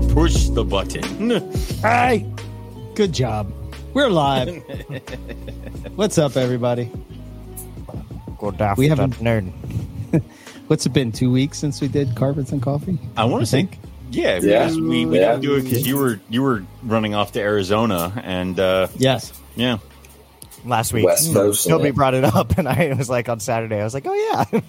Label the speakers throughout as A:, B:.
A: the button.
B: Hi. Good job. We're live. What's up, everybody?
C: Good
B: We haven't-
C: afternoon.
B: What's it been? Two weeks since we did carpets and coffee.
A: I want to think.
B: think.
D: Yeah.
A: Yeah, because we, we
D: Yeah.
A: didn't do it because you were you were running off to Arizona and uh,
B: Yes.
A: yeah
C: Last week,
D: West Coast.
C: Toby brought it up, and I it was like on Saturday. I was like, "Oh yeah,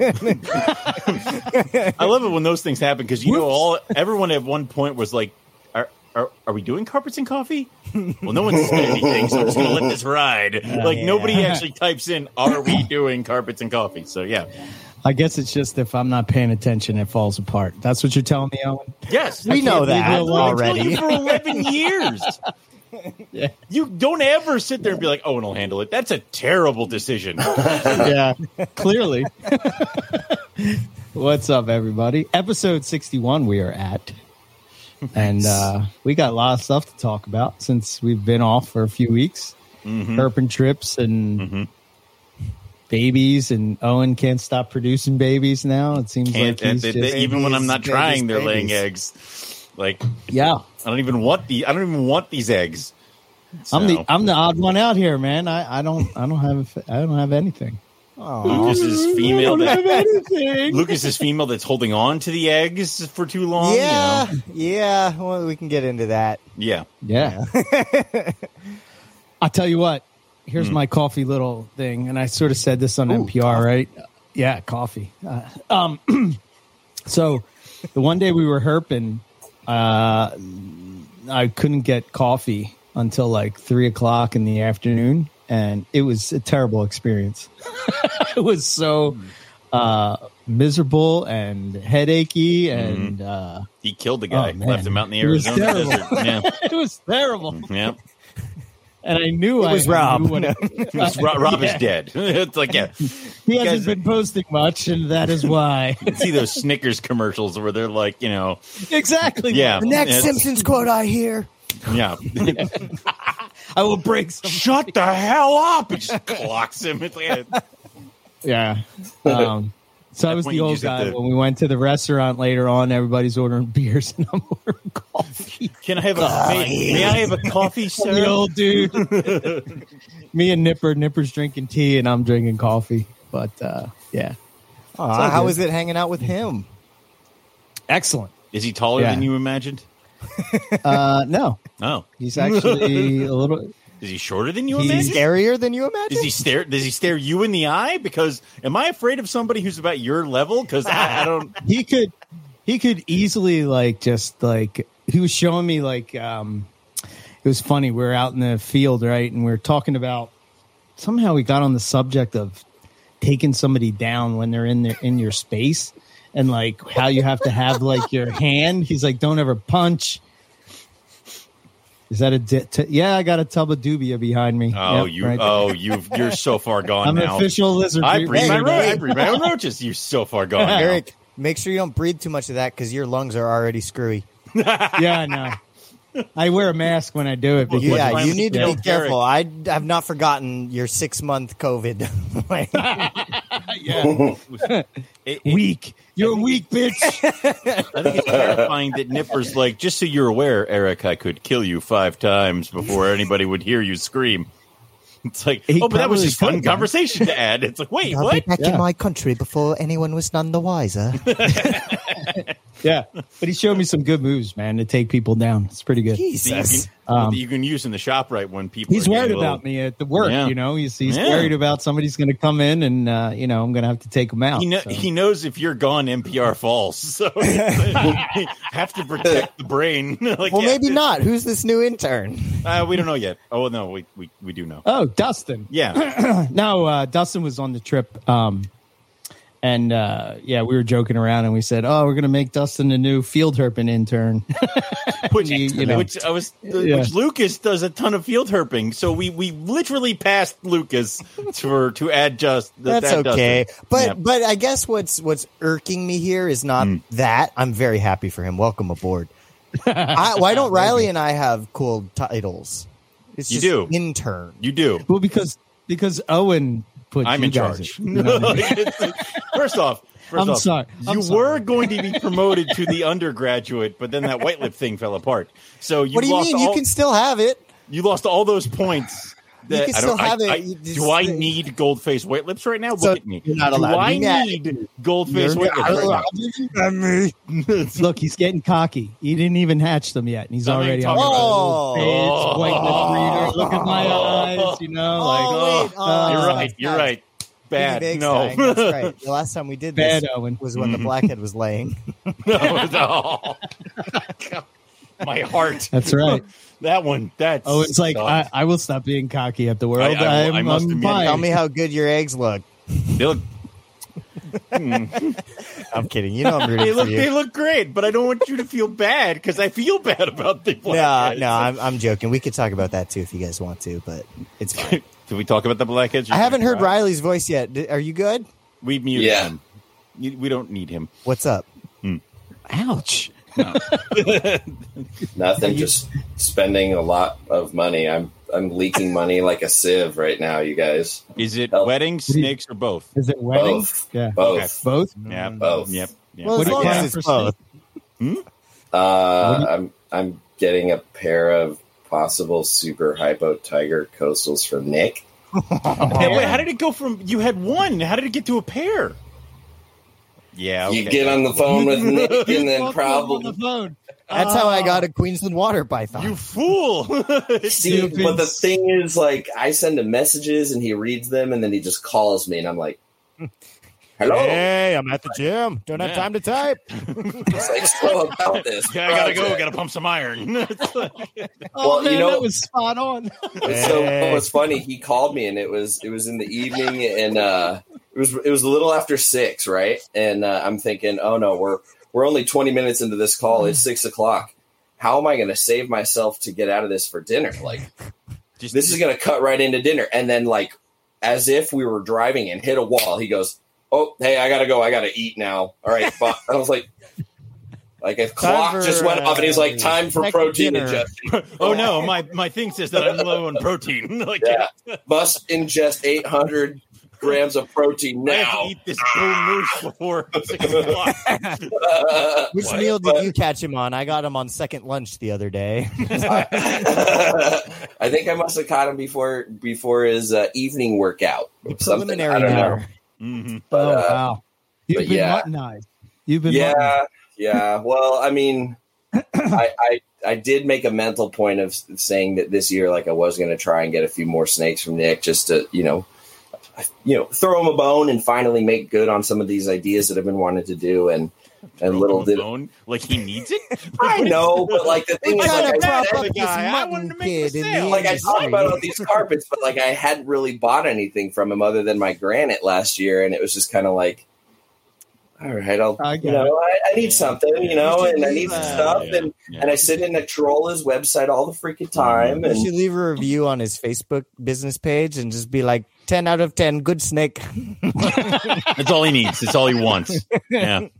A: I love it when those things happen because you know
B: Whoops.
A: all everyone at one point was like, "Are are, are we doing carpets and coffee?" Well, no one said anything, so I'm just gonna let this ride. like
C: yeah.
A: nobody actually types in, "Are we doing carpets and coffee?" So yeah,
B: I guess it's just if I'm not paying attention, it falls apart. That's what you're telling me, Owen.
A: yes,
C: we know that
B: leave it alone.
A: I've known you
C: already."
A: for eleven years.
B: Yeah.
A: You don't ever sit there and be like, "Oh, and I'll handle it." That's a terrible decision.
B: yeah. Clearly. What's up, everybody? Episode 61 we are at. And uh, we got a lot of stuff to talk about since we've been off for a few weeks.
A: Mm-hmm.
B: Herping trips and babies, and Owen can't stop producing babies now. It seems
A: Can't,
B: like he's
A: they- they-
B: just,
A: even when I'm not
C: babies,
A: trying, they're laying
C: babies.
A: eggs. Like
B: yeah.
A: I don't even want the. I don't even want these eggs. So-
B: I'm the I'm the odd one out here, man. I, I don't I don't have I don't have anything.
C: Aw.
A: Lucas is female. that-
B: anything.
A: Lucas is female that's holding on to the eggs for too long. you
C: yeah,
A: know?
C: yeah." Well, we can get into that.
A: Yeah.
B: Yeah. I'll tell you what. Here's
C: Hmm.
B: my coffee little thing, and I sort of said this on NPR, right? Yeah, coffee. Uh, um, so the one day we were herping, uh, I couldn't get coffee until like three o'clock in the afternoon, and it was a terrible experience. it was so uh, miserable and headachy,
C: Hmm.
B: and uh,
A: He killed the guy,
B: Oh, man.
A: left him out in the
B: It was
A: Arizona
B: terrible.
A: desert. Yeah.
B: it was terrible.
A: Yeah.
B: And I knew
C: It was
B: I, I
C: Rob.
B: knew what it-
A: It's- Rob, Rob is dead. it's like, yeah.
B: He
A: You
B: hasn't
A: guys-
B: been posting much, and that is why.
A: You see those Snickers commercials where they're like, you know,
B: exactly.
A: Yeah. The next It's-
C: Simpsons quote I hear.
A: yeah.
B: I will break some.
A: Shut the hell up. It just clocks him. It's like, yeah.
B: Yeah. Um, so I was
A: point,
B: the
A: you
B: old
A: just have
B: guy
A: to-
B: when we went to the restaurant later on. Everybody's ordering beers, and I'm ordering coffee.
A: Can I have
B: Oh,
A: a may, may I have a coffee,
B: I'm the
A: sir?
B: old dude. Me and Nipper. Nipper's drinking tea, and I'm drinking coffee. But uh, yeah, all
C: Oh, how
B: good.
C: is it hanging out with him?
B: excellent.
A: Is he taller
B: Yeah.
A: than you imagined?
B: Uh, no,
A: Oh.
B: he's actually a little.
A: Is he shorter than you
B: He's
A: imagined?
C: Scarier than you imagine.
A: Does he stare? Does he stare you in the eye? Because am I afraid of somebody who's about your level? Because I, I don't.
B: he could he could easily like just like he was showing me like um it was funny we were out in the field right and we were talking about somehow we got on the subject of taking somebody down when they're in their in your space and like how you have to have like your hand he's like don't ever punch is that a di- t- yeah i got a tub of dubia behind me
A: Oh,
B: Yep,
A: you.
B: right there.
A: Oh, you. You're so far gone
B: i'm an
A: now.
B: official lizard
A: I
B: breeder.
A: breathe my
C: Hey,
A: ro- I
C: hey.
A: breathe my own roaches. You're so far gone. now.
C: Eric, make sure you don't breathe too much of that because your lungs are already screwy.
B: yeah i know i wear a mask when i do it because
C: yeah,
A: time
C: you
A: is
C: need to
A: it?
C: be careful. I have not forgotten your six month COVID. Like,
A: It- it-
B: weak you're weak bitch
A: I think it's terrifying that Nipper's like. Just so you're aware, Eric, I could kill you five times before anybody would hear you scream. It's like,
B: He
A: oh, but that was
B: probably
A: just fun
B: could, man.
A: conversation to add. It's like, wait,
C: I'll be
A: what?
C: back
B: Yeah.
C: in my country before anyone was none the wiser.
B: Yeah, but he showed me some good moves, man, to take people down. It's pretty good.
A: That you,
C: Jesus.
A: can,
B: Um,
A: that you can use in the shop right when people.
B: He's
A: are getting
B: worried
A: a little-
B: about me at the work.
A: Yeah.
B: You know, he's he's
A: Yeah.
B: worried about somebody's going to come in, and uh, you know, I'm going to have to take him out.
A: He, kno-
B: so.
A: he knows if you're gone, NPR falls. So you have to protect the brain. like,
C: Well,
A: yeah,
C: maybe not. Who's this new intern?
A: Uh, we don't know yet. Oh no, we we, we do know.
B: oh, Dustin.
A: Yeah,
B: No, uh, Dustin was on the trip, um, and uh, yeah, we were joking around, and we said, "Oh, we're going to make Dustin a new field herping intern."
A: which
B: You- you know.
A: which I was
B: Yeah.
A: which Lucas does a ton of field herping. So we we literally passed Lucas for to add just
C: That's
A: that does
C: okay.
A: it.
C: But
A: Yeah. Hmm.
C: but I guess what's what's irking me here is not that. I'm very happy for him. Welcome aboard. I, why don't Riley and I have cool titles? It's
A: You
C: just
A: do.
C: intern.
A: you do.
B: well, because because Owen put.
A: I'm
B: you
A: in
B: guys
A: charge.
B: in- you know what I mean?
A: Like, it's- first off, first
B: I'm
A: off,
B: sorry. I'm
A: you were
B: sorry.
A: going to be promoted to the undergraduate, but then that white lip thing fell apart. So you
C: what do you
A: lost
C: mean?
A: all
C: you can still have it.
A: you lost all those points. That
C: can
A: I don't,
C: still have
A: I,
C: it.
A: I-
C: You just-
A: do I need gold face white lips right now?
C: So
A: Look at me.
D: you're not
A: do
D: allowed.
A: I
C: Yeah.
A: need gold face white lips right now?
B: Look, he's getting cocky. He didn't even hatch them yet, and he's
A: I mean,
B: already
A: talk
B: on
A: about-
C: Oh,
B: Hey, it's white lip reader. Look at my eyes. You know, like
C: oh, wait. Oh,
A: You're
C: that's
A: right.
C: not
A: You're
C: bad.
A: right. Bad.
C: Piggy bank
A: No. Mm-hmm.
C: sign, that's right. The last time we did this
B: bad Owen.
C: was when the blackhead was laying.
A: no. No. My heart.
B: That's right.
A: That one. That's
B: Oh, it's like I, I will stop being cocky at the world.
A: I- I will- I
B: am
A: must
B: I'm
A: admit-
B: fine.
C: Tell me how good your eggs look.
A: they look
C: I'm kidding. You know I'm
A: they
C: rooting for
A: look they
C: you.
A: look great, but I don't want you to feel bad because I feel bad about the black
C: No,
A: heads.
C: no, I'm, I'm joking. We could talk about that too if you guys want to, but it's fine.
A: Did we talk about the blackheads?
C: I haven't heard Riley's voice yet. D- Are you good?
A: We muted
D: Yeah.
A: him. You- We don't need him.
C: What's up?
B: Ouch.
E: Nothing. Just spending a lot of money. I'm I'm leaking money like a sieve right now, you guys.
A: Is it
E: Oh.
A: wedding, snakes, or both?
B: Is it wedding?
E: Both.
B: Yeah.
E: Both.
B: Both.
A: Yeah,
E: Both.
A: Yep. yep.
C: Well,
B: What
C: as
B: do you
C: long
B: plan
C: as
B: for
C: it's both.
E: Uh, I'm I'm getting a pair of possible super hypo tiger coastals for Nick.
A: Yeah, wait, how did it go from you had one? How did it get to a pair? Yeah,
E: You get on the phone with Nick,
B: Talk
E: and then
B: to him on
E: probably
B: the phone.
C: That's how I got a Queensland water python.
A: you fool.
E: See,
B: Stupid.
E: but the thing is, like, I send him messages and he reads them, and then he just calls me, and I'm like, "Hello."
C: I'm at the gym. Don't
A: have Yeah. time
C: to type.
E: It's like, so about this.
A: yeah, I gotta go.
E: project."
A: Gotta pump some iron.
B: Oh,
E: Well, you
B: man,
E: know-
B: that was spot on.
E: So
C: Hey.
E: it was funny. He called me, and it was it was in the evening, and uh, it was it was a little after six, right? And uh, I'm thinking, oh no, we're we're only twenty minutes into this call. It's six o'clock. How am I going to save myself to get out of this for dinner? Like
A: Just-
E: this is going to cut right into dinner, and then like as if we were driving and hit a wall, he goes, "Oh, hey, I got to go. I got to eat now. All right." Bye. I was like. Like a clock
C: for,
E: just went off, and he's
C: uh,
E: like, "Time for
C: second
E: protein
C: dinner."
E: ingestion."
A: oh no, my my thing says that I'm low on protein. like,
E: Yeah. Must ingest 800 grams of protein
A: I have
E: now.
A: to eat this blue moose before six o'clock.
C: Which
E: What?
C: meal
E: But-
C: did you catch him on? I got him on second lunch the other day.
E: I think I must have caught him before before his uh, evening workout. or something.
C: Preliminary
E: I don't know.
C: hour.
A: Mhm.
E: But,
B: oh
E: uh,
B: wow. You've
E: but
B: been
E: yeah.
B: muttonized. You've been muttonized.
E: yeah, yeah. Well, I mean, I, I I did make a mental point of s- saying that this year, like, I was going to try and get a few more snakes from Nick, just to you know, you know, throw him a bone and finally make good on some of these ideas that I've been wanting to do. And and little did
A: Bone, like he needs it.
E: I know, but like the thing
C: We're
E: is,
C: trying
E: like,
C: to
E: I,
C: prop
E: said-
C: up this
A: guy. I wanted
C: mutton
A: to make a
C: kid in the
A: sale.
E: like I
C: industry.
E: talked about all these carpets, but like I hadn't really bought anything from him other than my granite last year, and it was just kind of like, all right, I'll
B: I got
E: you know, I, I need
A: Yeah.
E: something, you know, and I need some
C: Yeah.
E: stuff, and
A: Yeah. Mm-hmm.
E: and I sit in a troll his website all the freaking time,
C: You should
E: and
C: leave a review on his Facebook business page and just be like, 10 out of 10, good snake.
A: That's all he needs. That's all he wants. Yeah,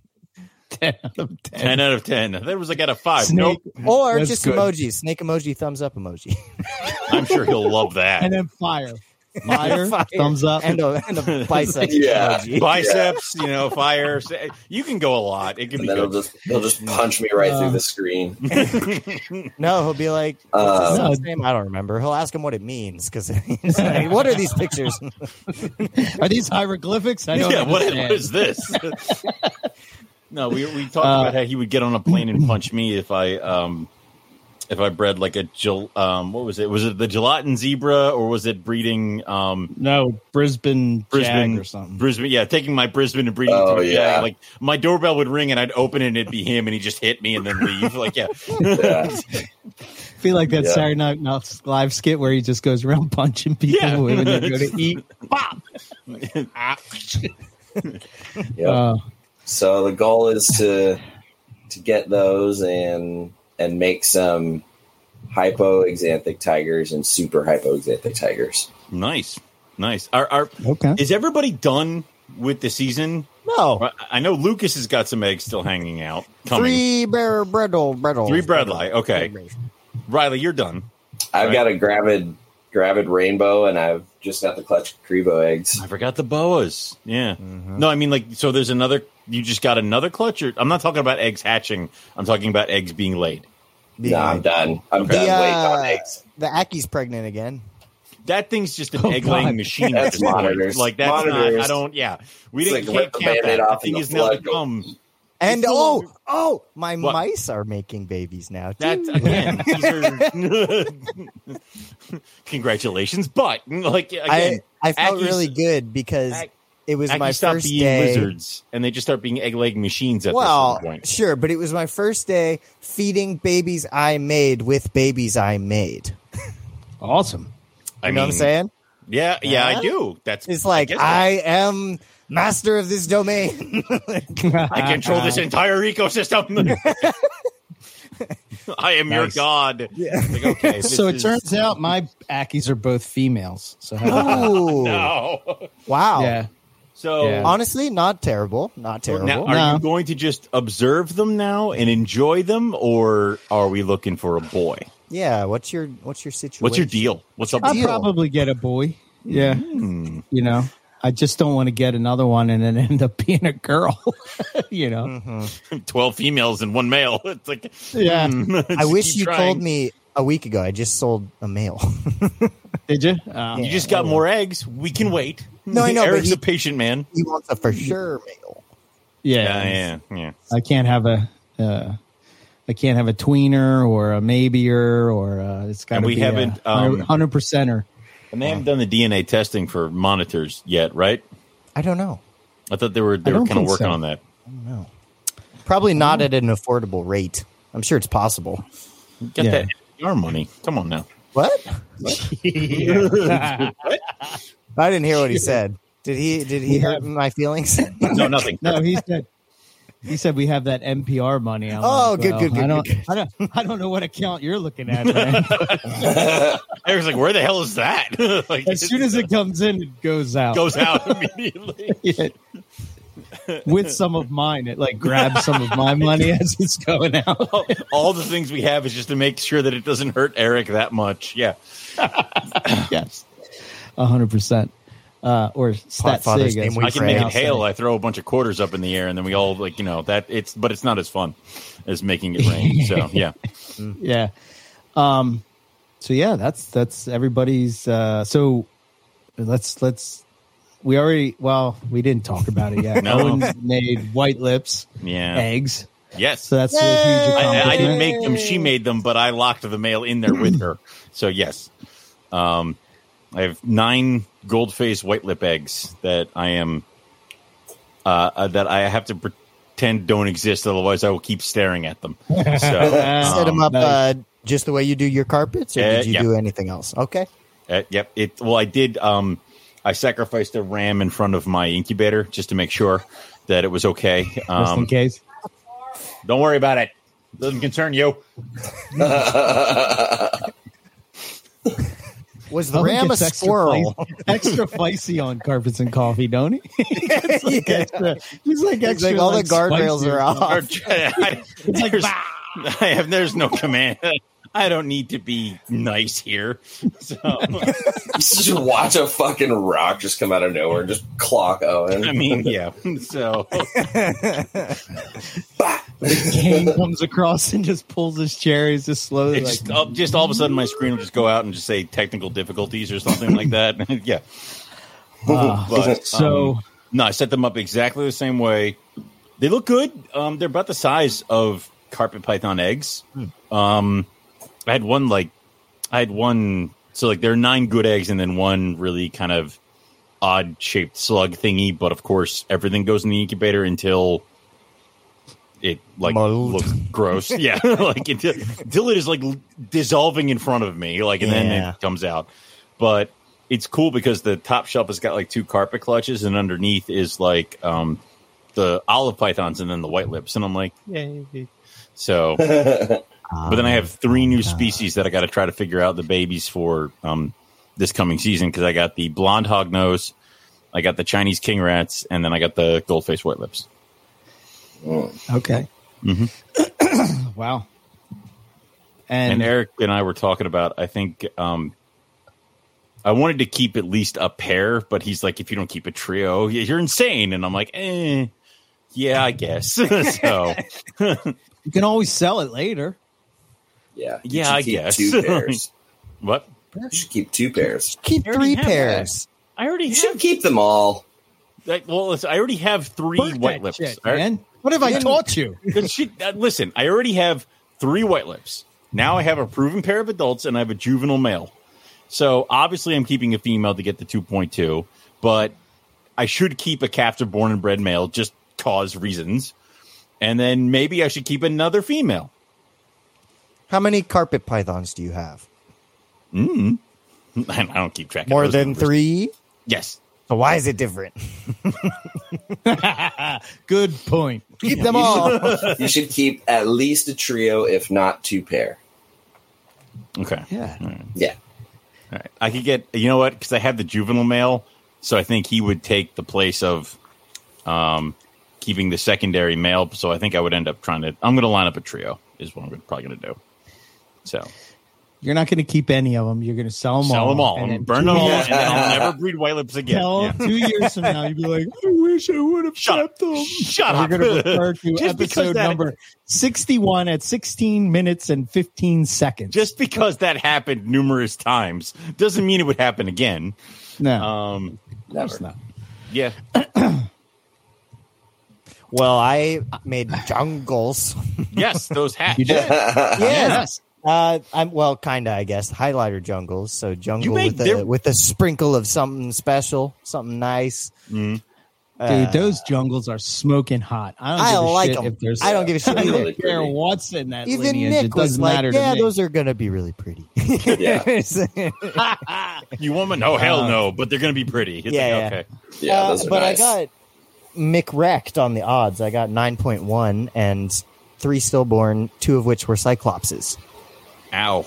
B: Ten out of ten.
A: ten out of ten. There was like out of five.
B: Snake.
A: Nope.
C: Or
B: That's
C: just
B: good.
C: emoji, snake emoji, thumbs up emoji.
A: I'm sure he'll love that.
B: And then fire. Fire.
C: Fire.
B: Thumbs up.
C: and, a, and a bicep
E: Yeah.
C: emoji.
A: Biceps, you know, fire. You can go a lot. It can
E: and
A: be
E: then he'll
A: good.
E: just he'll just punch me right
B: Uh,
E: through the screen.
C: No, he'll be like,
E: Uh,
C: what's his
B: No.
C: name? I don't remember. He'll ask him what it means because like, what are these pictures?
B: Are these hieroglyphics? I don't
A: yeah, what,
B: understand.
A: what is this? no, we we talked
B: Uh,
A: about how he would get on a plane and punch me if I um if I bred like a gel um what was it? Was it the gelatin zebra or was it breeding um
B: No, Brisbane,
A: Brisbane
B: Jag or something.
A: Brisbane, yeah, taking my Brisbane and breeding. it
E: Oh,
A: to a jag.
E: yeah.
A: like my doorbell would ring and I'd open it and it'd be him and he would just hit me and then leave. Like yeah,
E: Yeah.
B: I feel like that
E: Yeah.
B: Saturday Night Live live skit where he just goes around punching people
A: Yeah.
B: when they go to eat. Pop.
E: Yep.
B: Uh,
E: So the goal is to to get those and and make some hypoexanthic tigers and super hypoexanthic tigers.
A: nice, nice. Are are
B: okay.
A: is everybody done with the season?
C: No.
A: I- I know Lucas has got some eggs still hanging out. Coming.
C: Three bear breadle breadle.
A: Three bread lie. Okay. Riley, you're done.
E: I've
A: Right.
E: got a gravid gravid rainbow, and I've just got the clutch Crebo eggs.
A: I forgot the boas. Yeah.
B: Mm-hmm.
A: No, I mean like so. There's another. You just got another clutch. Or, I'm not talking about eggs hatching. I'm talking about eggs being laid.
E: No, I'm done. I'm
C: The,
E: done waiting on
C: uh,
E: eggs.
C: the Aki's pregnant again.
A: That thing's just an
B: Oh,
A: egg laying
B: God.
A: machine.
E: That's
A: at this point.
E: monitors.
A: Like that's not.
E: Monitors.
A: I don't. Yeah, we
E: It's
A: didn't
E: like
A: can't
E: rip the
A: count that.
E: Band-Aid
A: The
E: off
A: thing
E: and
A: is
E: the
A: now
E: blood goes-
A: become
C: And
A: no
C: oh,
A: longer-
C: oh, my
A: What?
C: mice are making babies now.
A: That
C: too.
A: again, these are congratulations, but like again,
C: I, I felt
A: Aki's-
C: really good because
A: Ac-
C: it was
A: Ackie
C: my
A: stop
C: first
A: being
C: day.
A: lizards, and they just start being egg laying machines at
C: Well,
A: this point.
C: sure, but it was my first day feeding babies I made with babies I made.
B: Awesome.
A: I
C: You know what I'm
A: mean,
C: saying?
A: Yeah, yeah, I
C: Huh?
A: do. That's
C: It's like
A: guess
C: I am master of this domain.
A: I control this entire ecosystem. I am your
B: Nice.
A: god. Like, okay,
B: So it
A: this is-
B: turns out my Ackies are both females. So how,
C: Ooh,
A: no.
C: wow.
B: yeah,
A: Oh. So
B: Yeah.
C: Honestly, not terrible. Not terrible.
A: Now, are
B: No.
A: you going to just observe them now and enjoy them, or are we looking for a boy?
C: yeah. What's your What's your situation?
A: What's your deal? What's up? with
C: I'll
B: I'll
A: you?
C: deal? Hmm.
B: probably get a boy. Yeah, you know, I just don't want to get another one and then end up being a girl. you know, Um,
A: Twelve females and one male. It's like
B: yeah.
C: I wish
A: keep
C: you
A: trying.
C: told me a week ago. I just sold a male.
B: Did Uh, you?
A: you just got more eggs. We can wait.
C: No, I know, but
A: Eric's
C: he-
A: a patient man.
C: he wants a for sure male.
B: yeah,
A: Yeah, yeah, yeah.
B: I can't have a. Uh, I can't have a tweener or a maybeier or uh, it's got to
A: And
B: be
A: we haven't, um,
B: hundred percenter.
A: And they haven't done the DNA testing for monitors yet, right?
C: I don't know.
A: I thought they were they
B: I
A: were
B: don't
A: kind of
B: think
A: working
B: so.
A: on that.
C: Probably not at an affordable rate. I'm sure it's possible.
A: Get
B: Yeah.
A: that NPR money. Come on now.
C: What? I didn't hear what he said. Did he? Did he hurt my feelings?
A: No, nothing.
B: No, he said. He said we have that NPR money. I'm
C: Oh,
B: like,
C: good,
B: well,
C: good, good,
B: I don't,
C: good,
B: I don't, I don't know what account you're looking at. Man.
A: Eric's like, where the hell is that? like,
B: as soon as it comes in, it goes out.
A: goes out immediately.
B: Yeah. With some of mine, it like grabs some of my money as it's going out.
A: all, all the things we have is just to make sure that it doesn't hurt Eric that much. Yeah.
B: yes, hundred percent. Uh, or stat
C: Podfather's
B: sig,
C: name
B: as
C: we
A: I can make
C: Right.
A: it hail. I throw a bunch of quarters up in the air and then we all like, you know, that it's but it's not as fun as making it rain. So yeah.
B: yeah. Um, so yeah, that's that's everybody's. Uh, so let's let's we already well we didn't talk about it yet.
A: No.
B: Owen made white lips,
A: Yeah.
B: eggs.
A: Yes.
B: So um, that's a huge
C: Yay!
A: I,
B: accomplishment.
A: I didn't make them. She made them, but I locked the mail in there with her. So yes, um, I have nine gold face white lip eggs that I am uh, uh, that I have to pretend don't exist. Otherwise, I will keep staring at them. So
C: Set him
A: um,
C: up
B: nice.
C: uh, just the way you do your carpets, or
A: Uh,
C: did you
A: yeah.
C: do anything else? Okay.
A: uh, yep. It well, I did. Um, I sacrificed a ram in front of my incubator just to make sure that it was okay.
B: just in
A: Um,
B: case.
A: don't worry about it. Doesn't concern you.
C: Was the
A: Oh,
B: Owen
C: ram a
B: gets extra
C: squirrel?
B: fleis- Extra feisty on carpets and coffee, don't he? It's like
C: Yeah.
B: extra- he's like
C: It's
B: extra.
C: like all the guardrails
B: spicy.
C: are off.
A: I, there's, I have there's no command. I don't need to be nice here. So I
E: just watch a fucking rock just come out of nowhere and just clock Owen.
A: mean, yeah. So
B: Kane comes across and just pulls his chair. He's just slowly
A: it
B: like,
A: just all, just all of a sudden my screen will just go out and just say technical difficulties or something like that. yeah. Uh, But,
B: uh, so.
A: um, no, I set them up exactly the same way. They look good. Um, they're about the size of carpet python eggs.
B: Hmm.
A: Um, I had one like I had one. So like there are nine good eggs and then one really kind of odd shaped slug thingy. But of course, everything goes in the incubator until it like
C: Mold.
A: looks gross. yeah, like until, until it is like l- dissolving in front of me. Like and then
C: Yeah.
A: it comes out. But it's cool because the top shelf has got like two carpet clutches and underneath is like um the olive pythons and then the white lips. And I'm like, yay. So but then I have three new species that I got to try to figure out the babies for um, this coming season because I got the blonde hognose, I got the Chinese king rats, and then I got the gold faced white lips.
B: Okay. wow. And,
A: Mm-hmm. And Eric and I were talking about I think um, I wanted to keep at least a pair, but he's like, if you don't keep a trio, y- you're insane. And I'm like, eh, yeah, I guess. so
B: You can always sell it later.
E: Yeah.
A: Yeah, I
E: should keep
A: guess.
E: Two pairs.
A: what?
E: You should keep two pairs.
C: Keep
A: I already
C: three
A: have that.
C: pairs.
A: I already
E: You
A: have.
E: should keep them all.
A: Like, well, listen, I already have three
B: Fuck
A: white
B: that
A: lips.
B: shit,
A: I-
B: man. What have I taught you?
A: Good shit. Uh, listen, I already have three white lips. Now I have a proven pair of adults and I have a juvenile male. So obviously, I'm keeping a female to get the 2.2, but I should keep a captive born and bred male just cause reasons. And then maybe I should keep another female.
C: How many carpet pythons do you have?
A: I don't keep track. of
C: More
A: those
C: than
A: numbers.
C: three?
A: Yes.
C: So why is it different?
B: Good point.
C: Keep them all.
E: You should keep at least a trio, if not two pair.
A: Okay.
C: yeah.
E: Yeah.
A: All right. I could get you know what because I have the juvenile male, so I think he would take the place of um, keeping the secondary male. So I think I would end up trying to. I'm going to line up a trio is what I'm gonna- probably going to do. So
B: You're not going to keep any of them. You're going to sell them all.
A: sell them all,
B: and then
A: and burn
B: two
A: them all,
B: years-
A: and then I'll never breed white lips again.
B: Tell
A: Yeah.
B: two years from now, you'd be like, I wish I would have
A: Shut
B: kept
A: up!
B: them.
A: Shut
B: We're
A: up!
B: going to refer to
A: Just because
B: episode
A: that-
B: number 61 at 16 minutes and 15 seconds.
A: Just because that happened numerous times doesn't mean it would happen again.
B: no,
A: Um,
E: Never.
B: not.
A: yeah,
C: Well, I made jungles.
A: yes, those hats.
B: You did.
C: yes. Uh, I'm well, kind of, I guess. Highlighter jungles. So jungle
A: make
C: with a,
A: their-
C: with a sprinkle of something special, something nice.
A: Uh,
B: Dude, those jungles are smoking hot. I don't,
C: I
B: give a
C: like
B: shit
C: them.
B: if there's,
C: I don't give a shit.
B: I
C: either.
E: Really
B: don't care
E: pretty.
B: what's in that
C: Even
B: lineage. it
C: Nick was
B: doesn't
C: like,
B: matter
C: "Yeah,
B: to me.
C: those are gonna be really pretty."
E: Yeah.
A: want them? No, oh, hell no. But they're going to be pretty. It's
C: yeah,
A: like,
C: yeah.
A: okay.
E: Yeah.
C: Uh,
E: those are
C: but
E: nice.
C: I got McWrecked on the odds. I got nine point one and three stillborn, two of which were cyclopses.
A: Ow.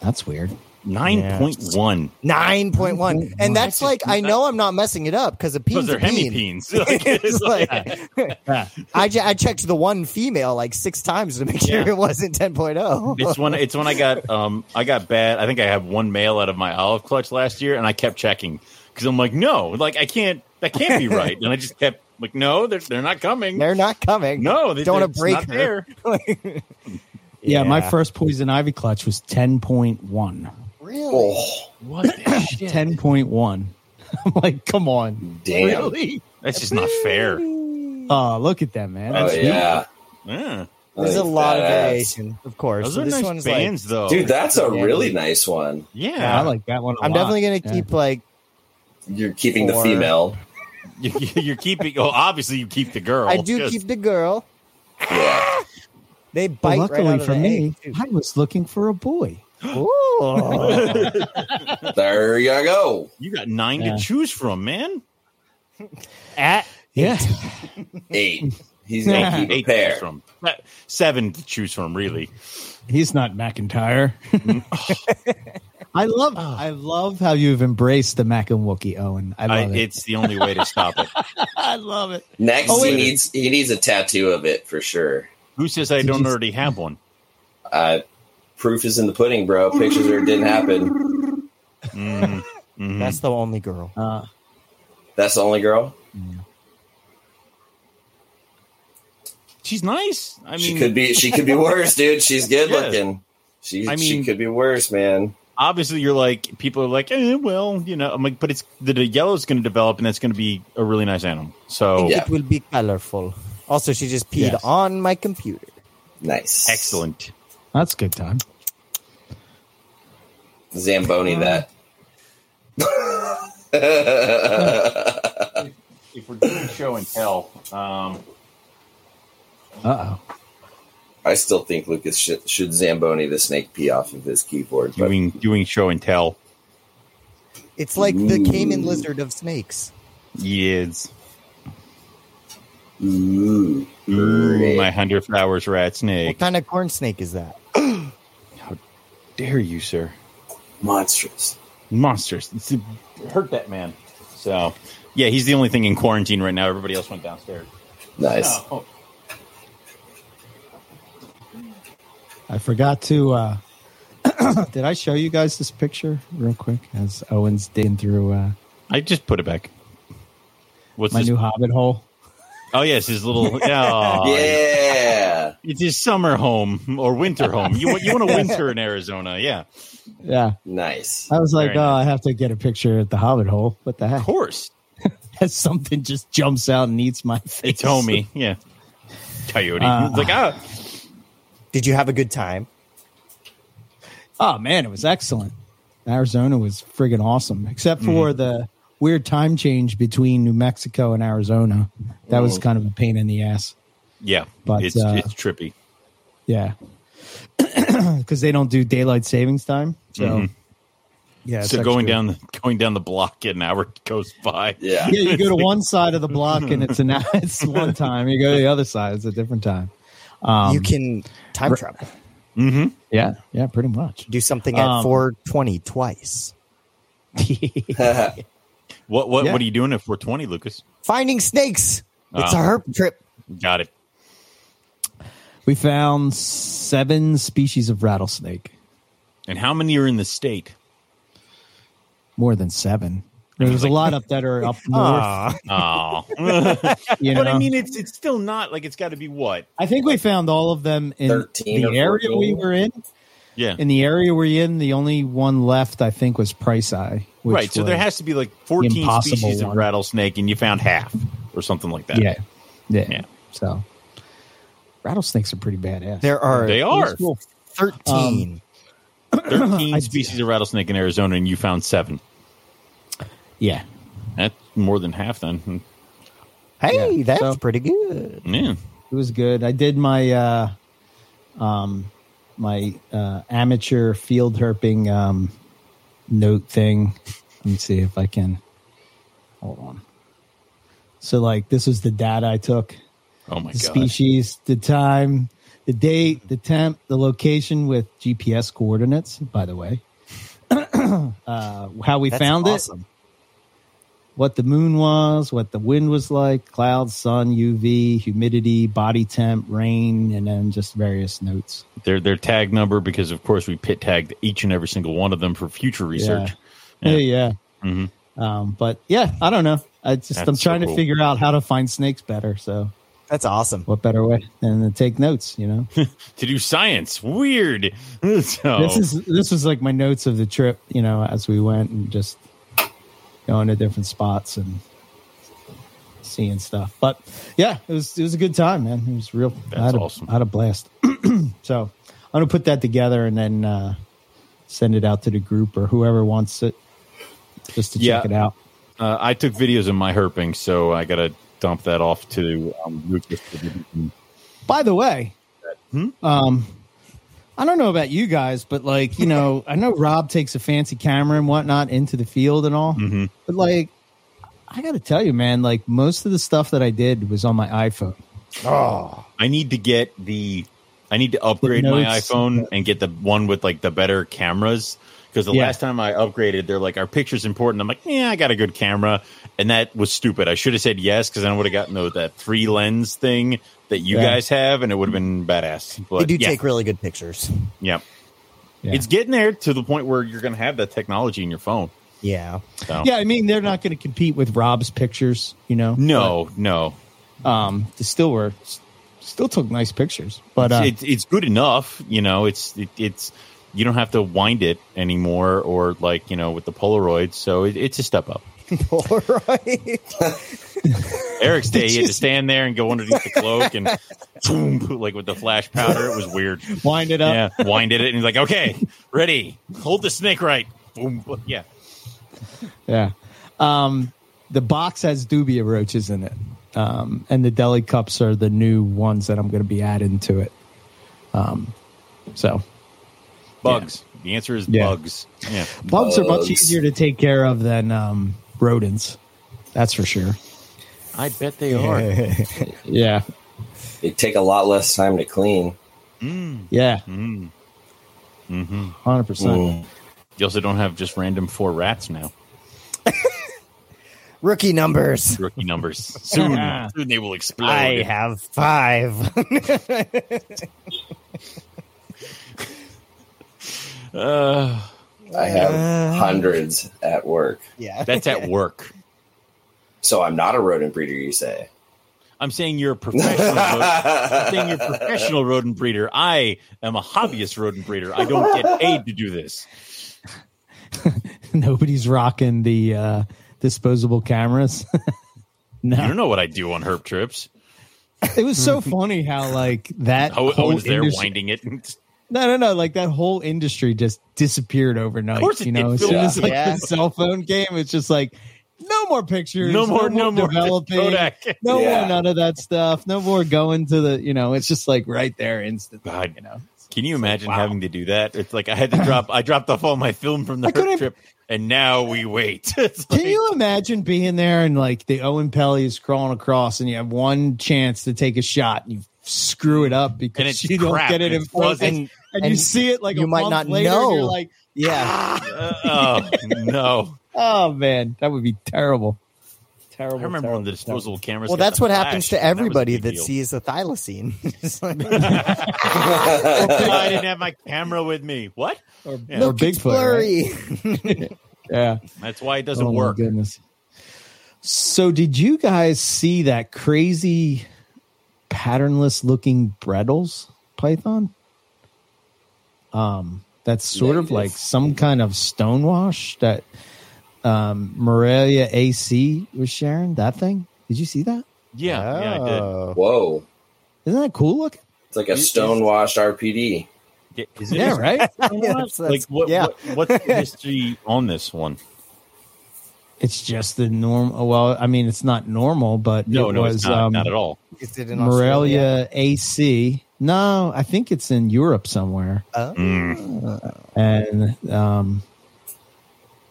B: That's weird.
A: Nine point one.
C: Nine point one, and that's like I know I'm not messing it up because a
A: Those
C: peen's
A: are
C: a peen.
A: hemipenes.
C: it's like
B: Yeah.
C: I, ju- I checked the one female like six times to make sure
A: Yeah.
C: it wasn't oh. 10.0.
A: it's when it's when I got um I got bad. I think I have one male out of my olive clutch last year, and I kept checking because I'm like, no, like I can't, that can't be right. And I just kept like, no, they're they're not coming.
C: They're not coming.
A: no, they
C: don't
A: want
C: want to break
A: not
C: her.
A: there.
B: Yeah, my
C: Yeah.
B: first poison ivy clutch was 10.1.
C: Really?
E: Oh,
A: What? the shit?
B: 10.1. I'm like, come on.
E: Damn.
B: Really?
A: That's just not fair.
C: Hmm.
B: Oh, look at that, man.
E: oh
A: That's
E: yeah.
A: Yeah.
C: There's a
E: Like
C: lot of
E: badass.
C: variation, of course.
A: Those
C: So
A: are
C: this
A: nice
C: one's
A: bands, though.
E: Dude, that's a
C: Yeah.
E: really nice one.
A: yeah,
B: Yeah, I like that one. i
C: like I'm definitely gonna keep like
E: You're keeping the
C: Four.
E: female.
A: you're keeping. Oh, obviously you keep the girl.
C: I do
A: Just-
C: keep the girl.
E: Yeah.
C: They bite
B: luckily
C: right out of
B: for
C: the
B: me,
C: egg,
B: I was looking for a boy.
C: too. Ooh.
E: There you go.
A: You got nine
B: Yeah.
A: to choose from, man.
C: At
B: Yeah.
E: Eight. He's gonna keep a
A: Eight to choose
E: pair.
A: from. Seven to choose from, really.
B: He's not McIntyre. I love
C: Oh.
B: I love how you've embraced the Mac and Wookie, Owen. I
A: I,
B: love it.
A: it's the only way to stop it.
B: I love it.
E: Next,
B: Oh,
E: he
B: wait.
E: needs he needs a tattoo of it for sure.
A: Who says I
B: Did
A: don't
B: you-
A: already have one?
E: Uh, proof is in the pudding, bro. Pictures are it didn't happen.
A: Mm, mhm.
C: that's the only girl.
B: Uh,
E: That's the only girl.
A: She's nice. I mean,
E: she could be she could be worse, dude. She's good
A: Yeah.
E: looking. She
A: I
E: she
A: mean-
E: could be worse, man.
A: obviously, you're like people are like, eh, well, you know, I'm like, but it's the, the yellow's going to develop, and that's going to be a really nice animal. So
E: Yeah.
C: It will be colorful. Also, she just peed
B: Yes.
C: on my computer.
E: Nice.
A: excellent.
B: that's a good time.
E: Zamboni that.
A: If we're doing show and tell, um,
B: Uh oh.
E: I still think Lucas should, should Zamboni the snake pee off of his keyboard. But
A: doing doing show and tell,
C: It's like the Cayman
E: Ooh.
C: lizard of snakes.
A: yes.
E: ooh,
A: Ooh, my hundred flowers rat
C: What
A: snake.
C: kind of corn snake is that?
A: Dare you, sir?
E: monstrous.
A: Monsters. It's hurt that man. So, yeah, he's the only thing in quarantine right now. Everybody else went downstairs.
E: Nice.
A: Oh.
B: I forgot to uh, Did I show you guys this picture real quick as Owen's digging through uh,
A: I just put it back. What's
B: my
A: this?
B: new hobbit hole?
A: oh yes, his little. Oh,
E: yeah.
A: It's his summer home or winter home. You want you want to winter in Arizona? Yeah,
B: Yeah.
E: Nice.
B: I
C: Uh,
B: was like,
A: Very
B: oh,
A: nice.
B: I have to get a picture at the hobbit hole. What the
A: of
B: heck?
A: course.
B: As something just jumps out and eats my face.
A: It's homey. Yeah, coyote.
B: Uh,
A: It's like ah,
C: Did you have a good time?
B: Oh man, it was excellent. Arizona was friggin' awesome, except
A: Mm-hmm.
B: for the weird time change between New Mexico and Arizona. That was
E: Mm.
B: kind of a pain in the ass.
A: yeah.
B: But,
A: it's
B: uh,
A: it's trippy.
B: Yeah, because they don't do daylight savings time. So
A: Mhm.
B: yeah, it's
A: so going
B: extra-
A: down the going down the block, an hour goes by.
E: Yeah.
B: Yeah, you go to one side of the block and it's an it's one time. You go to the other side, it's a different time. Um,
C: you can time travel.
A: hmm
B: yeah, yeah, pretty much.
C: Do something at
B: um,
C: 420 twice.
A: What what
B: Yeah.
A: what are you doing at 420, Lucas?
C: Finding snakes. It's a
A: Ah.
C: herp trip.
A: Got it.
B: we found seven species of rattlesnake.
A: And how many are in the state?
B: More than seven. There's a lot up that are up north.
C: Aw.
A: Oh,
B: you
A: but
B: know?
A: I mean, it's it's still not like it's got to be what?
B: I think we found all of them in
E: 13 or
B: the area
E: 14.
B: we were in.
A: Yeah,
B: In the area we're in, the only one left, I think, was Price Eye. which
A: right. So there
B: was-
A: has to be like 14
B: impossible
A: species of
B: one.
A: rattlesnake, and you found half or something like that.
B: yeah, yeah,
A: Yeah.
B: So rattlesnakes are pretty badass.
C: There are
A: they are Um,
B: Cool.
C: 13.
A: 13
B: I-
A: species of rattlesnake in Arizona, and you found seven.
B: Yeah,
A: That's more than half. Then,
C: hey,
B: Yeah.
C: that's
B: So-
C: pretty good.
A: yeah.
B: it was good. I did my uh, um, my uh, amateur field herping um, note thing. Let me see if I can. Hold on. So, like, this was the data I took.
A: Oh my
B: the
A: god.
B: species, the time, the date, the temp, the location with GPS coordinates, by the way. uh, how we
C: That's
B: found
C: awesome.
B: it, what the moon was, what the wind was like, clouds, sun, UV, humidity, body temp, rain, and then just various notes.
A: Their their tag number because of course we pit tagged each and every single one of them for future research.
B: Yeah.
A: Yeah.
B: Yeah.
A: Mhm.
B: Um, but yeah, I don't know. I just, I'm
A: That's so
B: trying
A: cool.
B: to figure out how to find snakes better. So,
C: That's awesome.
B: what better way than to take notes, you know?
A: To do science, weird. so,
B: this is this was like my notes of the trip you know as we went and just going to different spots and seeing stuff but yeah it was it was a good time man it was real I had
A: That's
B: a,
A: awesome.
B: I had a blast so i'm gonna put that together and then uh send it out to the group or whoever wants it just to
A: Yeah.
B: check it out
A: uh, I took videos of my herping, so I got to dump that off to um, Lucas.
B: By the way,
A: Hmm?
B: um, I don't know about you guys, but like you know, I know Rob takes a fancy camera and whatnot into the field and all,
A: Mm-hmm.
B: but like I got to tell you, man, like most of the stuff that I did was on my iPhone.
A: I need to get the. I need to upgrade my
B: notes.
A: iPhone and get the one with like the better cameras because the
B: Yeah.
A: last time I upgraded, they're like our picture's important. I'm like, yeah, I got a good camera, and that was stupid. I should have said yes because then I would have gotten the, that three lens thing that you
B: Yeah.
A: guys have, and it would have been badass. But
C: They do
A: yeah,
C: take really good pictures.
A: yeah.
B: Yeah.
A: it's getting there to the point where you're going to have that technology in your phone.
C: Yeah.
A: So.
B: yeah, I mean they're not going to compete with Rob's pictures, you know.
A: No, no,
B: But, um, they still were still took nice pictures, but uh,
A: it's, it's good enough. You know, it's it, it's you don't have to wind it anymore, or like you know with the Polaroids. So it, it's a step up.
C: All right.
A: Eric's day, you had to stand there and go underneath the cloak and boom, like with the flash powder. It was weird.
B: wind it up.
A: Yeah, winded it, and he's like, "Okay, ready, hold the snake right." Boom. Yeah,
B: Yeah. Um, the box has dubia roaches in it. Um, and the deli cups are the new ones that I'm going to be adding to it. Um, so
A: bugs. The answer is
B: Yeah.
A: bugs. Yeah,
B: bugs are much
E: Bugs.
B: easier to take care of than um, rodents. That's for sure.
A: I bet they are.
B: Yeah.
E: It take a lot less time to clean.
B: Yeah. Mm-hmm.
A: Mm. hmm
B: 100%.
A: You also don't have just random four rats now.
C: Rookie numbers.
A: Rookie numbers soon. soon they will explode.
C: I have five.
A: Uh,
E: I have
C: Uh.
E: hundreds at work.
C: Yeah.
A: that's at work.
E: So I'm not a rodent breeder, you say?
A: I'm saying you're a professional. rodent- I'm saying you're a professional rodent breeder. I am a hobbyist rodent breeder. I don't get paid to do this.
B: Nobody's rocking the uh, disposable cameras.
A: You
B: no,
A: don't know what I do on herp trips.
B: it was so funny how like that.
A: Ow-
B: whole
A: Owen's there
B: industry-
A: winding it. Of
B: No, no, no. Like that whole industry just disappeared overnight. Of
A: course it
B: you know,
A: did.
B: as soon
A: Yeah.
B: as like
C: Yeah.
B: the cell phone came, it's just like no more pictures,
A: No more, no more
B: developing,
A: Kodak.
B: no
E: Yeah.
B: more none of that stuff, no more going to the. You know, it's just like right there instantly.
A: God.
B: You know,
A: Can you imagine
B: wow.
A: having to do that? It's like I had to drop. I dropped off all my film from the
B: I couldn't-
A: herp trip, and now we wait. It's
B: Can
A: like-
B: you imagine being there and like the Owen Pelly is crawling across and you have one chance to take a shot and you screw it up because
A: And it's
B: you don't
A: crap
B: get it
A: and
B: in
A: it's
B: front
A: fuzzy.
B: and,
C: And
B: and, you
C: and
B: see it like
C: you
B: a
C: might
B: month
C: not
B: later and
C: know.
B: you're like,
C: yeah.
A: Uh, oh no!
B: oh man, that would be terrible. Terrible.
A: I remember when the disposable cameras.
C: Well,
A: got
C: that's
A: the
C: what
A: flash,
C: happens to
A: and that was a
C: everybody
A: big
C: that
A: deal.
C: sees a thylacine. It's like,
A: I didn't have my camera with me. What?
B: terrible.
A: Yeah.
B: Or, or
C: look, it's
B: Bigfoot. right?
C: blurry.
B: Yeah.
A: That's why it doesn't
B: Oh, my
A: work.
B: goodness. So did you guys see that crazy patternless looking Brettles python? Um that's sort of
E: Negative.
B: like some kind of stonewash that um Morelia AC was sharing that thing. Did you see that?
A: Yeah, yeah,
C: Oh.
E: Whoa.
B: Isn't that cool looking?
E: It's like a stonewashed RPD.
A: I did. Is it-
B: Yeah, right?
C: Yes,
A: Like
C: that's-
A: what,
C: yeah.
A: what? What's the history on this one?
B: It's just the norm well, I mean it's not normal, but
A: No,
B: it
A: no,
B: was
A: it's not,
B: um,
A: not at all.
C: Is it in Australia?
B: Morelia AC. No, I think it's in Europe somewhere.
C: Oh.
A: Mm.
B: and um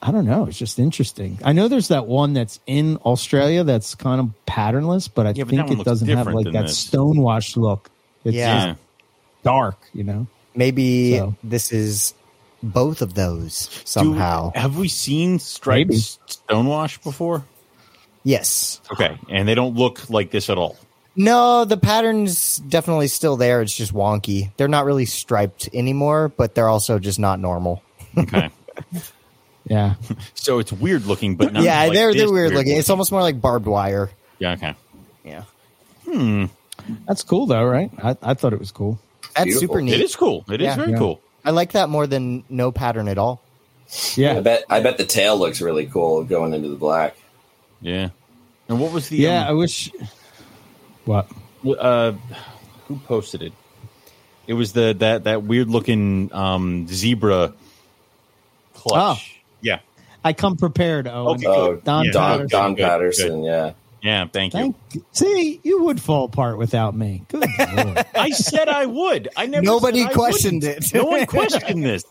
B: i don't know it's just interesting i know there's that one that's in australia that's kind of patternless but i
A: Yeah, but that
B: think
A: one
B: it
A: looks
B: doesn't have
A: different
B: like
A: than
B: that
A: this.
B: stonewashed look it's
C: Yeah.
B: just dark you know
C: Maybe
B: So.
C: this is both of those
A: Do-
C: somehow.
A: have we seen striped
B: Maybe.
A: stonewash before?
C: yes.
A: Okay, and they don't look like this at all.
C: No, the pattern's definitely still there. It's just wonky. They're not really striped anymore, but they're also just not normal.
A: Okay,
B: yeah
A: so it's weird looking, but not
C: yeah,
A: like
C: they're
A: this
C: they're weird, looking. It's almost more like barbed wire.
A: Yeah, okay.
C: Yeah.
A: Hmm,
B: that's cool though right i, I thought it was cool
C: That's
E: Beautiful.
C: super neat.
A: it is cool. It is
C: Yeah.
A: very
B: Yeah.
A: cool.
C: I like that more than no pattern at all.
E: I
B: yeah
E: bet I bet the tail looks really cool going into the black.
A: Yeah. And what was the
B: yeah i
A: um,
B: wish what
A: w- uh, who posted it? It was the that that weird looking um zebra
C: Oh.
A: clutch. Yeah.
B: i come prepared oh
A: Okay,
E: Oh,
A: good.
B: Don
A: yeah.
E: Don,
B: Patterson.
E: Don
A: Good,
E: Patterson,
A: good.
E: yeah.
A: Yeah, thank you.
B: thank see you would fall apart without me good lord
A: I said I would. I never
C: Nobody
A: said I
C: questioned
A: wouldn't.
C: it.
A: No one questioned this.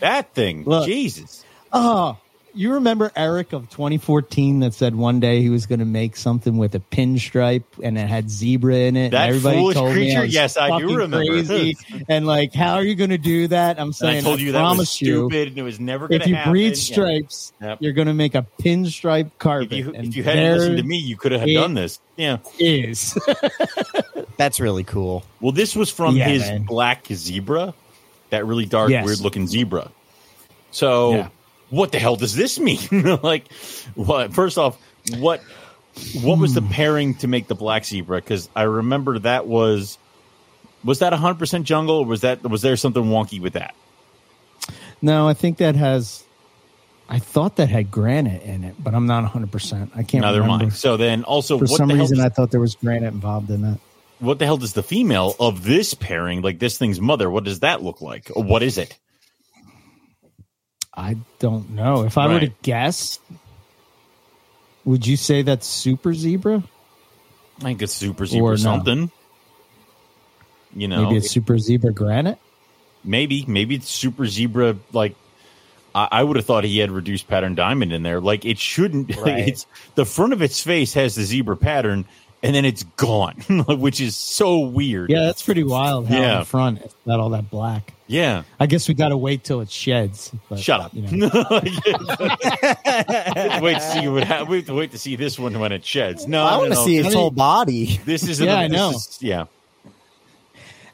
A: That thing.
B: Look.
A: Jesus.
B: Oh, you remember Eric of 2014 that said one day he was going to make something with a pinstripe and it had zebra in it. and
A: That
B: everybody
A: foolish
B: told me
A: creature?
B: was
A: Yes, I do
B: fucking
A: remember.
B: Crazy. and like, how are you going to do that? I'm
A: And
B: saying,
A: I told you that
B: promise
A: was
B: you,
A: stupid and it was never going
B: if
A: to
B: you
A: happen.
B: breed
A: Yeah.
B: stripes,
A: Yep.
B: you're going to make a pinstripe
A: If
B: carpet.
A: you,
B: and
A: if you hadn't listened to me, you could have
B: it
A: done this. Yeah.
B: there is.
C: That's really cool.
A: Well, this was from
B: Yeah,
A: his
B: man.
A: black zebra, that really dark,
B: Yes.
A: weird looking zebra. So,
B: Yeah.
A: what the hell does this mean? like, what? First off, what what was the
B: Hmm.
A: pairing to make the black zebra? Because I remember that was was that hundred percent jungle, or was that was there something wonky with that?
B: no, I think that has. I thought that had granite in it, but I'm not 100. percent I can't
A: Neither
B: remember.
A: mind. So then, also,
B: For
A: what
B: some
A: the hell
B: reason,
A: does
B: I thought there was granite involved in that.
A: what the hell does the female of this pairing, like this thing's mother, what does that look like? Or What is it?
B: I don't know. If I were to
A: Right.
B: guess, would you say that's super zebra?
A: I think it's super zebra
B: Or no.
A: something. You know,
B: Maybe it's super zebra granite.
A: maybe, maybe it's super zebra. Like I, I would have thought he had reduced pattern diamond in there. Like it shouldn't. like,
C: Right.
A: it's the front of its face has the zebra pattern, and then it's gone, which is so weird.
B: Yeah, that's pretty wild. How
A: Yeah.
B: in front it's got all that black.
A: yeah.
B: I guess we got to wait till it sheds. But,
A: Shut up.
B: you know.
A: wait to see what hap- we have to wait to see this one when it sheds. No,
C: I want to
A: no, no.
C: see
B: I
C: its
B: mean-
C: whole body.
A: This is
B: Yeah, I know.
A: yeah,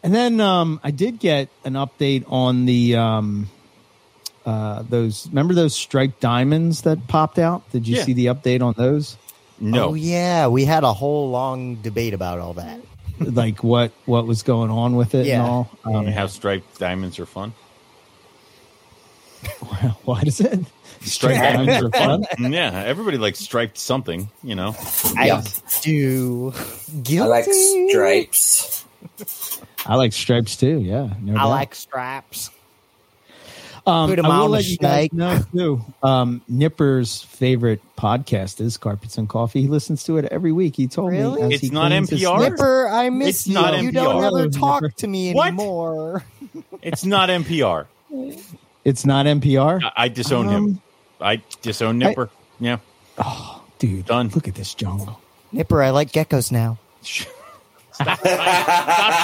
B: And then um, I did get an update on the um, uh, those. Remember those striped diamonds that popped out? Did you
A: Yeah.
B: see the update on those?
A: No.
C: Oh yeah, we had a whole long debate about all that.
B: like what what was going on with it and
C: Yeah.
B: all? Um,
A: How striped diamonds are fun.
B: What is it?
A: Striped
B: Yeah.
A: diamonds are fun. Mm, Yeah, everybody likes striped something, you know.
E: Yeah.
C: I do guilty.
E: I like stripes.
B: I like stripes too. Yeah, no
C: I
B: doubt.
C: like straps.
B: Um,
C: Put 'em
B: I will
C: on
B: let
C: the
B: you guys
C: snake.
B: know too. Um, Nipper's favorite podcast is Carpets and Coffee. He listens to it every week. He told
C: Really?
B: me as
A: It's
B: he
A: not
B: cleans his
A: NPR?
B: snip-
C: Nipper, I miss
A: It's
C: you.
A: not
C: you don't
A: NPR.
C: ever
B: Nipper.
C: talk to me
A: What?
C: anymore.
A: It's not NPR.
B: It's not NPR,
A: I, I disown
C: Um,
A: him. I disown Nipper. yeah.
B: dude.
A: Done.
B: Look at this jungle.
C: Nipper, I like geckos now.
A: Stop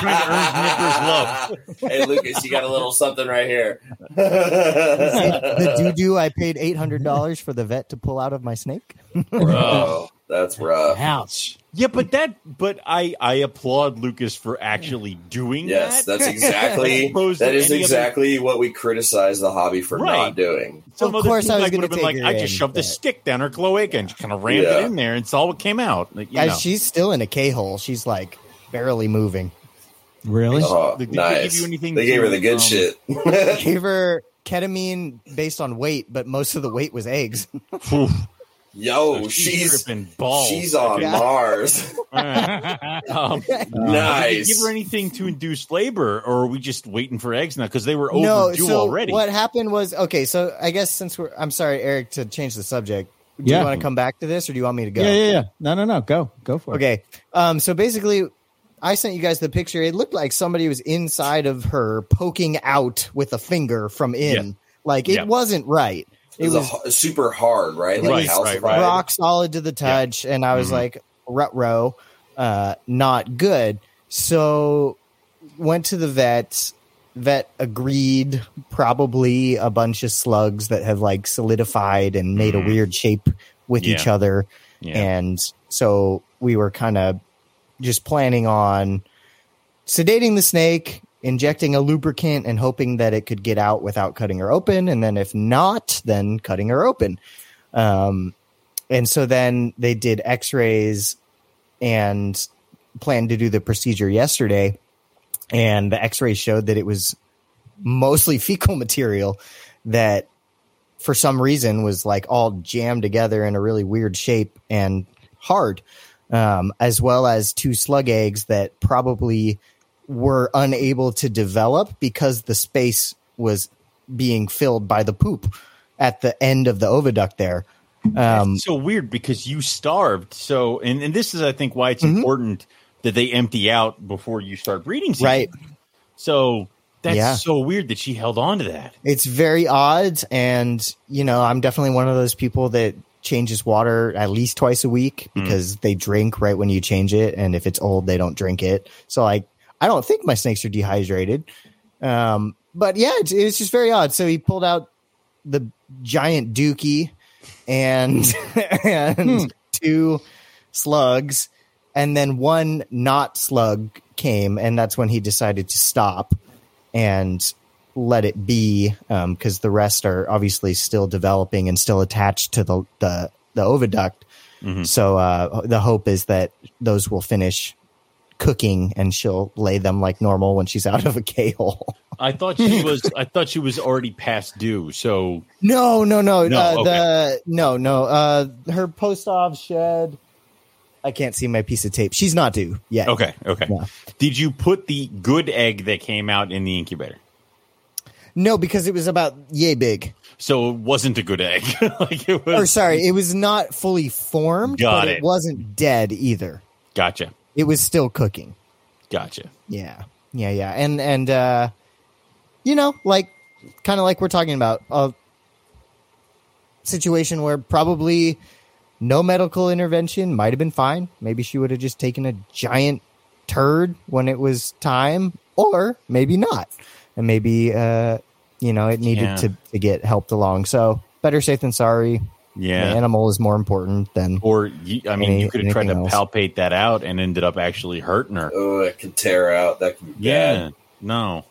A: trying to earn Nipper's love.
E: hey, Lucas, you got a little something right here.
C: the doo doo I paid eight hundred dollars for the vet to pull out of my snake.
E: oh, that's rough.
B: Ouch.
A: Yeah, but that but I I applaud Lucas for actually doing
E: Yes,
A: that.
E: that's exactly
A: Opposed to
E: that is
A: any other-
E: exactly what we criticize the hobby for
A: Right.
E: not doing.
A: Some
C: Of
A: other
C: course I was
A: like,
C: gonna
A: would have been
C: take
A: like,
C: your
A: I
C: end,
A: just shoved a
C: but-
A: stick down her cloaca and kind of rammed it
E: Yeah.
A: in there, and saw what came out. Like, you
C: Guys,
A: know.
C: she's still in a K hole. She's like barely moving.
B: Really?
E: Oh,
A: Did they give
E: nice.
A: you anything
E: They gave
A: to,
E: her the good
A: um,
E: shit.
C: Gave her ketamine based on weight, but most of the weight was eggs.
A: Phew.
E: Yo,
A: So
E: she's
A: tripping balls.
E: she's on Mars.
A: Um, Did they give
E: nice.
A: her anything to induce labor, or are we just waiting for eggs now? Because they were overdue
C: no, so
A: already.
C: what happened was okay. So I guess since we're, I'm sorry, Eric, to change the subject. Do
B: Yeah.
C: you want to come back to this, or do you want me to go?
B: Yeah, yeah, yeah. No, no, no. Go, go for it.
C: Okay. Um, so basically, I sent you guys the picture. It looked like somebody was inside of her poking out with a finger from in.
A: Yeah.
C: Like it
A: Yeah.
C: wasn't right.
E: It was, a h- super hard, right? Like
A: Right,
E: house
A: right,
E: fire.
C: rock solid to the touch, and I was
A: Mhm.
C: like, rut row, uh, not good. So went to the vet. Vet agreed, probably a bunch of slugs that have like solidified and made
A: Mhm.
C: a weird shape with
A: Yeah.
C: each other.
A: yeah.
C: And so we were kind of just planning on sedating the snake, injecting a lubricant, and hoping that it could get out without cutting her open. And then if not, then cutting her open. Um, and so then they did x rays and planned to do the procedure yesterday. And the x rays showed that it was mostly fecal material that for some reason was like all jammed together in a really weird shape and hard, um, as well as two slug eggs that probably were unable to develop because the space was being filled by the poop at the end of the oviduct there. Um,
A: It's so weird because you starved. So, and, and this is, I think, why it's
C: Mhm.
A: important that they empty out before you start breeding season.
C: right.
A: So that's
C: Yeah.
A: so weird that she held on to that.
C: It's very odd. And, you know, I'm definitely one of those people that changes water at least twice a week
A: Mm.
C: because they drink right when you change it. And if it's old, they don't drink it. So, like, I don't think my snakes are dehydrated. Um, but yeah, it's, it's just very odd. So he pulled out the giant dookie and, and two slugs. And then one not slug came. And that's when he decided to stop and let it be because the rest are obviously still developing and still attached to the the, the oviduct.
A: Mhm.
C: So uh, the hope is that those will finish cooking and she'll lay them like normal when she's out of a K hole.
A: I thought she was. I thought she was already past due. So
C: No, no, no,
A: No,
C: uh,
A: okay.
C: the no, no. Uh, her post off shed. I can't see my piece of tape. She's not due yet.
A: okay, okay.
C: Yeah.
A: Did you put the good egg that came out in the incubator?
C: No, because it was about yay big.
A: So it wasn't a good egg. like it
C: Or
A: was.
C: sorry, it was not fully formed,
A: Got
C: but
A: it.
C: it wasn't dead either.
A: Gotcha.
C: It was still cooking.
A: Gotcha.
C: Yeah. Yeah, yeah. And and uh you know, like kind of like we're talking about a situation where probably no medical intervention might have been fine. Maybe she would have just taken a giant turd when it was time or maybe not. And maybe uh you know, it needed
A: Yeah.
C: to, to get helped along. So, better safe than sorry. The
A: Yeah.
C: animal is more important than
A: or you, I mean,
C: Any-
A: you could have tried to
C: anything else.
A: palpate that out and ended up actually hurting her.
E: Oh, it could tear her out. That could be
A: Yeah.
E: bad.
A: No.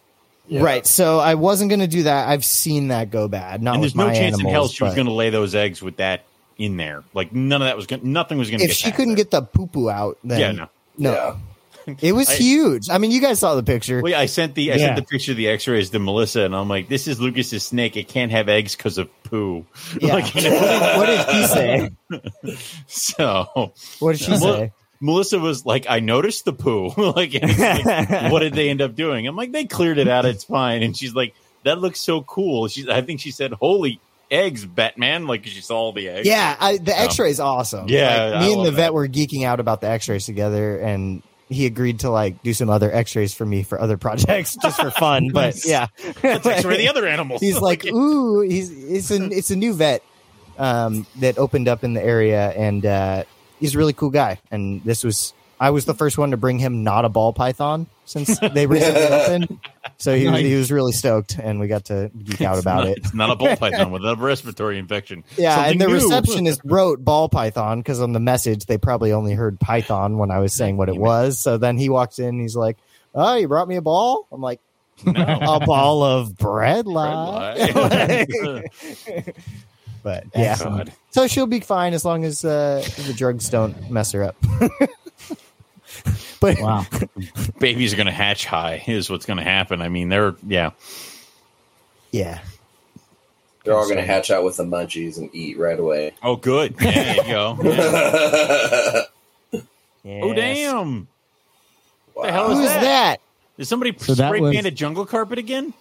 E: Yeah.
C: right. So I wasn't going to do that. I've seen that go bad. Not
A: and
C: with
A: there's no
C: my
A: chance in hell
C: animals,
A: she was
C: but
A: going to lay those eggs with that in there. Like none of that was going. to Nothing was going to.
C: if she couldn't get the poo poo out, then
A: Yeah. No.
C: no,
E: Yeah.
C: it was
A: I-
C: huge. I mean, you guys saw the picture.
A: Well, yeah, I sent the I
B: Yeah.
A: sent the picture of the X-rays to Melissa, and I'm like, "This is Lucas's snake. It can't have eggs because of poo."
C: Yeah.
A: Like, you know,
C: what did he say?
A: so
C: What did she
A: Well,
C: say?
A: Melissa was like, "I noticed the poo. like, it's like, what did they end up doing?" I'm like, "They cleared it out. It's fine." And she's like, "That looks so cool." She's, I think she said, "Holy eggs, Batman!" Like she saw all the eggs.
C: Yeah, I, the X-ray is awesome.
A: Yeah,
C: Like,
A: I
C: me and
A: love
C: the vet
A: that.
C: were geeking out about the X-rays together, and he agreed to like do some other X-rays for me for other projects just for fun. But yeah,
A: That's X-ray the other animals.
C: he's like, ooh, he's it's an it's a new vet um, that opened up in the area, and uh, he's a really cool guy. And this was I was the first one to bring him not a ball python since they recently opened, so he was,
B: Nice.
C: he was really stoked, and we got to geek out about
A: not,
C: it.
A: It's not a bull python with a respiratory infection.
C: Yeah,
A: Something
C: and the
A: new.
C: receptionist wrote ball python because on the message they probably only heard python when I was saying what it was. So then he walks in, and he's like, "Oh, you brought me a ball." I'm like,
A: No.
C: "A ball of bread,
A: Red
C: lie."
A: lie.
C: but yeah,
A: God.
C: so she'll be fine as long as uh, the drugs don't mess her up. but
B: Wow.
A: Babies are going to hatch high. Is what's going to happen. I mean, they're yeah.
C: yeah,
E: They're all going to hatch out with the munchies and eat right away.
A: Oh, good. Yeah, there you go. Yeah. Oh, damn. the hell
C: Who's
A: is that?
C: that?
A: Did somebody
B: So that
A: spray
B: was-
A: paint a jungle carpet again?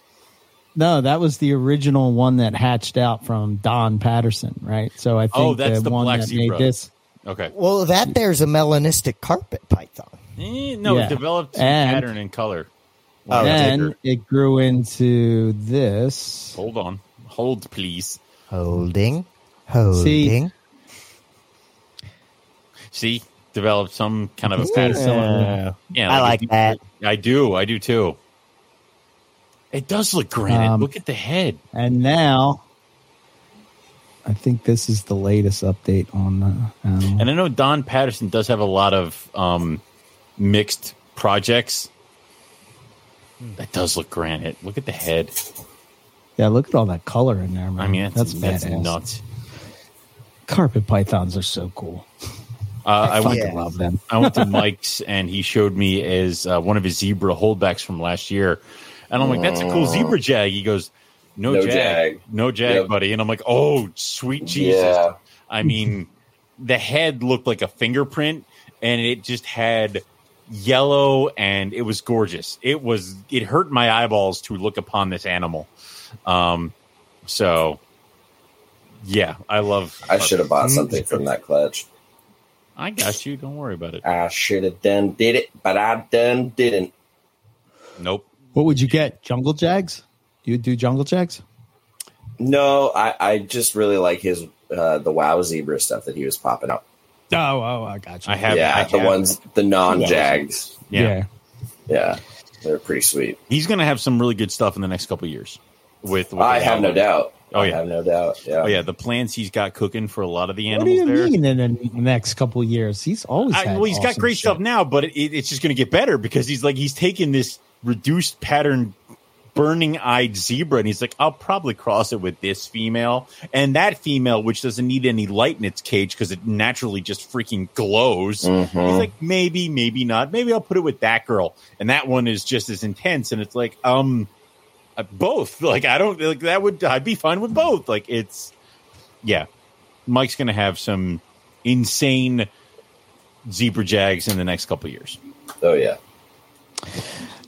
B: No, that was the original one that hatched out from Don Patterson, right? So I think
A: Oh, that's the
B: one
A: black
B: that
A: zebra.
B: made this.
A: Okay.
C: Well, that there's a melanistic carpet python.
A: Eh, no,
B: Yeah.
A: it developed
B: And-
A: pattern and color.
C: Oh,
B: then
A: bigger.
B: it grew into this.
A: Hold on. Hold, please.
C: Holding, holding.
A: See, developed some kind of a
B: It's
A: pattern.
B: kinda similar.
A: Yeah,
C: I
A: if
C: like
A: you-
C: that.
A: I do. I do too. It does look granite.
B: Um,
A: look at the head.
B: And now I think this is the latest update on the animal.
A: And I know Don Patterson does have a lot of um, mixed projects. That does look granite. Look at the head.
B: yeah, look at all that color in there, man.
A: I mean, that's, that's,
B: badass.
A: nuts.
B: Carpet pythons are so cool.
A: Uh, I,
B: I
A: went,
C: Yeah.
B: love them.
A: I went to Mike's and he showed me as uh, one of his zebra holdbacks from last year. And I'm like, that's a cool zebra jag. He goes, no,
E: No
A: jag.
E: jag.
A: No jag,
E: Yep.
A: buddy. And I'm like, oh, sweet Jesus.
E: Yeah.
A: I mean, the head looked like a fingerprint, and it just had yellow, and it was gorgeous. It was it hurt my eyeballs to look upon this animal. Um, so yeah, I love.
E: I should have
A: Mm.
E: bought something from that clutch.
A: I got you. Don't worry about it.
E: I should have done did it, but I done didn't.
A: Nope.
B: What would you get? Jungle jags? You would do jungle jags?
E: No, I, I just really like his uh, the wow zebra stuff that he was popping up.
B: Oh, oh, I got you.
A: I have.
E: yeah,
A: I
E: the
A: have-
E: ones the non jags.
A: Yeah.
E: Yeah, they're pretty sweet.
A: he's gonna have some really good stuff in the next couple of years. With, with
E: I
A: the
E: have no
A: outline.
E: doubt.
A: Oh,
E: I
A: yeah.
E: have no doubt. Yeah,
A: Oh yeah, the plans he's got cooking for a lot of the
B: What
A: animals.
B: do you
A: there.
B: mean in the next couple years? He's always
A: I,
B: had
A: well, he's got
B: awesome
A: great
B: shit.
A: stuff now, but it, it, it's just going to get better because he's like he's taking this reduced pattern burning eyed zebra and he's like I'll probably cross it with this female and that female which doesn't need any light in its cage because it naturally just freaking glows. He's like maybe maybe not. Maybe I'll put it with that girl and that one is just as intense and it's like um uh, both like I don't like that would I'd be fine with both. Like it's yeah. Mike's going to have some insane zebra jags in the next couple of years.
E: Oh yeah.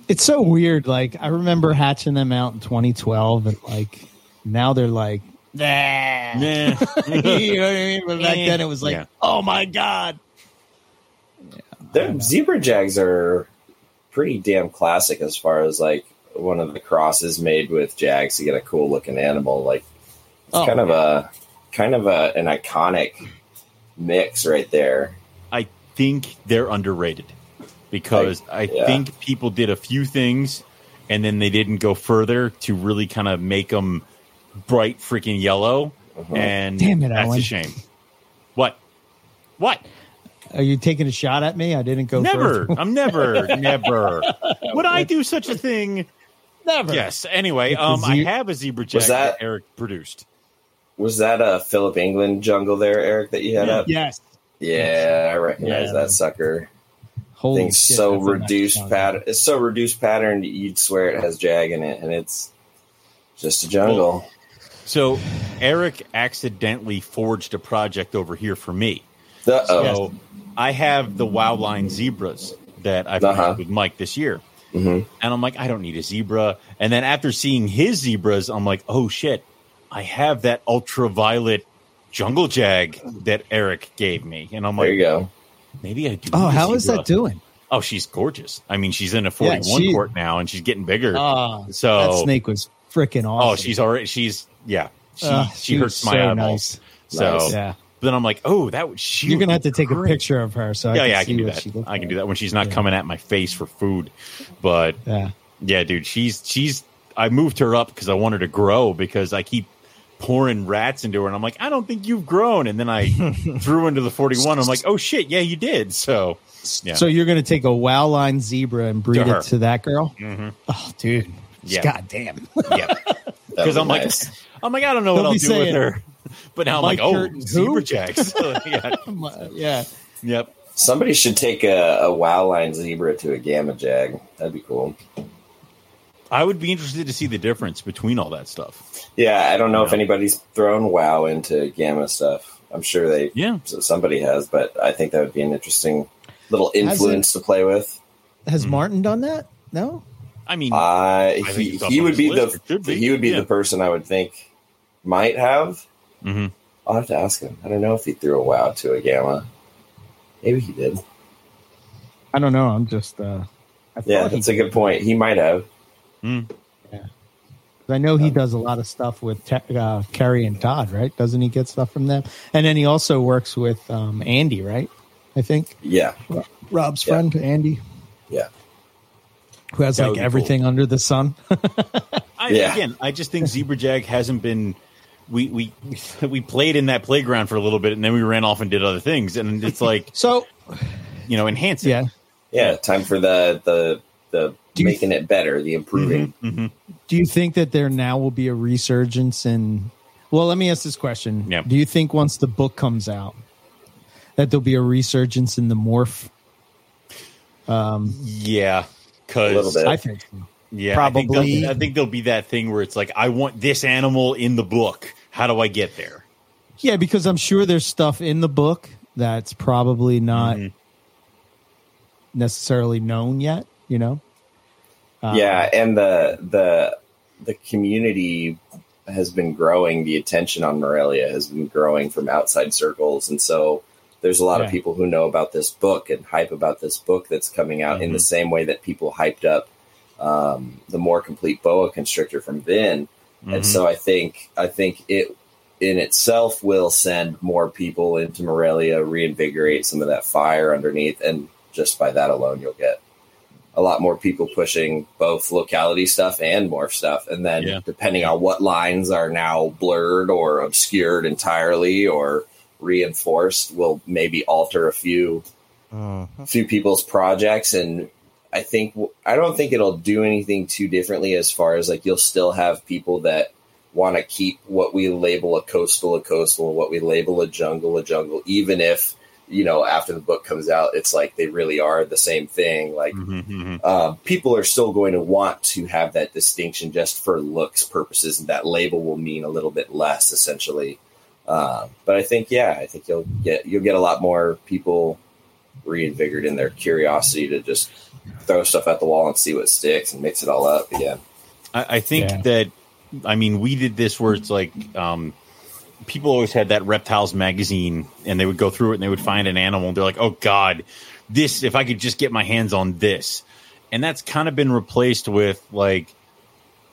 B: It's so weird. Like I remember hatching them out in 2012, and like now they're like, nah.
A: Yeah,
B: you know what I mean? But back
A: Eh.
B: then it was like,
A: Yeah.
B: oh my god.
E: Their zebra jags are pretty damn classic as far as like one of the crosses made with jags to get a cool looking animal. Like it's
B: Oh.
E: kind of a kind of a, an iconic mix right there.
A: I think they're underrated because I,
E: yeah.
A: think people did a few things and then they didn't go further to really kind of make them bright freaking yellow.
E: Uh-huh.
A: and
B: Damn it,
A: that's
B: Owen.
A: a shame. What? What?
B: Are you taking a shot at me? I didn't go
A: never.
B: first.
A: I'm never, never. Would I do such a thing?
B: never.
A: Yes. Anyway,
B: It's a
A: um, I
B: ze-
A: have a zebra jack that?
E: that-
A: Eric produced.
E: Was that a Philip England jungle there, Eric, that you had up?
B: Yes.
E: Yeah, I recognize
B: Yeah.
E: that sucker.
B: Holy
E: Thing's
B: shit,
E: so
B: that's a nice
E: reduced
B: sound.
E: pattern. It's so reduced pattern. You'd swear it has jag in it, and it's just a jungle.
A: So Eric accidentally forged a project over here for me.
E: Uh oh.
A: So I have the Wow Line zebras that I've
E: Uh-huh. Mm-hmm.
A: made with Mike this year. And I'm like, I don't need a zebra. And then after seeing his zebras, I'm like, oh shit, I have that ultraviolet jungle jag that Eric gave me. And I'm
E: There you
A: like,
E: go.
A: maybe I do.
B: Oh,
A: need a
B: how is
A: zebra.
B: that doing?
A: Oh, she's gorgeous. I mean, she's in a 41
B: she-
A: court now and she's getting bigger.
B: Ah,
A: so,
B: that snake was freaking awesome.
A: oh, she's already, she's, yeah, she,
B: Ah,
A: she,
B: was
A: hurts my
B: so
A: eyeballs. So
E: Nice.
B: Yeah.
A: then I'm like, oh, that would, she
B: You're
A: would
B: gonna have
A: be
B: to take a
A: great.
B: picture of her. So I
A: yeah,
B: can
A: yeah, I
B: see
A: can do
B: what
A: that.
B: she looked
A: I can
B: like.
A: do that when she's not
B: Yeah.
A: coming at my face for food. But
B: Yeah.
A: yeah, dude, she's she's. I moved her up because I want her to grow because I keep pouring rats into her, and I'm like, I don't think you've grown. And then I threw into the 41. I'm like, oh shit, yeah, you did. So yeah,
B: So you're gonna take a wow line zebra and breed
A: her.
B: it to that girl?
A: Mhm.
B: Oh, dude.
A: Yeah.
B: God damn.
A: yeah, because I'm like, I'm like, I don't know what
B: They'll
A: I'll
B: be
A: do
B: saying,
A: with her. But now I'm
B: Mike
A: like, oh,
B: Curtin, who?
A: zebra jacks. yeah,
B: yeah.
A: yep.
E: somebody should take a, a wow line zebra to a gamma jag. That'd be cool.
A: I would be interested to see the difference between all that stuff.
E: Yeah, I don't know if
A: Yeah.
E: anybody's thrown wow into gamma stuff. I'm sure they
A: Yeah,
E: so somebody has, but I think that would be an interesting little influence to play with.
B: Has
A: Mhm.
B: Martin done that? No?
A: I mean,
E: I
A: think
E: he,
A: it's up
E: he
A: on
E: would
A: his
E: be
A: list.
E: the
A: It should be.
E: he would be
A: Yeah.
E: the person I would think might have.
A: mhm.
E: I'll have to ask him. I don't know if he threw a wow to a gamma. Maybe he did.
B: I don't know. I'm just uh I
A: Oh,
E: Yeah,
B: thought he
E: that's a good point. He might have.
B: I know he does a lot of stuff with Te- uh, Kerry and Todd, right? Doesn't he get stuff from them? And then he also works with um, Andy, right? I think
E: Yeah,
B: Rob's
E: Yeah.
B: friend, Andy,
E: yeah.
B: who has
A: That would
B: like
A: be
B: everything under the sun.
A: I,
E: Yeah.
A: Again, I just think Zebra Jag hasn't been. We we we played in that playground for a little bit, and then we ran off and did other things, and it's like
B: so,
A: you know, enhance it.
B: yeah.
E: Yeah, time for the the the
B: Do you
E: making it better, the improving.
A: Mhm.
B: Do you think that there now will be a resurgence in? Well, let me ask this question.
A: Yeah.
B: Do you think once the book comes out that there'll be a resurgence in the morph?
A: yeah,
E: A little
A: because
E: bit.
B: I think. so.
A: yeah, I think
B: Probably.
A: there'll- I think there'll be that thing where it's like, I want this animal in the book. How do I get there?
B: Yeah, because I'm sure there's stuff in the book that's probably not
A: Mm-hmm.
B: necessarily known yet, you know? Um,
E: yeah, and the the the community has been growing. The attention on Morelia has been growing from outside circles, and so there's a lot
B: Yeah.
E: of people who know about this book and hype about this book that's coming out in the
B: Mm-hmm.
E: same way that people hyped up um, the more complete boa constrictor from Vin.
A: Mhm.
E: And so I think I think it in itself will send more people into Morelia, reinvigorate some of that fire underneath, and just by that alone, you'll get a lot more people pushing both locality stuff and morph stuff. And then
A: Yeah.
E: depending on what lines are now blurred or obscured entirely or reinforced, will maybe alter a few few people's projects and i think i don't think it'll do anything too differently as far as like you'll still have people that want to keep what we label a coastal a coastal what we label a jungle a jungle even if you know after the book comes out it's like they really are the same thing like
A: Mhm, mhm.
E: uh, people are still going to want to have that distinction just for looks purposes, and that label will mean a little bit less essentially. Uh, but I think, yeah, I think you'll get you'll get a lot more people reinvigorated in their curiosity to just throw stuff at the wall and see what sticks and mix it all up again.
A: I, I think
B: Yeah.
A: that I mean we did this where it's like um, people always had that reptiles magazine and they would go through it and they would find an animal and they're like, oh god, this if I could just get my hands on this, and that's kind of been replaced with like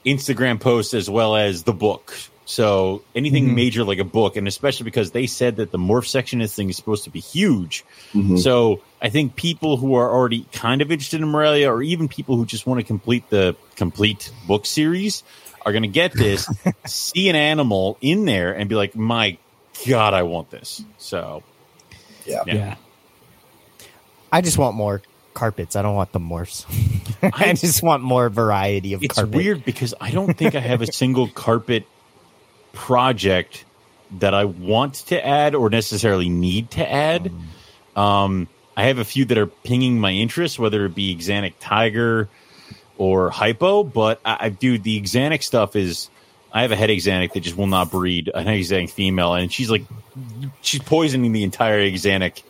A: Instagram posts as well as the book. So anything
B: Mhm.
A: major like a book, and especially because they said that the morph section of this thing is supposed to be huge. So I think people who are already kind of interested in Morelia, or even people who just want to complete the complete book series, are going to get this, see an animal in there, and be like, "My God, I want this!" So
B: Yeah.
A: Yeah.
C: I just want more carpets. I don't want the morphs. I just want more variety of
A: it's
C: carpet.
A: weird because I don't think I have a single carpet project that I want to add or necessarily need to add.
C: Mm.
A: Um, I have a few that are pinging my interest, whether it be Xanic Tiger or Hypo. But I, I dude, the Xanic stuff is. I have a head Xanic that just will not breed an Xanic female, and she's like, she's poisoning the entire Xanic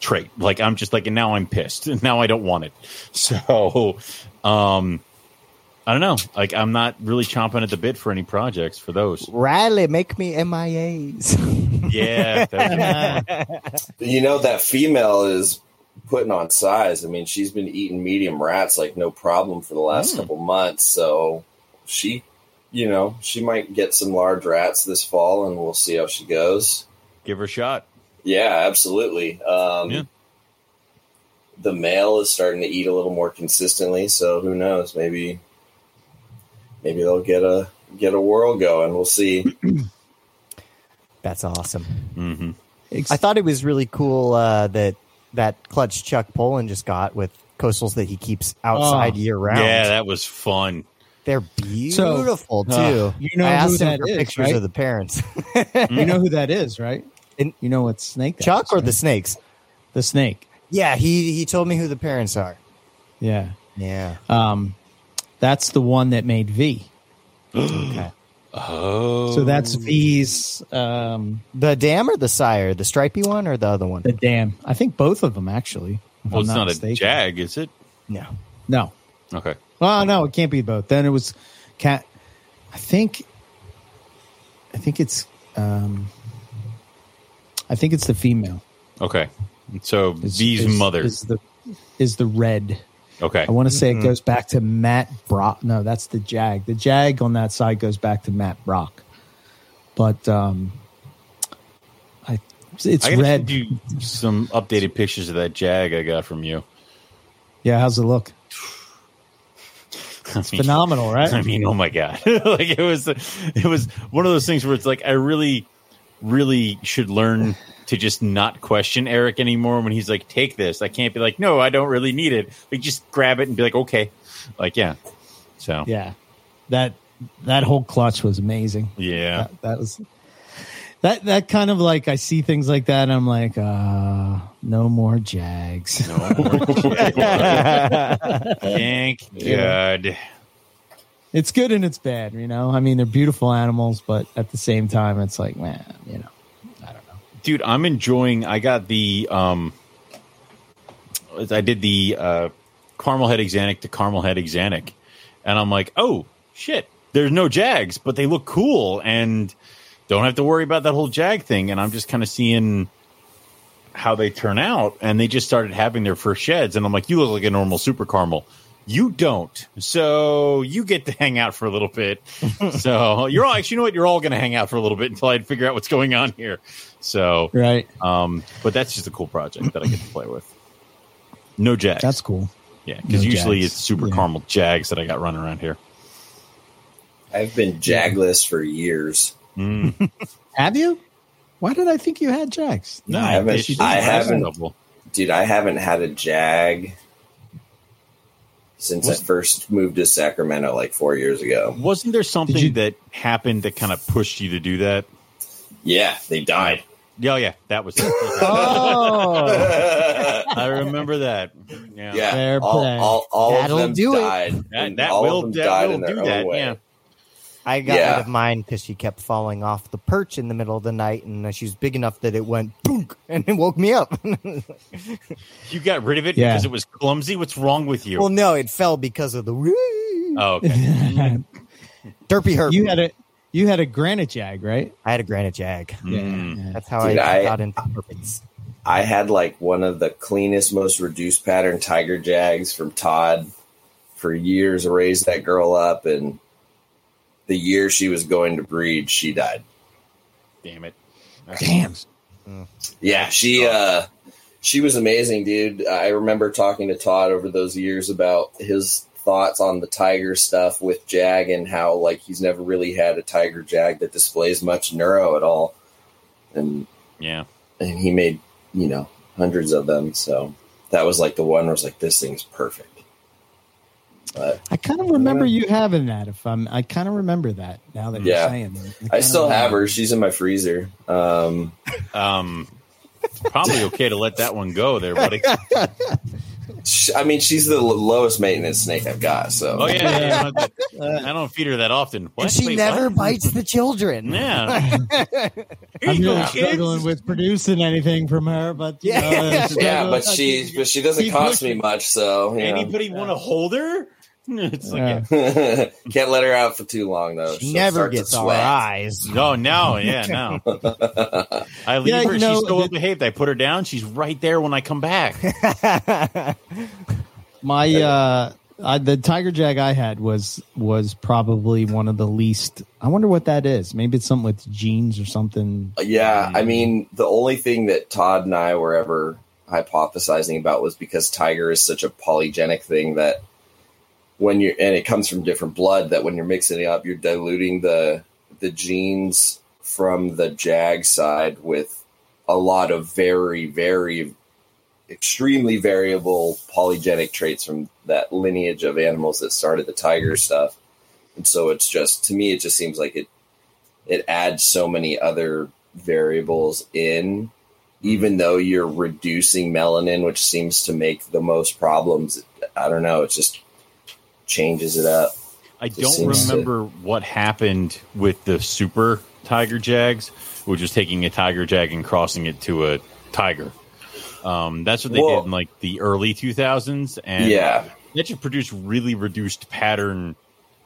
A: trait. Like I'm just like, and now I'm pissed, and now I don't want it. So, um, I don't know. Like I'm not really chomping at the bit for any projects for those.
C: Riley, make me MIAs.
A: Yeah, that
E: You know that female is putting on size. I mean, she's been eating medium rats like no problem for the last
A: Mm.
E: couple months. So she, you know, she might get some large rats this fall, and we'll see how she goes.
A: was- give her a shot.
E: Yeah, absolutely. Um,
A: Yeah.
E: The male is starting to eat a little more consistently, so who knows? Maybe, maybe they'll get a get a whirl going. We'll see.
C: That's awesome.
A: hmm
C: I thought it was really cool uh, that that clutch Chuck Poland just got with coastals that he keeps outside
B: Oh.
C: year round.
A: Yeah, that was fun.
C: They're beautiful
B: Uh,
C: too.
B: you know
C: I
B: who
C: asked him
B: that
C: for
B: is,
C: pictures
B: right?
C: of the parents.
B: you know who that is, right?
C: And-
B: you know what snake that
C: Chuck
B: is,
C: or
B: right?
C: the snakes?
B: the snake?
C: Yeah, he he told me who the parents are. Uh,
B: Yeah,
C: Yeah.
B: um, that's the one that made V.
C: Okay.
A: Oh,
B: So that's V's um,
C: The dam or the sire, the stripy one or the other one?
B: the dam. I think both of them actually. if
A: well,
B: I'm
A: it's not, a
B: mistaken.
A: jag, is it?
C: No.
B: No,
A: Okay,
B: well, no, it can't be both. Then it was cat. I think. I think it's. Um, I think it's the female.
A: okay. So
B: Is,
A: V's
B: is-
A: mother.
B: is the is the red.
A: okay,
B: I want to say
A: Mm-hmm.
B: it goes back to Matt Brock. No, that's the Jag. The Jag on that side goes back to Matt Brock. But um, I it's
A: I gotta
B: red.
A: send you some updated pictures of that jag I got from you.
B: yeah, how's it look?
A: It's
B: Phenomenal,
A: I
B: right?
A: mean, oh my god! like it was, it was one of those things where it's like I really, really should learn to just not question Eric anymore when he's like, "Take this." I can't be like, "No, I don't really need it." Like just grab it and be like, "Okay," like yeah. So yeah,
B: Yeah, that that whole clutch was amazing. That, that was that that kind of like I see things like that. And I'm like, uh, no more Jags.
A: thank
B: Uh, Yeah.
A: God.
B: it's good and it's bad, you know. I mean, they're beautiful animals, but at the same time, it's like, man, you know, I don't know.
A: dude i'm enjoying i got the um i did the uh caramel head exanic to caramel head exanic and i'm like oh shit there's no jags but they look cool and don't have to worry about that whole jag thing and i'm just kind of seeing how they turn out and they just started having their first sheds and i'm like you look like a normal super caramel you don't so you get to hang out for a little bit so you're all actually you know what you're all going to hang out for a little bit until i figure out what's going on here so
B: Right.
A: um, but that's just a cool project that I get to play with. No jags.
B: That's cool.
A: yeah, because
B: no
A: usually
B: Jags.
A: it's super
B: Yeah.
A: caramel jags that I got running around here.
E: I've been jagless for years.
A: Mm.
B: Have you? Why did I think you had Jags?
A: No,
E: I haven't-
A: guess you
E: I
A: didn't.
E: haven't.
A: Double.
E: dude, I haven't had a jag since I first moved to Sacramento like four years ago.
A: Wasn't there something
B: you-
A: that happened that kind of pushed you to do that?
E: Yeah, they died.
A: Yeah, oh, yeah, that was. it.
B: Oh,
E: yeah,
A: I remember that. Yeah,
B: Fair
E: all,
B: play.
E: all, all of
C: That'll
E: them
C: do it.
E: died.
A: that,
E: And
A: that
E: all of
A: will
E: them
A: that
E: died
A: will
E: in their
A: do
E: own
A: that.
E: way.
A: Yeah,
C: I got
E: Yeah.
C: rid of mine because she kept falling off the perch in the middle of the night, and uh, she was big enough that it went boom and it woke me up.
A: you got rid of it
B: Yeah.
A: because it was clumsy. What's wrong with you?
C: well, no, it fell because of the
A: oh, okay.
C: derpy herp.
B: you had a you had a granite Jag, right?
C: I had a granite jag.
A: Mm.
C: That's how
E: Dude,
C: I,
E: I-
C: got into carpets.
E: I had like one of the cleanest, most reduced pattern tiger jags from Todd for years. Raised that girl up, and the year she was going to breed, she died.
A: Damn it.
B: Damn.
E: Yeah, she uh she was amazing, dude. I remember talking to Todd over those years about his thoughts on the tiger stuff with Jag and how like he's never really had a tiger jag that displays much neuro at all. And
A: Yeah.
E: and he made, you know, hundreds of them. So that was like the one where I was like, this thing's perfect. But
B: I kind of remember you having that. If I'm, I kind of remember that now that
E: Yeah.
B: you're saying. that.
E: I
B: kinda
E: still have
B: remember.
E: her. She's in my freezer. Um
A: Um, probably okay to let that one go there, buddy.
E: sh- I mean, she's the l- lowest maintenance snake I've got. So
A: Oh, yeah. yeah, yeah. I don't feed her that often. What?
C: And she
A: Wait,
C: never
A: what?
C: bites the children.
A: Yeah. Here
B: I'm
A: you go,
B: really
A: kids.
B: struggling with producing anything from her, but you
C: Yeah.
B: know, it's a
E: Yeah,
B: struggle.
E: but she but she doesn't
B: Keep
E: cost me
B: pushing.
E: much, so you know.
A: Anybody want to hold her? it's like,
B: Yeah.
E: Can't let her out for too long though.
C: She
E: She'll
C: never
E: start to
C: gets our
E: sweat.
C: eyes.
A: No, no, oh, yeah, no. I leave
B: Yeah,
A: her.
B: you know,
A: she's so
B: the-
A: well behaved. I put her down. She's right there when I come back.
B: my uh, I, the tiger jag I had was was probably one of the least. I wonder what that is. Maybe it's something with genes or something.
E: Yeah, I mean, the only thing that Todd and I were ever hypothesizing about was because tiger is such a polygenic thing that when you're and it comes from different blood that when you're mixing it up, you're diluting the the genes from the jag side with a lot of very, very extremely variable polygenic traits from that lineage of animals that started the tiger stuff. And so it's just to me it just seems like it it adds so many other variables in even though you're reducing melanin which seems to make the most problems i don't know it just changes it up
A: I don't
E: seems to-
A: remember what happened with the super tiger jags, which was taking a tiger jag and crossing it to a tiger. Um, that's what they
E: Well-
A: did in like the early 2000s, and
E: yeah
A: that just produced really reduced pattern.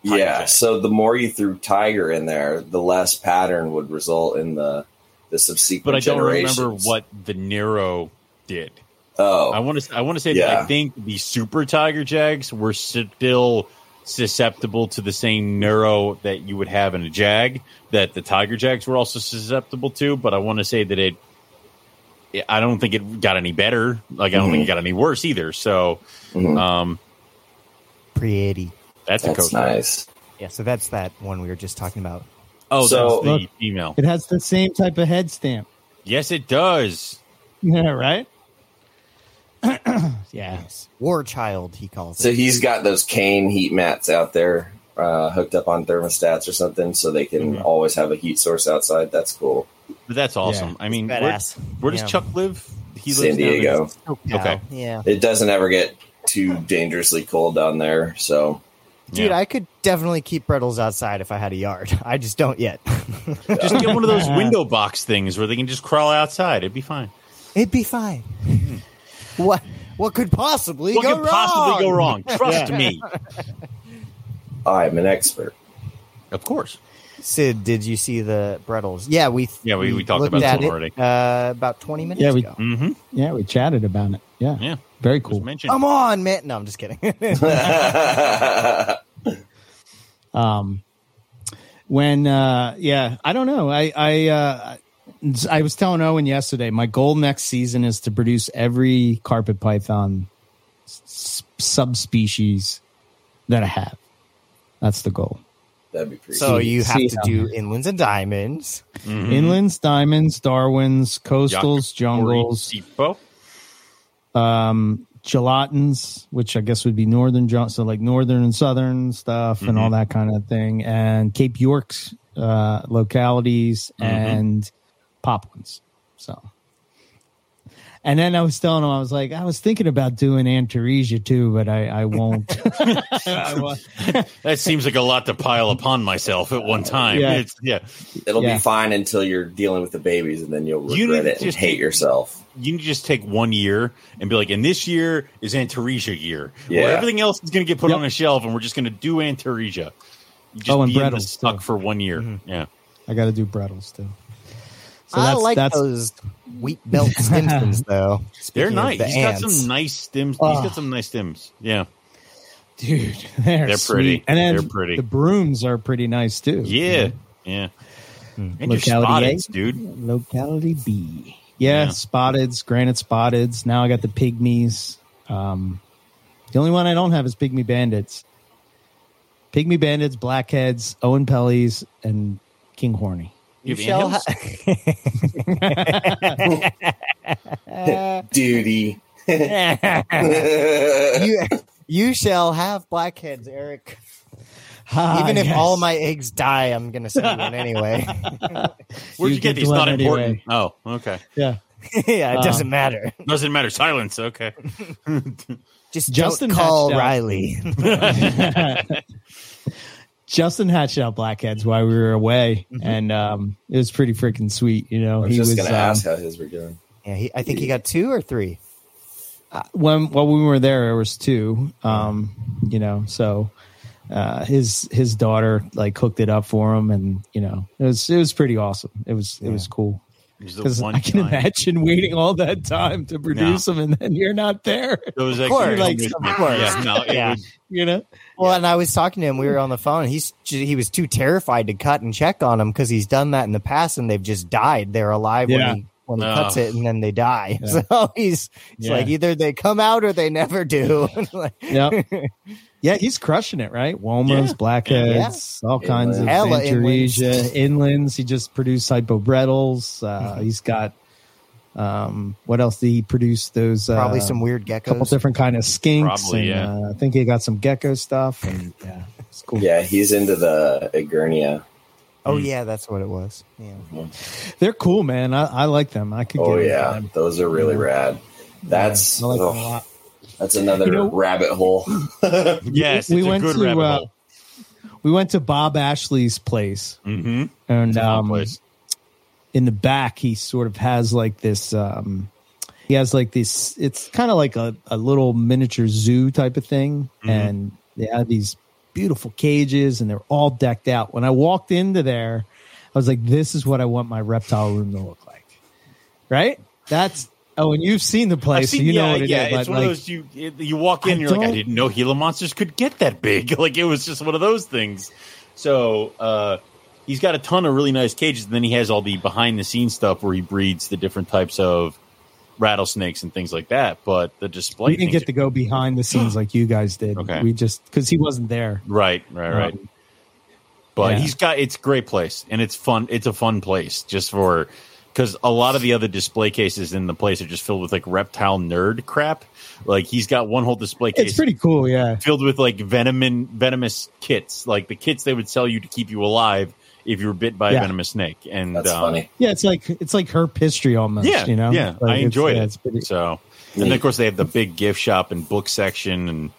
A: Tiger
E: yeah
A: jag.
E: so the more you threw tiger in there the less pattern would result in the the subsequent
A: But I don't remember
E: generations.
A: what the Nero did.
E: oh
A: I want to. I want to say that I
E: Yeah.
A: think the super tiger jags were still susceptible to the same neuro that you would have in a jag that the tiger jags were also susceptible to. But I want to say that it. I don't think it got any better. Like I don't
E: Mm-hmm.
A: think it got any worse either. So
E: mhm.
A: um,
C: Pretty.
A: that's, a
E: that's
A: coach.
E: nice
C: Yeah, so that's that one we were just talking about.
A: Oh,
E: So-
A: so, that's
B: Look.
A: the female.
B: It has the same type of head stamp.
A: Yes, it does.
B: Yeah, right. yeah.
C: War child, he calls
E: So
C: it.
E: he's got those cane heat mats out there uh, hooked up on thermostats or something, so they can
A: Mhm.
E: always have a heat source outside. That's cool.
A: But that's awesome. I mean, where,
C: Badass.
A: where does
C: Yeah.
A: Chuck live? He
E: San
A: down in-
E: Diego.
A: Okay.
C: Yeah.
E: It doesn't ever get too dangerously cold down there. So
C: Dude,
A: Yeah.
C: I could definitely keep Brittles outside if I had a yard. I just don't yet.
A: Just get one of those window box things where they can just crawl outside. It'd be fine.
C: It'd be fine. what what could possibly
A: Hmm. what
C: go
A: could
C: wrong?
A: possibly go wrong? Trust me.
E: I'm an expert.
A: Of course.
C: Sid, did you see the Brittles? Yeah, we
A: Yeah, we- we talked
C: looked
A: about
C: at
A: this
C: it,
A: already.
C: Uh, about twenty minutes
B: Yeah, we-
C: ago.
A: Mm-hmm.
B: Yeah, we chatted about it. Yeah.
A: Yeah.
B: Very
A: Cool.
B: cool.
A: Mentioned.
C: Come on, man. No, I'm just kidding.
B: um when uh yeah i don't know i i uh i was telling owen yesterday my goal next season is to produce every carpet python s- subspecies that i have that's the goal
E: That'd be pretty.
C: so
E: cool.
C: you have
B: See
C: to do inlands and diamonds.
A: Mhm.
B: inlands diamonds darwins coastals jungles
A: Yakitori Sipo.
B: um gelatins which i guess would be northern jun- so like northern and southern stuff and
A: Mm-hmm.
B: all that kind of thing and cape york's uh localities
A: Mm-hmm.
B: and poplins so and then i was telling him i was like i was thinking about doing antaresia too but i i won't I won't.
A: That seems like a lot to pile upon myself at one time.
B: Yeah.
A: Yeah. It's, yeah.
E: It'll
B: yeah.
E: be fine until you're dealing with the babies, and then you'll regret
A: You need to
E: it and
A: just
E: hate
A: take-
E: yourself.
A: You need to just take one year and be like, and this year is Antaresia year.
E: Yeah.
A: Where everything else is going to get put
B: Yep.
A: on a shelf and we're just going to do Antaresia. You just
B: Oh, and
A: be in the
B: Brettles,
A: stuck
B: too.
A: for one year. Yeah.
B: i gotta do brettles too so
C: I like those wheat belt stimsons though.
A: They're
C: Speaking of
A: nice.
C: the
A: He's got
C: ants.
A: some nice stems. He's
B: Ah.
A: got some nice stems. Yeah.
B: dude. They're,
A: They're
B: sweet.
A: pretty.
B: and then
A: They're pretty.
B: The brooms are pretty nice too.
A: Yeah, yeah. And your
B: Hmm. Locality
A: spotted,
B: A?
A: dude.
B: Locality B. Yeah,
A: Yeah.
B: spotteds, granite spotteds. Now I got the pygmies. Um, the only one I don't have is pygmy bandits. Pygmy bandits, blackheads, Owen Pellies, and King Horny.
A: You have
C: shall
A: animals?
E: Duty.
C: you, you shall have blackheads, Eric.
B: Ah,
C: Even if
B: yes.
C: all my eggs die, I'm gonna send you one anyway.
A: Where'd you,
B: You
A: get
B: get
A: these?
B: one
A: Not
B: anyway.
A: important. Oh, okay.
B: yeah,
C: yeah, it
B: Uh,
C: doesn't matter.
A: Doesn't matter. Silence. Okay.
C: Just
B: Justin
C: don't call
B: hatched out-
C: Riley.
B: Justin hatched out blackheads while we were away, and um, it was pretty freaking sweet. You know,
E: I was just gonna
B: um,
E: ask how his were doing.
C: yeah, he, I think he got two or three.
B: when while we were there, there was two. Um, you know, so uh, his his daughter like hooked it up for him, and you know, it was it was pretty awesome. It was it was cool
A: There's the
B: because
A: one
B: I can
A: time-
B: imagine waiting all that time to produce them, and then you're not there.
A: It was
C: course,
A: actually-
C: like,
A: it was-
C: of course.
A: Yeah, no, it
C: Yeah.
A: was-
B: You know,
C: Well, and I was talking to him. We were on the phone. He's he was too terrified to cut and check on him because he's done that in the past, and they've just died. They're alive
B: Yeah.
C: when he when he
A: Ugh.
C: cuts it, and then they die.
B: Yeah.
C: So he's, he's
B: Yeah.
C: like either they come out or they never do. Like,
B: yeah, yeah. He's crushing it, right? Womas,
A: Yeah.
B: blackheads, all kinds of
C: Hella
B: Vantaresia, inlands. He just produced hypobretals. Uh, He's got um, what else did he produce? Those uh,
C: probably some weird
B: couple
C: geckos.
B: different kind of skinks.
A: Probably,
B: and,
A: yeah.
B: uh, I think he got some gecko stuff. And yeah, it's cool.
E: Yeah, he's into the Agurnia.
C: Oh yeah, that's what it was. Yeah.
B: They're cool, man. I, I like them. I could.
E: Oh
B: get
E: yeah,
B: them.
E: those are really rad. That's
B: I like them a
E: oh,
B: lot.
E: that's another
B: You know-
E: rabbit hole.
A: yes,
B: We
A: it's
B: went
A: a good
B: to,
A: rabbit
B: uh,
A: hole.
B: We went to Bob Ashley's place,
A: Mm-hmm.
B: and um,
A: place.
B: in the back, he sort of has like this. Um, he has like this. It's kind of like a, a little miniature zoo type of thing,
A: Mhm.
B: and they have these beautiful cages, and they're all decked out. When I walked into there, I was like, "This is what I want my reptile room to look like." Right? That's oh, and you've seen the place,
A: I've seen-
B: so you know
A: yeah,
B: what it is.
A: yeah.
B: but,
A: it's one
B: like,
A: of those you it- you walk in,
B: I
A: you're like, I
B: don't-
A: didn't know Gila monsters could get that big. Like it was just one of those things. So uh, he's got a ton of really nice cages, and then he has all the behind the scenes stuff where he breeds the different types of rattlesnakes and things like that. But the display
B: we didn't
A: things
B: get to go behind the scenes like you guys did.
A: Okay.
B: We just because he wasn't there.
A: are- right, right, right.
B: Um,
A: but
B: yeah.
A: he's got it's a great place and it's fun. It's a fun place just for because a lot of the other display cases in the place are just filled with like reptile nerd crap. Like he's got one whole display case
B: It's pretty cool, yeah.
A: filled with like venom and venomous kits, like the kits they would sell you to keep you alive if you were bit by a
B: Yeah.
A: venomous snake. And
E: That's
A: um,
E: funny.
B: Yeah, it's like it's like herp history almost,
A: Yeah,
B: you know?
A: yeah,
B: Like,
A: I
B: it's-
A: enjoyed
B: yeah,
A: it.
B: It's pretty,
A: So, and then of course they have the big gift shop and book section and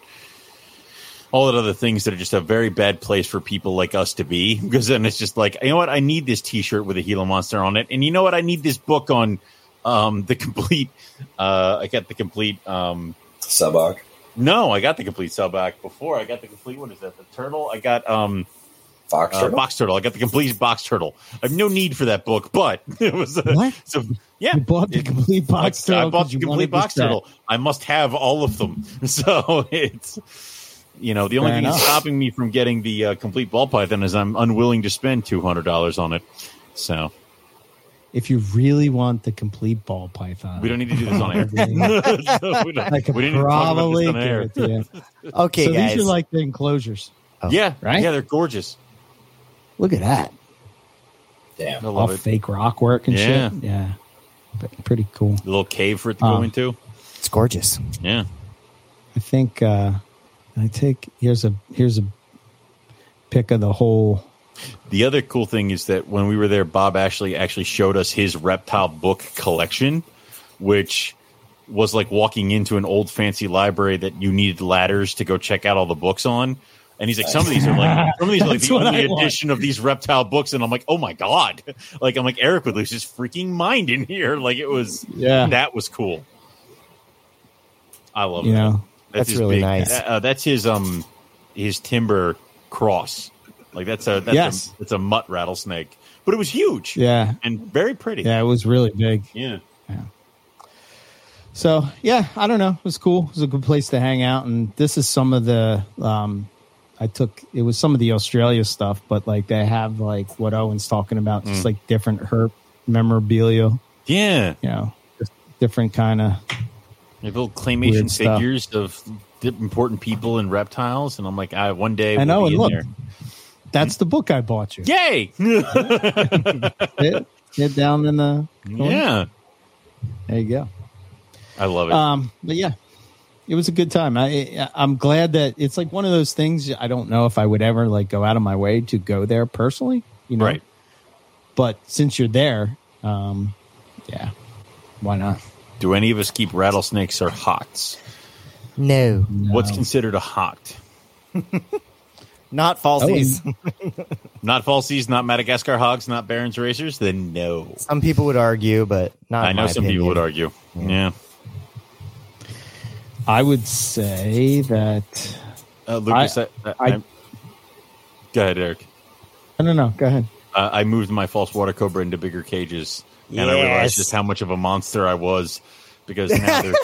A: all that other things that are just a very bad place for people like us to be because then it's just like you know what I need this T-shirt with a Gila monster on it, and you know what I need this book on um the complete uh I got the complete um
E: Subok.
A: no I got the complete sellback before I got the complete what is that the turtle I got um
E: Fox
A: uh,
E: turtle?
A: box turtle. I got the complete box turtle. I have no need for that book, but it was a,
B: What?
A: So yeah,
B: You bought the complete box
A: I,
B: turtle.
A: I bought
B: 'cause
A: the
B: you
A: complete
B: wanted
A: box
B: this set.
A: turtle. I must have all of them. So it's you know the only
B: Fair
A: thing that's
B: enough.
A: stopping me from getting the uh, complete ball python is I'm unwilling to spend two hundred dollars on it. So
B: If you really want the complete ball python,
A: we don't need to do this on air.
B: I
A: So we don't-
B: could
A: we didn't even talk about
B: probably
A: this on
B: give
A: air.
B: it to you.
C: Okay,
B: so
C: guys.
B: these are like the enclosures.
A: Yeah,
B: Right?
A: Yeah, they're gorgeous.
C: Look at that.
E: Damn.
A: I
B: All
A: love it.
B: fake rock work and
A: Yeah.
B: shit. Yeah. But pretty cool.
A: little cave for it to go
B: Um,
A: into.
C: It's gorgeous.
A: Yeah.
B: I think uh I take here's a here's a pick of the whole
A: The other cool thing is that when we were there, Bob Ashley actually showed us his reptile book collection, which was like walking into an old fancy library that you needed ladders to go check out all the books on. And he's like, some of these are like, some of these are like
B: That's
A: the
B: what
A: only
B: I want.
A: edition of these reptile books. And I'm like, oh my God. Like, I'm like, Eric would lose his freaking mind in here. Like, it was,
B: Yeah.
A: that was cool. I love
B: you
A: it.
B: know.
C: That's
A: his
C: really nice.
A: that- uh, that's his, um, his timber cross. Like, that's a, that's
B: Yes.
A: a, it's a mutt rattlesnake, but it was huge
B: Yeah.
A: and very pretty.
B: Yeah, it was really big.
A: Yeah.
B: So yeah, I don't know. It was cool. It was a good place to hang out. And this is some of the um, I took. It was some of the Australia stuff, but like they have like what Owen's talking about,
A: Mm.
B: just like different herp memorabilia.
A: Yeah,
B: You know, just different kind of
A: They have little claymation
B: Weird stuff.
A: figures of di- important people and reptiles, and I'm like, I one day
B: I
A: we'll
B: know,
A: be
B: and
A: in
B: look. That's the book I bought you.
A: there. Yay!
B: Get, get down in the. corner.
A: yeah,
B: There you go.
A: I love it.
B: Um, but yeah, it was a good time. I I- I'm glad that it's like one of those things. I don't know if I would ever like go out of my way to go there personally, you know.
A: right?
B: But since you're there, um, yeah, why not?
A: Do any of us keep rattlesnakes or hocks?
C: No,
A: What's considered a hoct?
C: not falsies.
B: Oh.
A: Not falsies, not Madagascar hogs, not Barons racers. Then no.
C: some people would argue, but not.
A: I
C: in
A: know
C: my
A: some
C: opinion.
A: people would argue. Yeah,
B: I would say that
A: uh, Lucas. I, I,
B: I-
A: go ahead, Eric.
B: I don't know. Go ahead.
A: Uh, I moved my false water cobra into bigger cages, and I realized
C: Yes.
A: just how much of a monster I was because now they're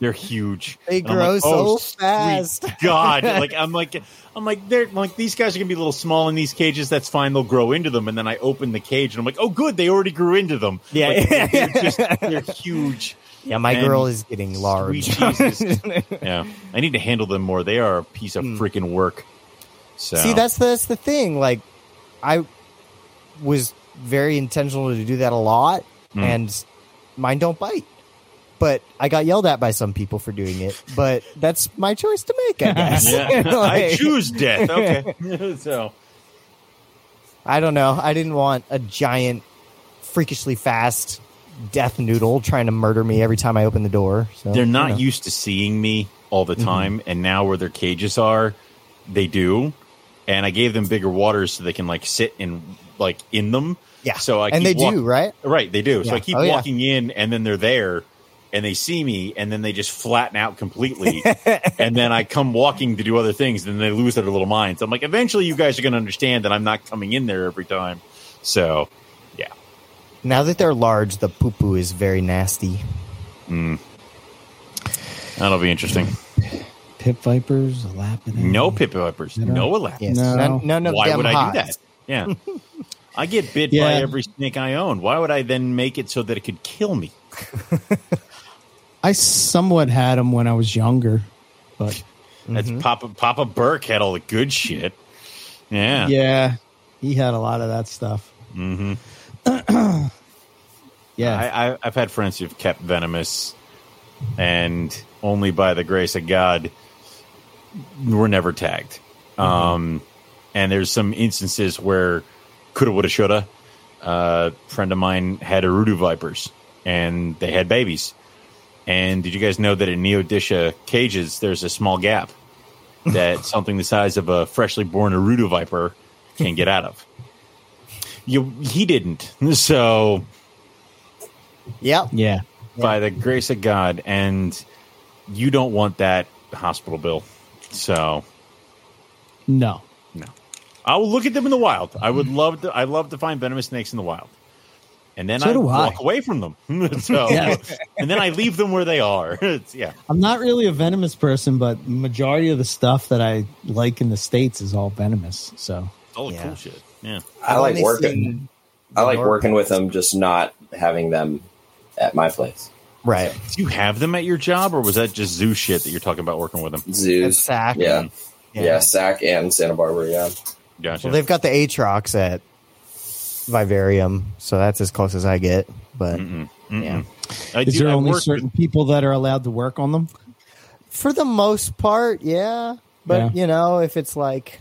A: they're huge.
C: They
A: And I'm like,
C: grow
A: "Oh,
C: so
A: sweet
C: fast."
A: God, like I'm like I'm like they're like these guys are gonna be a little small in these cages. That's fine. They'll grow into them, and then I open the cage and I'm like, oh, good, they already grew into them.
C: Yeah.
A: Like, they're, they're just, they're huge.
C: Yeah, my
A: And
C: girl is getting large.
A: Sweet Jesus. yeah, I need to handle them more. They are a piece of freaking work. So
C: Hmm. See, that's the, that's the thing. Like, I was very intentional to do that a lot,
A: Mm.
C: and mine don't bite. But I got yelled at by some people for doing it. But that's my choice to make, I guess.
A: Yeah. I
C: Like,
A: choose death. Okay, so.
C: I don't know. I didn't want a giant, freakishly fast death noodle trying to murder me every time I open the door. So
A: they're not
C: you.
A: used to seeing me all
C: Mm-hmm.
A: the time and now where their cages are they do and i gave them bigger waters so they can like sit and like in them
C: Yeah.
A: so i
C: and they
A: keep walk-
C: do, right?
A: right they do so
C: Yeah.
A: i keep
C: Oh, yeah.
A: walking in and then they're there and they see me and then they just flatten out completely and then i come walking to do other things and they lose their little minds i'm like eventually you guys are going to understand that i'm not coming in there every time so yeah
C: Now that they're large, the poo poo is very nasty.
A: that'll be interesting
B: Pit vipers, a lapidary.
A: no
C: Mm-hmm.
A: pip vipers no elapsed
C: Yes.
B: No.
C: None, none of
A: why
C: them
A: would I
C: hot.
A: do that? Yeah. I get bit by
B: Yeah.
A: every snake I own. Why would I then make it so that it could kill me?
B: I somewhat had them when I was younger, but
A: That's
C: Mm-hmm.
A: Papa Papa Burke had all the good shit. Yeah.
B: yeah, he had a lot of that stuff. Mm-hmm. yeah,
A: Mm-hmm. I, I, I've had friends who've kept venomous, and only by the grace of God, were never tagged. Um, and there's some instances where coulda, woulda, shoulda. Uh, friend of mine had Arudu vipers, and they had babies. And did you guys know that in Neodisha cages, there's a small gap that something the size of a freshly born Arudu viper can get out of? You, he didn't. So
C: Yep.
B: yeah.
A: by the grace of God, and you don't want that hospital bill. So
B: No,
A: no, I will look at them in the wild. I
B: Mm-hmm.
A: would love to. I love to find venomous snakes in the wild, and then
B: So
A: I
B: do I.
A: walk away from them. so
B: Yes.
A: and then I leave them where they are. It's, yeah,
B: I'm not really a venomous person, but majority of the stuff that I like in the states is all venomous. So
A: it's all the
C: Yeah.
A: cool shit. Yeah,
E: I
C: I've
E: like
C: only
E: working.
C: seen-
E: I like
C: North
E: working with them, just not having them at my place.
C: Right.
A: do you have them at your job, or was that just zoo shit that you're talking about working with them?
C: At
E: Zoos,
C: SAC.
E: yeah.
C: Yeah.
E: yeah, Sac and Santa Barbara. Yeah,
A: Gotcha.
C: Well, they've got the Atrox at Vivarium, so that's as close as I get. But
A: Mm-hmm.
C: yeah.
A: I
B: is
A: do-
B: there
A: I
B: only
A: work
B: certain people that are allowed to work on them?
C: For the most part, yeah. But,
B: Yeah.
C: you know, if it's like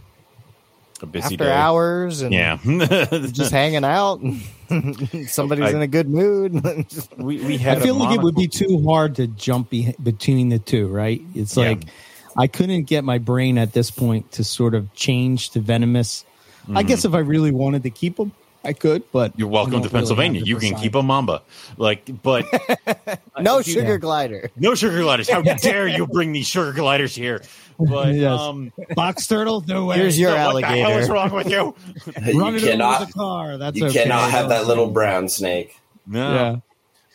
A: with a busy
C: after
A: day.
C: hours and
A: Yeah,
C: just hanging out and somebody's in a good mood.
A: we, we
B: I
A: had. a
B: feel like it would be
A: monocle-
B: too hard to jump be- between the two, right? It's
A: Yeah.
B: like I couldn't get my brain at this point to sort of change to venomous. I guess if I really wanted to keep them, I could, but
A: Mm. You're
B: I
A: welcome
B: don't
A: to
B: really
A: Pennsylvania.
B: have the
A: you can
B: desire.
A: keep a mamba, like, but
C: no
A: do
C: sugar
B: that.
C: glider.
A: no sugar gliders. How dare you bring these sugar gliders here? But
B: Yes.
A: um,
B: box turtle. No way.
C: Here's your
A: no, what the
C: alligator.
A: hell is wrong with you?
E: you
B: Run it over
E: cannot.
B: the car. That's
E: You
B: okay.
E: cannot have that little brown snake.
A: No,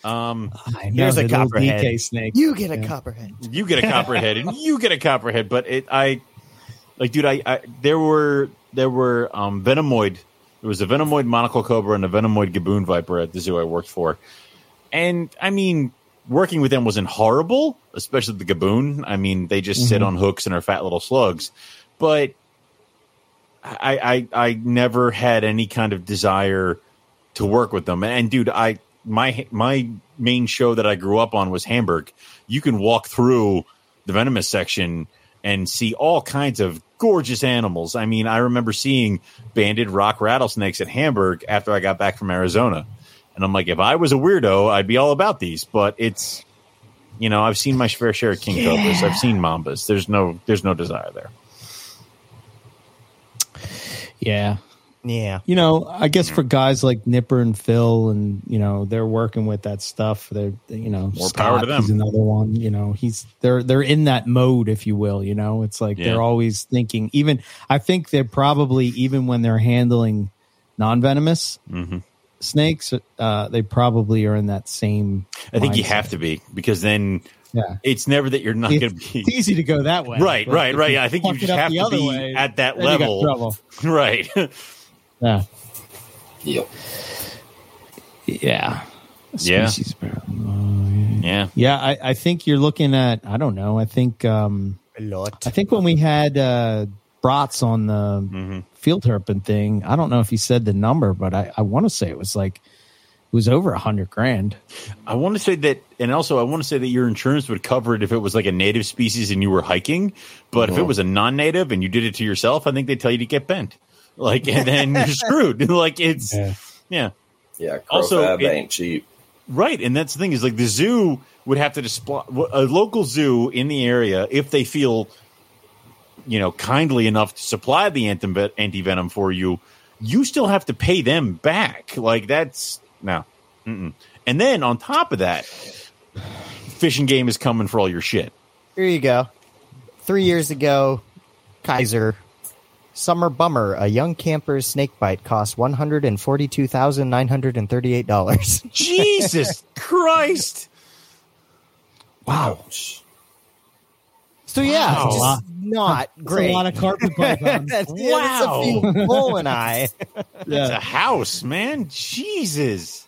B: Yeah.
A: Um,
B: I
D: Here's
B: know,
D: a
B: the little
D: copperhead.
B: DK snake.
C: You get a
B: Yeah.
C: copperhead.
A: you get a copperhead and you get a copperhead but it i like dude i, I there were there were um venomoid there was a venomoid monocle cobra and a venomoid gaboon viper at the zoo i worked for and i mean working with them wasn't horrible especially the gaboon i mean they just sit on hooks and are fat little slugs but I, I i never had any kind of desire to work with them. And dude, I my my main show that I grew up on was Hamburg. You can walk through the venomous section and see all kinds of gorgeous animals. I mean, I remember seeing banded rock rattlesnakes at Hamburg after I got back from Arizona. And I'm like, if I was a weirdo, I'd be all about these, but it's you know, I've seen my fair share of king cobras. I've seen mambas. There's no there's no desire there.
B: Yeah.
C: Yeah.
B: You know, I
A: Mm-hmm.
B: guess for guys like Nipper and Phil, and you know, they're working with that stuff. They're you know,
A: More power to them.
B: He's another one. You know, he's they're they're in that mode, if you will. You know, it's like
A: Yeah.
B: they're always thinking. Even I think they're probably even when they're handling non venomous
A: Mhm.
B: snakes, uh, they probably are in that same.
A: I think you
B: mindset.
A: have to be because then
B: Yeah.
A: it's never that you're not
B: It's-
A: going to be
B: It's easy to go that way,
A: Right,
B: but
A: right,
B: if
A: right.
B: you
A: I think you
B: fuck it
A: just
B: up
A: have
B: the
A: to
B: other
A: be
B: way,
A: at that
B: then you got
A: level.
B: trouble.
A: right.
B: Yeah,
E: Yep.
B: yeah,
A: Yeah.
B: Species parallel, yeah.
A: yeah.
B: Yeah, I, I think you're looking at I don't know. I think um
C: A lot.
B: I think when we had uh Brats on the
A: Mm-hmm.
B: field herping thing, I don't know if he said the number, but I, I want to say it was like it was over a hundred grand.
A: I want to say that, and also I want to say that your insurance would cover it if it was like a native species and you were hiking. But if it was a non-native and you did it to yourself, I think they tell you to get bent. Like, and then you're screwed. like, it's yeah.
E: Yeah.
A: Also,
E: Also,
A: it-
E: ain't cheap.
A: Right, and that's the thing is like the zoo would have to display a local zoo in the area if they feel, you know, kindly enough to supply the anti venom for you. You still have to pay them back. Like that's no, Mm-mm. and then on top of that, fishing game is coming for all your shit.
C: Here you go. Three years ago, Kaiser. Summer Bummer, a young camper's snake bite cost $142,938.
A: Jesus Christ!
B: Wow.
C: So, yeah,
A: Wow.
C: just not
B: That's a
C: great.
B: lot of carpet pythons.
C: That's- yeah, that's a few bull and I.
A: It's a
B: yeah.
A: house, man. Jesus.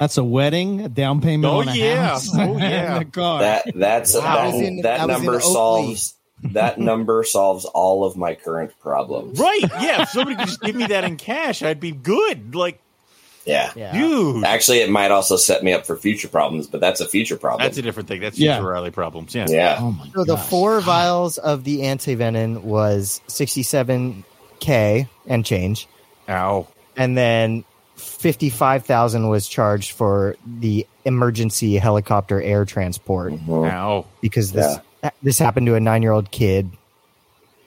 B: That's a wedding, a down payment
A: Oh,
B: on a
A: yeah.
B: house,
A: Oh,
B: and
A: yeah.
B: a car.
E: That that's
A: Wow. I
E: that,
A: was
C: in- I
E: that
C: was in
E: number
C: Oakley.
E: solves that number solves all of my current problems.
A: Right? Yeah. If somebody could just give me that in cash, I'd be good. Like,
E: Yeah.
C: Yeah.
A: dude.
E: Actually, it might also set me up for future problems, but that's a future problem.
A: That's a different thing. That's future
B: Yeah.
A: Riley problems. Yeah.
E: yeah.
B: oh my
C: So the
B: gosh.
C: four vials of the antivenin was 67K and change.
A: Ow.
C: And then 55,000 was charged for the emergency helicopter air transport
B: Oh,
A: Oh.
E: Mhm.
A: Ow.
C: because this this happened to a 9-year-old kid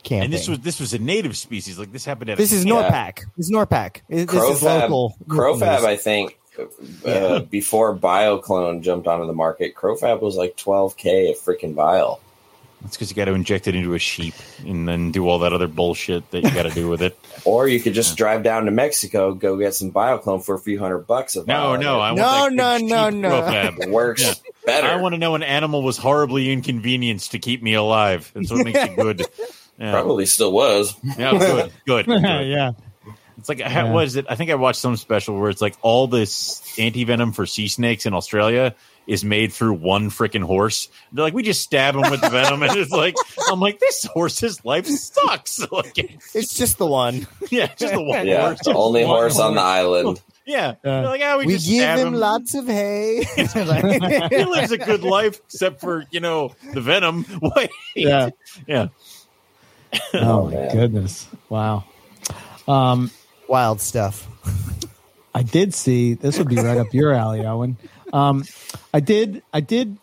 C: camping.
A: And this was this was a native species. Like this happened at
C: this is
E: Yeah.
C: Norpac. This is Norpac. It- This is
E: Crowfab,
C: local.
E: Crowfab, I think, uh, before BioClone jumped onto the market, Crowfab was like 12k a freaking vial.
A: it's because you got to inject it into a sheep and then do all that other bullshit that you got to do with it.
E: Or you could just drive down to Mexico, go get some BioClone for a few hundred bucks. A
A: No,
E: vial.
A: no, I
E: It
A: want
C: No,
A: that good
C: no, no,
A: sheep
C: no.
A: profab.
E: it works better.
A: I want to know an animal was horribly inconvenienced to keep me alive. That's what makes it good. Yeah,
E: Probably still was.
A: yeah good, good. good.
B: yeah.
A: It's like
B: Yeah.
A: how, what is it? I think I watched some special where it's like all this anti venom for sea snakes in Australia is made through one freaking horse. They're like, we just stab him with the venom, and it's like, I'm like, this horse's life sucks. Like,
C: It's just the one.
A: yeah, just the one
E: Yeah,
A: horse.
E: the only horse on the island.
A: Yeah,
B: Yeah.
A: They're like, ah, we,
C: We,
A: just
C: give
A: stab
C: him,
A: him.
C: lots of hay.
A: he lives a good life, except for you know the venom. Wait.
B: Yeah.
A: yeah.
B: Oh my
E: man.
B: goodness. Wow. Um
C: Wild stuff.
B: I did see this would be right up your alley, Owen. Um, I did, I did,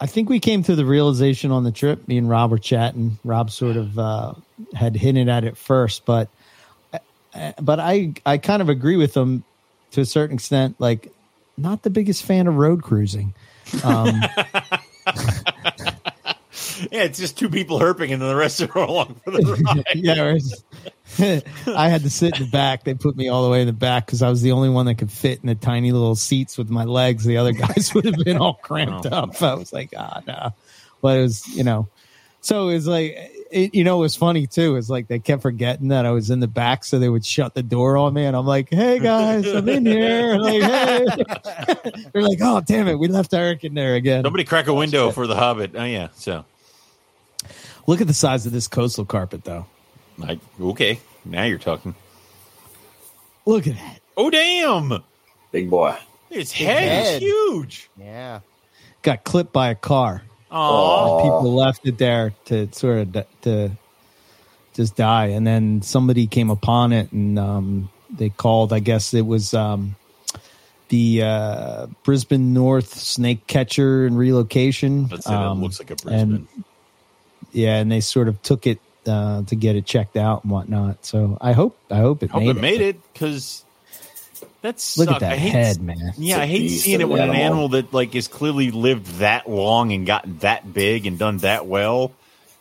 B: I think we came to the realization on the trip. Me and Rob were chatting. Rob sort of uh, had hinted at it first, but uh, but I I kind of agree with him to a certain extent. Like, not the biggest fan of road cruising. Um,
A: Yeah, it's just two people herping, and then the rest are along for the ride.
B: yeah, or it's- I had to sit in the back. They put me all the way in the back because I was the only one that could fit in the tiny little seats with my legs. The other guys would have been all cramped
A: Wow.
B: up. I was like, ah, no. But it was, you know, so it was like, it, you know, it was funny too. It's like they kept forgetting that I was in the back, so they would shut the door on me, and I'm like, hey guys, I'm in here. Like, hey. They're like, oh damn it, we left Eric in there again.
A: Somebody crack a window for the Hobbit. Oh yeah. So
B: Look at the size of this coastal carpet, though.
A: like okay, now you're talking.
B: Look at that.
A: Oh damn!
E: Big boy.
A: His
C: Big
A: head,
C: head.
A: is huge.
C: Yeah.
B: Got clipped by a car.
A: Oh,
E: Aw.
B: people left it there to sort of d- to just die and then somebody came upon it and um, they called i guess it was um, the uh, brisbane north snake catcher and relocation
A: let's say that
B: Um,
A: looks like a
B: and-
A: Brisbane.
B: yeah and they sort of took it uh, to get it checked out and whatnot so i hope i hope it
A: Hope
B: made
A: it made it because that's
B: look at
A: I
B: that
A: hate,
B: head man
A: Yeah, I
E: It's a
A: hate
E: beast
A: seeing
E: of
A: it
E: an
A: when an
E: animal.
A: animal that like is clearly lived that long and gotten that big and done that well.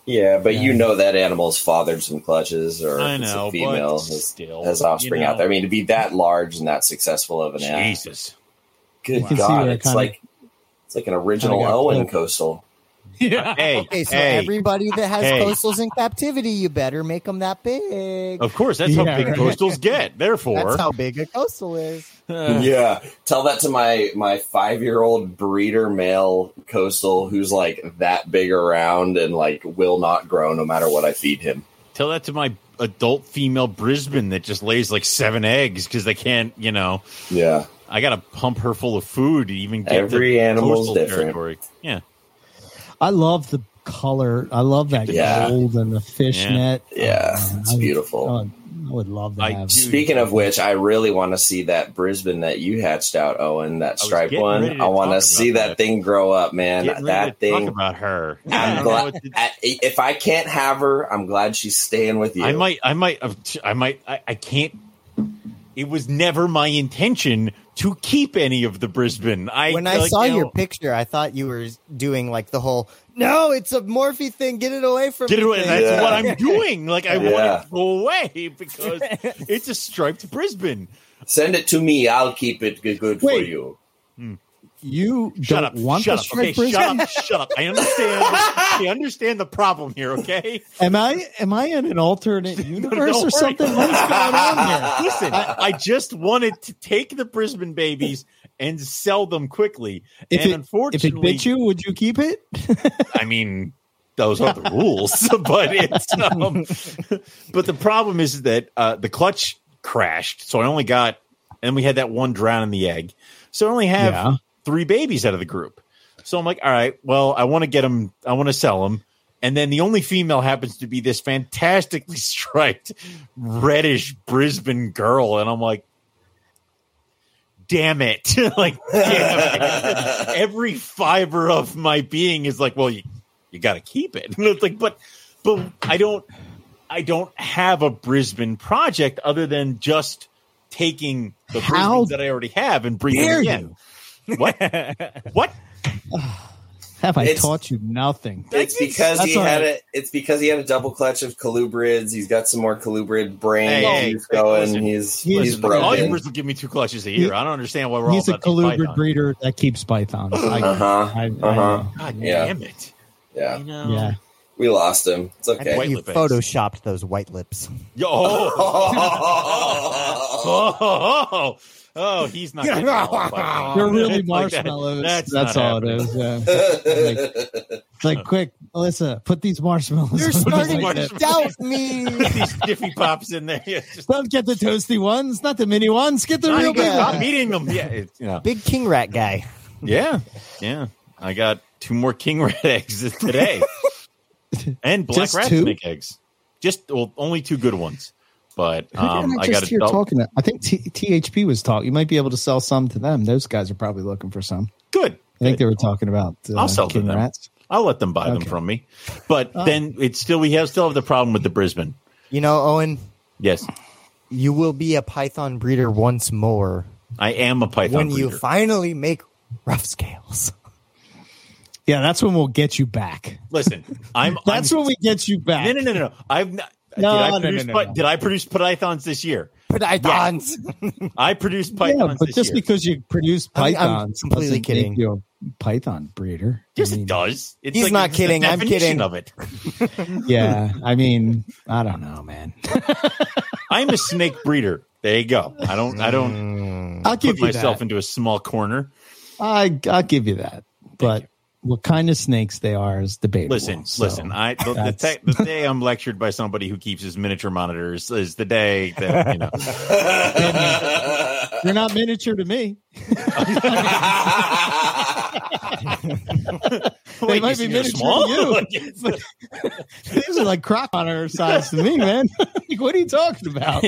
E: Yeah, but you know that animal's fathered some clutches, or
A: I
E: if it's
A: know,
E: a female
A: but
E: has,
A: still,
E: has offspring
A: you know.
E: out there. I mean, to be that large and that successful of an animal,
A: Jesus,
E: good
B: You can see
E: God,
B: where it
E: it's
B: kinda-
E: like it's like an original
B: kinda got
E: Owen
B: clipped.
E: coastal.
B: yeah
A: Uh, hey,
C: Okay, so
A: hey,
C: everybody that has
A: Hey.
C: coastals in captivity, you better make them that big.
A: of course that's
B: Yeah,
A: how big
B: right.
A: coastals get. Therefore,
C: That's how big a coastal is.
A: Uh,
E: yeah, tell that to my my five year old breeder male coastal who's like that big around and like will not grow no matter what I feed him.
A: Tell that to my adult female Brisbane that just lays like seven eggs because they can't, you know.
E: Yeah,
A: I gotta pump her full of food to even get
E: Every
A: to
E: animal's
A: coastal
E: different.
A: territory. Yeah,
B: i love the color i love that
E: Yeah.
B: gold and the fishnet
E: yeah,
B: Oh, man,
E: it's
B: I would-
E: beautiful.
B: I would, I would love to
A: I
B: have
A: do.
E: Speaking of which, I really want to see that Brisbane that you hatched out, Owen, that
A: was
E: striped
A: getting ready
E: one.
A: to
E: I want
A: talk
E: to see
A: about
E: that,
A: that.
E: thing grow up, man.
A: Getting ready
E: that
A: to talk
E: thing.
A: about her. I
E: I'm
A: don't know
E: glad,
A: what to-
E: I, if I can't have her, I'm glad she's staying with you.
A: I might, I might, uh, I might, I, I can't. It was never my intention to keep any of the Brisbane. I
C: When I
A: like,
C: saw
A: you know,
C: your picture, I thought you were doing like the whole "No, it's a Morphe thing. Get it away from
A: Get
C: me."
A: it away.
C: thing.
A: That's
E: Yeah.
A: what I'm doing. Like, I want
E: Yeah.
A: it to go away because it's a striped Brisbane.
E: Send it to me. I'll keep it good, good for
B: Wait.
E: you.
B: You
A: Shut
B: don't
A: up.
B: want
A: shut
B: the
A: up.
B: striped
A: okay,
B: brisket?
A: shut up. Shut up. I understand. I understand the problem here, okay?
B: Am I am I in an alternate universe
A: Don't
B: or
A: worry.
B: something? What is going on here?
A: Listen, I, I just wanted to take the Brisbane babies and sell them quickly.
B: If
A: and
B: it- If
A: unfortunately,
B: it bit you, would you keep it?
A: I mean, those are the rules, but it's um, but the problem is that uh, the clutch crashed, so I only got and we had that one drown in the egg, so I only have
B: Yeah.
A: three babies out of the group. So I'm like, all right, well, I want to get them, I want to sell them, and then the only female happens to be this fantastically striped reddish Brisbane girl, and I'm like. Damn it! like, damn it every fiber of my being is like, well, you, you got to keep it. And it's like, but, but I don't, I don't have a Brisbane project other than just taking the
B: How
A: Brisbane that I already have and bringing them
B: Dare
A: again.
B: you?
A: What? what?
B: Have I
E: It's-
B: taught you nothing?
E: It's because
B: That's
E: he
B: all
E: had
B: right.
E: a. It's because he had a double clutch of colubrids. He's got some more colubrid brain
A: Hey,
E: juice
A: hey,
E: going.
A: listen.
E: he's
B: He's-
E: he's,
A: Listen, all you
E: broken.
A: Brisbane give me two clutches a year. I don't understand why we're
B: He's
A: all
B: a
A: about these
B: colubrid
A: pythons.
B: breeder that keeps pythons. I,
E: Uh huh.
B: I, I
E: Uh-huh.
B: know.
A: God
E: Yeah.
A: damn it.
E: Yeah,
A: You know?
B: Yeah.
E: we lost him. It's
C: I
E: okay.
C: bet
A: White
C: you
A: lip eggs.
C: photoshopped those white lips.
A: Yo, oh, oh, oh, oh, oh, he's not. getting all about it.
B: They're
A: Oh,
B: really
A: Like that.
B: marshmallows.
A: That's,
B: That's,
A: not
B: all
A: happening.
B: it is. Yeah. It's like, quick, Alyssa, put these marshmallows.
C: You're
B: on the
C: starting
B: plate.
A: marshmallows.
C: to doubt me.
A: these stiffy pops in there. Yeah, just
B: Don't get the toasty ones, not the mini ones. Get the
A: I
B: real
A: ain't gonna
B: bad.
A: stop eating them. Yeah, it, you know.
C: Big king rat guy.
A: yeah, yeah. I got two more king rat eggs today, and black
B: Just
A: rat
B: two?
A: snake eggs. Just well, only two good ones, but um,
B: Who did I
A: I
B: just
A: got a
B: hear
A: double-
B: talking. To? I think T- THP was talking. You might be able to sell some to them. Those guys are probably looking for some.
A: good.
B: I think
A: good.
B: they were talking about. Uh,
A: I'll sell to
B: king
A: them.
B: rats.
A: I'll let them buy them
B: Okay. Oh.
A: from me, but then it's still we have still have the problem with the Brisbane.
C: You know, Owen,
A: Yes,
C: you will be a python breeder once more
A: I am a python.
C: when you
A: breeder.
C: finally make rough scales.
B: Yeah, that's when we'll get you back.
A: Listen, I'm
B: That's
A: I'm,
B: when we get you back.
A: No, no, no, no. I've not.
B: No,
A: did I
B: no, no,
A: produce
B: no,
A: pi-
B: no.
A: did I produce pythons this year?
C: Pythons.
A: I produced pythons
B: yeah, but
A: this
B: just
A: year.
B: because you produce
C: I'm- I'm
B: pythons,
C: completely
B: doesn't
C: kidding.
B: make you a python breeder. I
A: Yes,
B: mean,
A: it does. It's
C: He's
A: like-
C: not
A: it's the
C: kidding. I'm
A: definition
C: kidding.
A: Of it,
B: Yeah, I mean, I don't know, man.
A: I'm a snake breeder. There you go. I don't. I don't
C: Mm.
B: I'll Mm. give
A: put
B: you
A: myself
B: that.
A: into a small corner.
B: I I'll give you that. But what kind of snakes they are is debatable.
A: Listen,
B: so-
A: listen. I the, the,
B: that's-
A: tech- the day I'm lectured by somebody who keeps his miniature monitors is the day that you know.
B: You're not miniature to me. They
A: Wait,
B: might
A: you see
B: be
A: you're
B: miniature to
A: small?
B: you.
A: Like, it's like-
B: These are like crop monitor size to me, man. like, what are you talking about?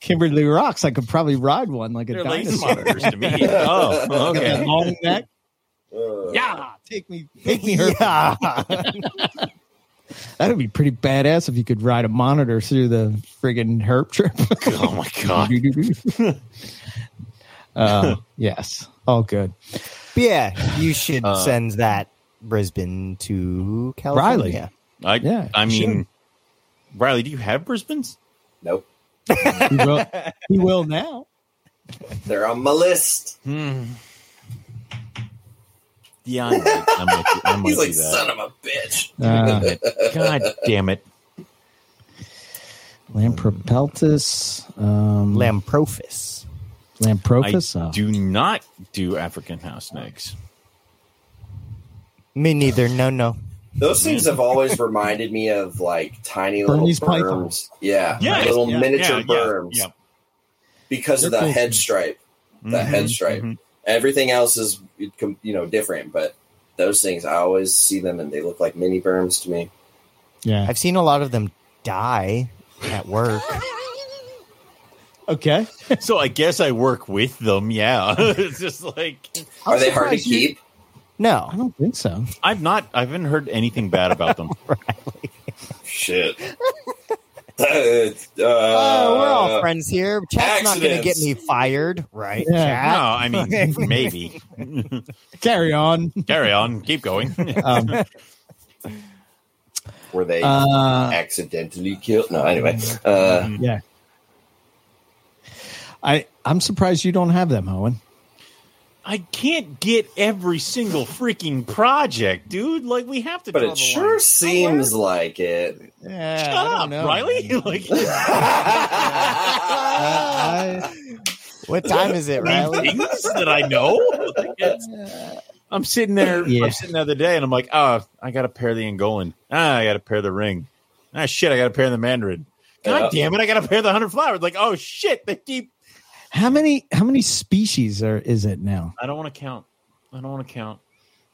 B: Kimberly Rocks. I could probably ride one like a
A: They're laser
B: dinosaur.
A: monitors to me. Oh,
B: Got that
A: okay.
B: long neck.
E: yeah.
B: Yeah, take me, take me. Her. That'd be pretty badass if you could ride a monitor through the friggin' herp trip.
A: Oh my god.
B: uh, yes, all good.
C: yeah, you should
A: Uh,
C: send that Brisbane to California.
A: I
B: Yeah,
A: I
B: you should.
A: mean, Riley, do you have Brisbane's?
E: Nope.
B: He will, he will now.
E: They're on my list.
A: Hmm. Yeah, I might, I might, do- I might
E: He's like,
A: do that.
E: son of a bitch.
B: Uh,
A: God damn it.
B: Lampropeltis, um,
C: Lamprophis.
B: Lamprophis.
A: I
B: uh,
A: do not do African house snakes.
C: Me neither. No, no.
E: Those things have always reminded me of like tiny little
B: Bernese
E: berms.
B: pythons.
E: Yeah,
A: Yes,
E: little
A: yeah,
E: miniature
A: yeah, yeah,
E: berms
A: yeah.
E: because of
B: They're
E: the
B: cool.
E: head stripe. The
A: Mhm,
E: head stripe.
A: mhm.
E: Everything else is you know different, but those things I always see them and they look like mini berms to me.
B: yeah.
C: I've seen a lot of them die at work.
B: Okay.
A: So I guess I work with them. Yeah, it's just like
B: I'm
E: Are they hard to
B: surprised you-
E: keep?
B: I
C: No.
B: don't think so.
A: I've not. I haven't heard anything bad about them.
E: Shit. Uh,
C: Oh, we're all friends here. Chat's not going to get
E: accidents.
C: me fired, right?
B: Yeah.
A: No,
C: Chat?
A: I mean maybe.
B: Carry on.
A: Carry on. Keep going.
B: Um,
E: Were they
B: uh, Mm-hmm.
E: accidentally killed? No, anyway. Uh,
B: yeah. I I'm surprised you don't have them, Owen.
A: I can't get every single freaking project, dude. Like we have to.
E: but
A: draw
E: it
A: the
E: sure
A: line
E: seems like it.
B: Yeah,
A: somewhere. Shut up, Riley. Like
C: What time is it, Riley?
A: things that I know. Like, it's- I'm sitting there.
B: Yeah.
A: I'm sitting there the other day, and I'm like, oh, I got to pair the Angolan. Ah, I got to pair the ring. Ah, shit, I got to pair the Mandarin. God
E: Yeah.
A: damn it, I got to pair the hundred flowers. Like, oh shit, they keep.
B: How many how many species are is it now?
A: I don't want to count. I don't want to count.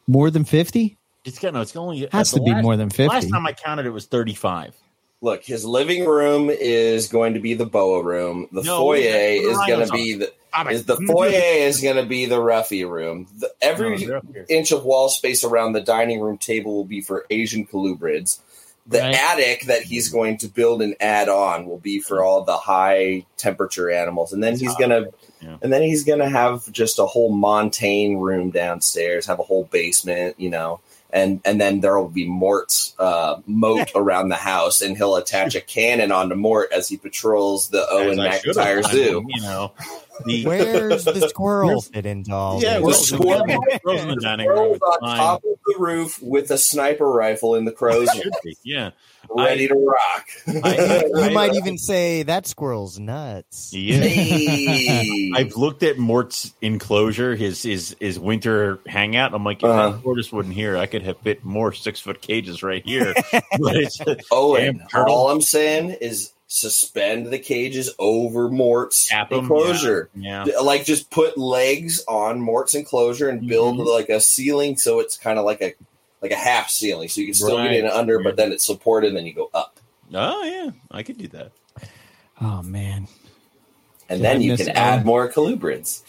B: More than fifty?
A: It's got no. It's only
B: Has
A: the
B: to be
A: last-
B: more than
A: Last
B: fifty.
A: time I counted, it was thirty-five.
E: Look, his living room is going to be the boa room. The
A: No,
E: foyer
A: that's what
E: is
A: Ryan's
E: going to
A: on.
E: be the
A: I'm "Mm,
E: is the foyer is going to be the roughy room. The, every
A: No, they're up here.
E: inch of wall space around the dining room table will be for Asian colubrids. The
B: Right.
E: attic that he's going to build and add on will be for all the high temperature animals, and then he's gonna,
A: Yeah.
E: and then he's gonna have just a whole montane room downstairs, have a whole basement, you know, and and then there will be Mort's uh, moat around the house, and he'll attach a cannon onto Mort as he patrols the Owen
A: As I should've
E: McIntyre
A: done,
E: Zoo.
A: You know, the
C: Where's the squirrel fit into all
A: yeah,
E: well,
C: this?
A: Will's
E: squirrel-
A: in the- Will's in the dining room.
E: Rolls
A: It's
E: on
A: fine.
E: top of the roof with a sniper rifle in the crow's
A: Should be, Yeah,
E: ready to rock.
A: I-
C: You might even say that squirrel's nuts.
A: yeah.
E: Hey.
A: I've looked at Mort's enclosure, his his his winter hangout. I'm like, if
E: Uh-huh.
A: that tortoise wasn't here, I could have fit more six foot cages right here. But it's-
E: Owen,
A: Damn turtle.
E: all I'm saying is suspend the cages over Mort's
A: Cap 'em,
E: enclosure.
A: yeah,
E: D- Like just put legs on Mort's enclosure and build
A: Mhm.
E: like a ceiling so it's kind of like a like a half ceiling, so you can still get in
A: Right.
E: under, but then it's supported, and then you go up,
A: oh yeah, I could do that.
B: Oh man.
E: and
B: Yeah,
E: then
B: I
E: you
B: miss
E: can
B: it.
E: add more colubrids.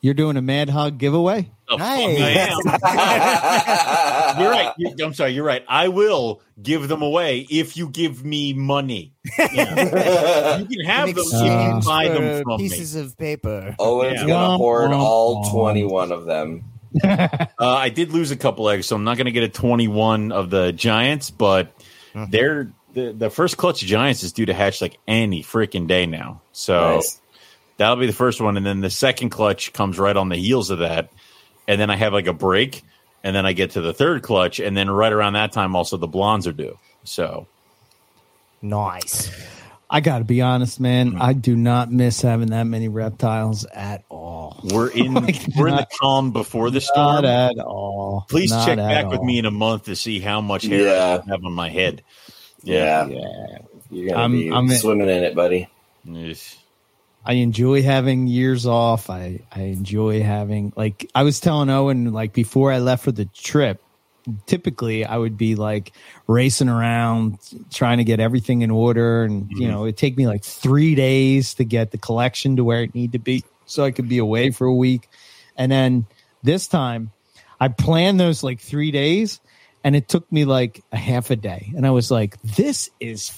B: You're doing a mad hog giveaway?
A: The fuck
C: Nice.
A: I am. You're right. You- I'm sorry. You're right. I will give them away if you give me money. Yeah.
E: right.
A: You can
C: In
A: have them. if
C: exchange
A: you buy
C: for
A: them from me. Oh.
C: pieces of paper.
E: Owen's
A: Yeah.
E: gonna
B: Womp,
E: hoard
B: womp,
E: all
B: womp.
E: twenty-one of them.
A: Uh, I did lose a couple eggs, so I'm not going to get a 21 of the Giants, but
B: Mm-hmm.
A: They're the, the first clutch of Giants is due to hatch like any freaking day now. So
E: Nice.
A: that'll be the first one, and then the second clutch comes right on the heels of that, and then I have like a break, and then I get to the third clutch, and then right around that time, also the blondes are due. So
C: Nice.
B: I got to be honest, man. I do not miss having that many reptiles at all.
A: we're in we're in the calm before the storm.
B: Not at all.
A: Please
B: Not
A: check
B: at
A: back with
B: all.
A: me in a month to see how much hair
E: Yeah.
A: I have on my head.
E: Yeah.
B: Yeah.
E: You're gonna
B: I'm-
E: be
B: I'm-
E: swimming in it, buddy.
A: Oof.
B: I enjoy having years off. I, I enjoy having like I was telling Owen like before I left for the trip, typically I would be like racing around trying to get everything in order and you know, it'd take me like three days to get the collection to where it need to be so I could be away for a week. And then this time I planned those like three days and it took me like a half a day. And I was like, This is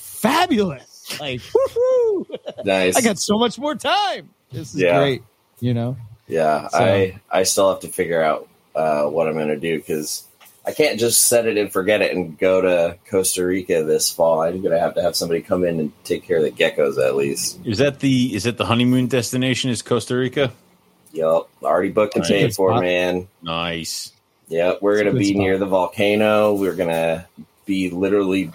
B: fabulous. Like woohoo.
E: Nice.
B: I got so much more time. This is
E: Yeah.
B: great. You know,
E: Yeah,
B: So-
E: I I still have to figure out uh, what I'm going to do because I can't just set it and forget it and go to Costa Rica this fall. I'm going to have to have somebody come in and take care of the geckos at least.
A: Is that the is that the honeymoon destination? Is Costa Rica?
E: Yep, already booked and
A: That's a
E: paid
B: good
E: for,
B: spot.
E: man.
A: Nice.
E: Yep, we're
B: That's a
E: going to
B: good
E: be
B: spot.
E: near the volcano. We're going to be literally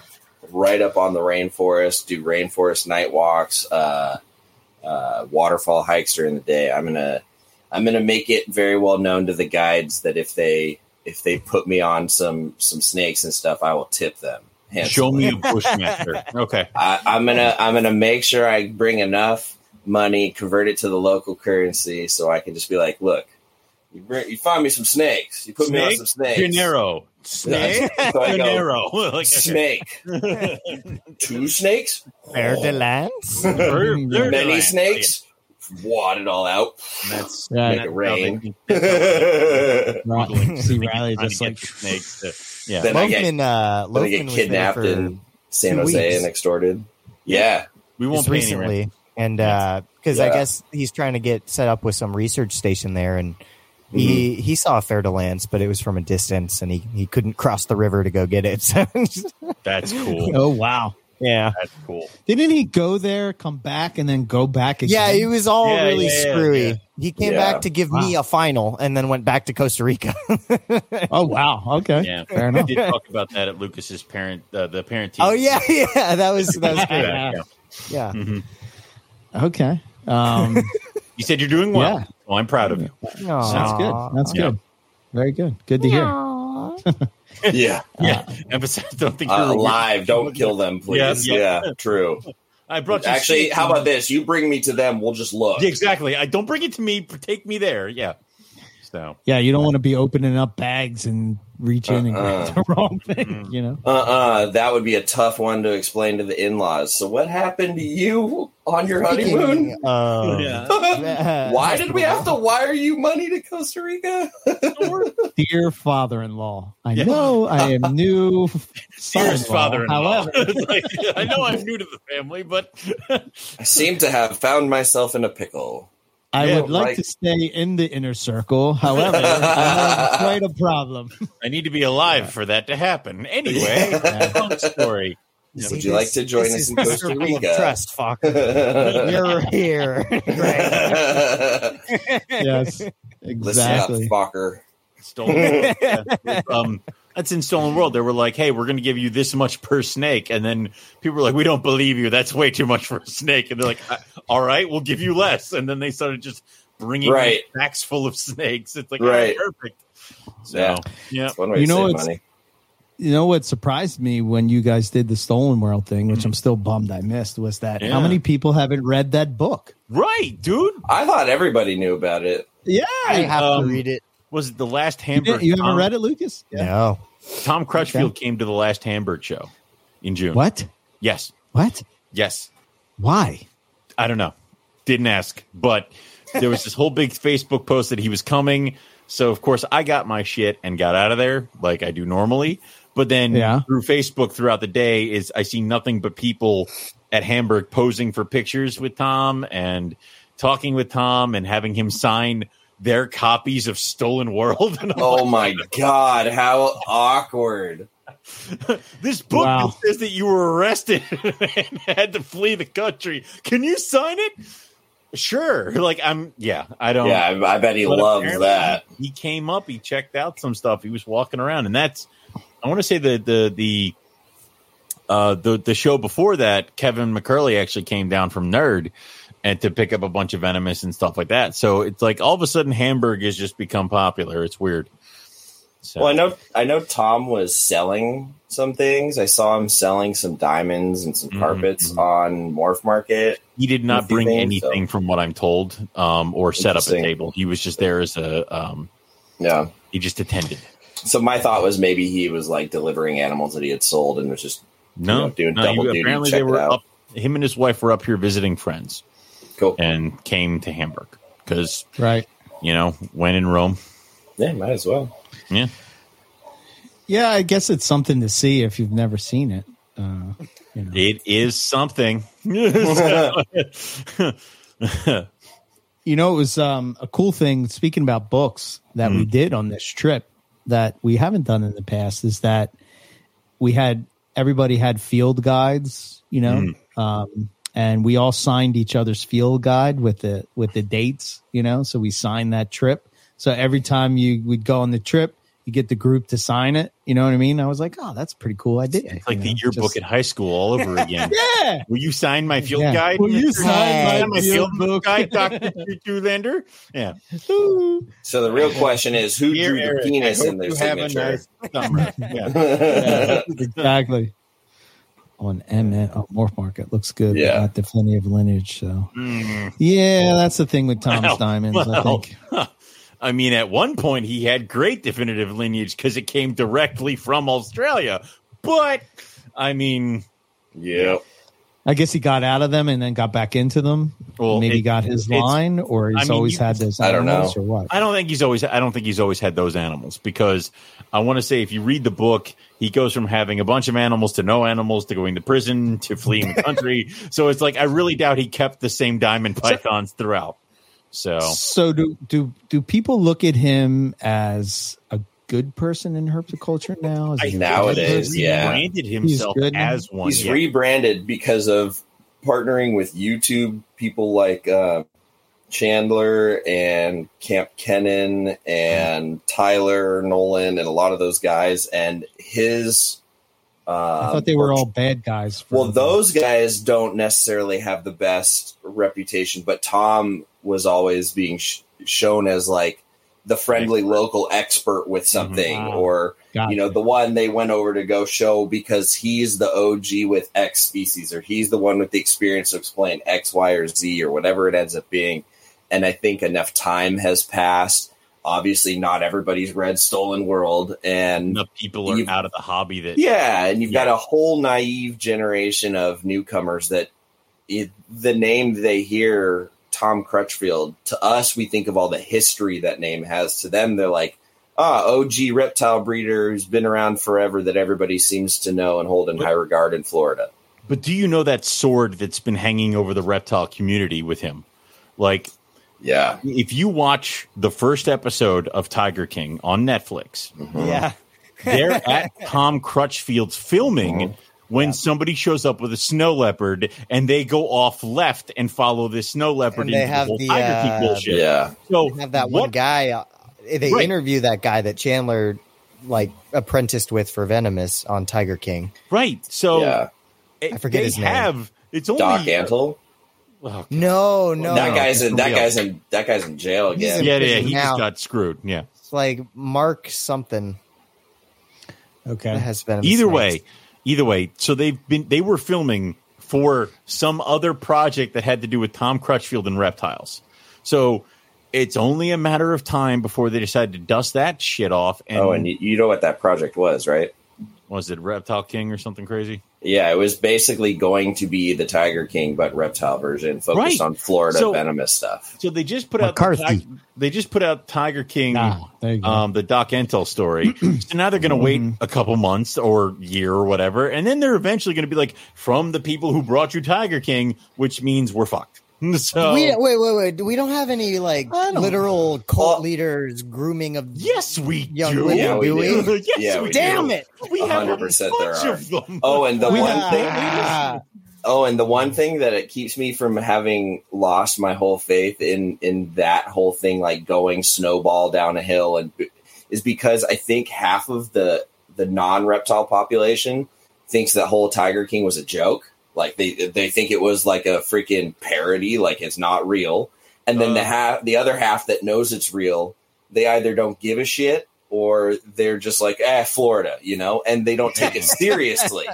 E: right up on the rainforest. Do rainforest night walks, uh, uh, waterfall hikes during the day. I'm gonna I'm gonna make it very well known to the guides that if they if they put me on some some snakes and stuff, I will tip them.
A: Show
E: handsomely.
A: me a bushmaster. Okay.
E: I, I'm gonna I'm gonna make sure I bring enough money, convert it to the local currency, so I can just be like, look, you bring, you find me some snakes, you put me on some snakes,
A: Dinero. Snake.
E: Yeah, so I go,
A: Dinero. Like,
E: snake, two snakes,
A: Oh.
C: Fair de lance.
A: Bird- bird
E: many
A: land.
E: snakes, wad it all out.
A: And That's
B: Yeah,
E: Make
A: that's
E: it
A: how
E: rain.
A: they-
B: Ra-
A: Probably.
B: see Riley
A: Trying to
B: just
A: get
B: like
A: the snakes to- yeah.
E: Then I get-
C: Loafman, uh,
E: Then they
C: Loafman
E: get
C: was there
E: kidnapped
C: for
E: in San
C: two
E: Jose
C: weeks.
E: and extorted. Yeah,
A: we won't
C: just
A: pay any rent.
C: recently, and because I
E: Yeah.
C: guess he's trying to get set up with some research station there, and he
A: Mm-hmm.
C: he saw a fair de lance, but it was from a distance, and he he couldn't cross the river to go get it. So
A: That's cool.
B: Oh wow!
C: yeah,
A: That's cool.
B: Didn't he go there, come back, and then go back again?
C: yeah, it was all
A: Yeah,
C: really
A: yeah, yeah,
C: screwy.
A: yeah.
C: He came
E: Yeah.
C: back to give me a final, and then went back to Costa Rica.
B: oh wow. Okay.
A: Yeah.
B: Fair
A: We
B: enough.
A: did talk about that at Lucas's parent, uh, the parent. team.
C: oh yeah, yeah, that was that was great.
A: Yeah, yeah.
C: Yeah,
A: Mhm.
B: Okay. Um,
A: You said you're doing well.
B: Yeah.
A: Well, I'm proud of you.
B: that's good.
C: Aw.
B: That's
A: Yeah.
B: good. Very good. Good to hear.
E: yeah.
A: Yeah. Emphasize. Don't think you're
E: Uh,
A: a weird-
E: alive. Don't kill them, please.
A: Yeah,
E: Yeah,
A: yeah.
E: true.
A: I brought you
E: Actually,
A: snakes.
E: how about this? You bring me to them. We'll just look.
A: Yeah, exactly. I don't bring it to me. but Take me there. Yeah. So
B: Yeah, you don't want to be opening up bags and reach in and grab
E: Uh-uh.
B: the wrong thing.
A: Mm-hmm.
B: You know.
E: Uh uh That would be a tough one to explain to the in laws. So, what happened to you on your honeymoon?
C: Speaking of-
A: um,
E: Why did we
C: uh,
E: have to wire you money to Costa Rica?
B: Dear father-in-law, I
A: Yeah.
B: know I am new.
A: Dearest
B: son-in-law.
A: father-in-law.
B: However,
A: It's like, I know I'm new to the family, but
E: I seem to have found myself in a pickle.
B: I
A: Yeah,
B: would like
E: right.
B: to stay in the inner circle. However, I have quite a problem.
A: I need to be alive for that to happen. Anyway,
E: Yeah.
A: long story. Yeah,
E: would you like to join
C: this
E: us
C: is
E: in
C: the
E: Costa
C: circle of
E: Rica?
C: Trust, fucker. You're here. Right.
E: Listen
B: Yes, exactly.
E: up, fucker.
A: Stolen. World. Yeah. Um, that's in Stolen World. They were like, "Hey, we're going to give you this much per snake," and then people were like, "We don't believe you. That's way too much for a snake." And they're like, "Uh, "All right, we'll give you less." And then they started just bringing
E: Right.
A: sacks full of snakes. It's like, all right,
E: Right.
A: perfect. So,
E: Yeah.
A: yeah.
E: That's one way
B: You
E: to
B: know,
E: save
B: it's-
E: money.
B: You know what surprised me when you guys did the Stolen World thing, which I'm still bummed I missed, was that
A: Yeah.
B: how many people haven't read that book?
A: Right, dude.
E: I thought everybody knew about it.
B: Yeah,
C: I
B: you,
C: have
A: um,
C: to read it.
A: Was it the last
B: didn't-
A: Hamburg?
B: you haven't
A: Tom,
B: read it, Lucas?
C: No.
A: Tom Crutchfield came to the last Hamburg show in June.
B: What?
A: Yes.
B: What?
A: Yes.
B: Why?
A: I don't know. Didn't ask, but there was this whole big Facebook post that he was coming. So of course I got my shit and got out of there like I do normally. But then
B: Yeah.
A: through Facebook throughout the day is I see nothing but people at Hamburg posing for pictures with Tom and talking with Tom and having him sign their copies of Stolen World. And I'm
E: Oh my god, how awkward.
A: this book
B: Wow.
A: that says that you were arrested and had to flee the country. Can you sign it? Sure. Like I'm. Yeah, I don't.
E: Yeah, I, I bet he
A: But
E: loves
A: apparently
E: that.
A: He came up. He checked out some stuff. He was walking around, and that's. I want to say the the the. Uh, the the show before that, Kevin McCurley actually came down from Nerd, and to pick up a bunch of venomous and stuff like that. So it's like all of a sudden Hamburg has just become popular. It's weird. So,
E: Well, I know I know Tom was selling some things. I saw him selling some diamonds and some
A: Mhm,
E: carpets
A: mhm.
E: on Morph Market.
A: He did not
E: Goofy
A: bring
E: thing,
A: anything from what I'm told, um, or set up a
E: Interesting.
A: table. He was just there as a um,
E: Yeah.
A: he just attended.
E: So my thought was maybe he was like delivering animals that he had sold and was just
A: No,
E: Yeah, doing
A: no,
E: double
A: you-
E: duty,
A: apparently
E: check
A: they
E: it
A: were
E: out.
A: up. Him and his wife were up here visiting friends
E: cool.
A: and came to Hamburg because
B: Right.
A: you know when in Rome,
E: Yeah, might as well.
A: yeah.
B: Yeah, I guess it's something to see if you've never seen it. Uh, you know.
A: It is something.
B: you know, it was um, a cool thing. Speaking about books that
A: Mm.
B: we did on this trip that we haven't done in the past is that we had everybody had field guides, you know,
A: Mm.
B: um, and we all signed each other's field guide with the with the dates, you know. So we signed that trip. So every time you would go on the trip, you get the group to sign it. You know what I mean? I was like, oh, that's pretty cool. I did
A: It's like
B: you
A: the
B: know,
A: yearbook
B: just-
A: at high school all over again.
B: yeah.
A: Will you sign my field
B: Yeah.
A: guide?
B: Will you
A: Mr.
C: sign my
B: field book?
A: guide, Doctor Lander? Yeah.
E: So the real question is who
A: Dear
E: drew the
A: Eric, I
E: penis
A: hope
E: in their
A: you have a
E: signature?
A: nice summer. Yeah.
B: exactly. On M on Morph Market looks good.
E: Yeah.
B: Not the plenty of lineage. So
A: Mm.
B: yeah, that's the thing with Tom's
A: Wow.
B: diamonds. I
A: Well,
B: think.
A: huh. I mean, at one point he had great definitive lineage because it came directly from Australia. But I mean,
E: yeah.
B: I guess he got out of them and then got back into them.
A: Well,
B: Maybe
A: it-
B: got his
A: it's-
B: line, or he's
A: I mean,
B: always
A: you-
B: had those.
E: I don't know.
B: animals, or what.
A: I don't think he's always. I don't think he's always had those animals because I want to say if you read the book, he goes from having a bunch of animals to no animals to going to prison to fleeing the country. so it's like I really doubt he kept the same diamond pythons throughout. So
B: So do do do people look at him as a good person in herpetoculture now? Is he a good
E: nowadays,
B: person?
E: yeah.
A: branded himself
B: good now.
A: as one.
E: He's
A: yeah.
E: rebranded because of partnering with YouTube people like uh, Chandler and Camp Kennan and Tyler Nolan and a lot of those guys. And his. Um,
B: I thought they were all bad guys. for-
E: Well, those guys don't necessarily have the best reputation, but Tom was always being sh- shown as like the friendly local expert with something,
B: Mm-hmm. Wow.
E: or
B: Gotcha.
E: you know, the one they went over to go show because he's the OG with X species, or he's the one with the experience to explain X, Y, or Z, or whatever it ends up being. And I think enough time has passed. Obviously, not everybody's read Stolen World, and
A: enough people are
E: You-
A: out of the hobby that
E: yeah, and you've
A: Yeah.
E: got a whole naive generation of newcomers that it, the name they hear, Tom Crutchfield, to us, we think of all the history that name has. To them, they're like, ah, OG reptile breeder who's been around forever that everybody seems to know and hold in high regard in Florida.
A: But do you know that sword that's been hanging over the reptile community with him? Like,
E: Yeah.
A: if you watch the first episode of Tiger King on Netflix,
B: yeah.
A: they're at Tom Crutchfield's
E: Oh,
A: filming when somebody shows up with a snow leopard and they go off left and follow this snow leopard
C: And they
A: into
C: have
A: whole
C: the,
A: Tiger King
C: uh,
A: bullshit.
E: Yeah.
A: So
C: have that one
A: Oh, what-
C: guy. uh, They
A: Right.
C: interview that guy that Chandler like apprenticed with for Venomous on Tiger King.
A: right? So
E: yeah.
A: it-
C: I forget
A: they
C: his name.
A: have it's only
E: Doc Antle.
A: Oh,
C: No, no,
E: that guy's
A: it's
E: in that
A: real.
E: guy's in that guy's in jail
C: He's
E: again.
C: in-
A: yeah, yeah, he
C: Now-
A: just got screwed. Yeah.
C: It's like Mark something that
B: Okay.
C: has Venomous.
A: either
C: next.
A: way either way so they've been they were filming for some other project that had to do with tom crutchfield and reptiles so it's only a matter of time before they decide to dust that shit off and,
E: oh, and you, you know what that project was, right?
A: was it reptile king or something crazy
E: Yeah, it was basically going to be the Tiger King, but reptile version, focused
A: Right.
E: on Florida
A: So-
E: venomous stuff.
A: so they just put out
C: McCarthy.
A: the Ti- they just put out tiger king
B: Ah, there you go.
A: um, the Doc Entel story. so now they're going to wait a couple months or year or whatever, and then they're eventually going to be like, from the people who brought you Tiger King, which means we're fucked. So
C: we, wait, wait, wait. We don't have any like
B: I don't-
C: literal cult
E: Well-
C: leaders grooming of.
A: yes, we
C: Young
A: do.
C: women,
E: Yeah, we do we? do.
A: yes,
E: Yeah,
A: we
E: we
C: Damn
A: do.
C: it!
A: We have a
E: 100%
A: bunch
E: there are.
A: of them.
E: Oh, and the
C: We-
E: one thing.
C: Ah.
E: Oh, and the one thing that it keeps me from having lost my whole faith in in that whole thing, like going snowball down a hill, and is because I think half of the the non reptile population thinks that whole Tiger King was a joke. Like they they think it was like a freaking parody, like it's not real. And then the
A: Uh.
E: half the other half that knows it's real, they either don't give a shit or they're just like, ah, Florida, you know, and they don't take it seriously.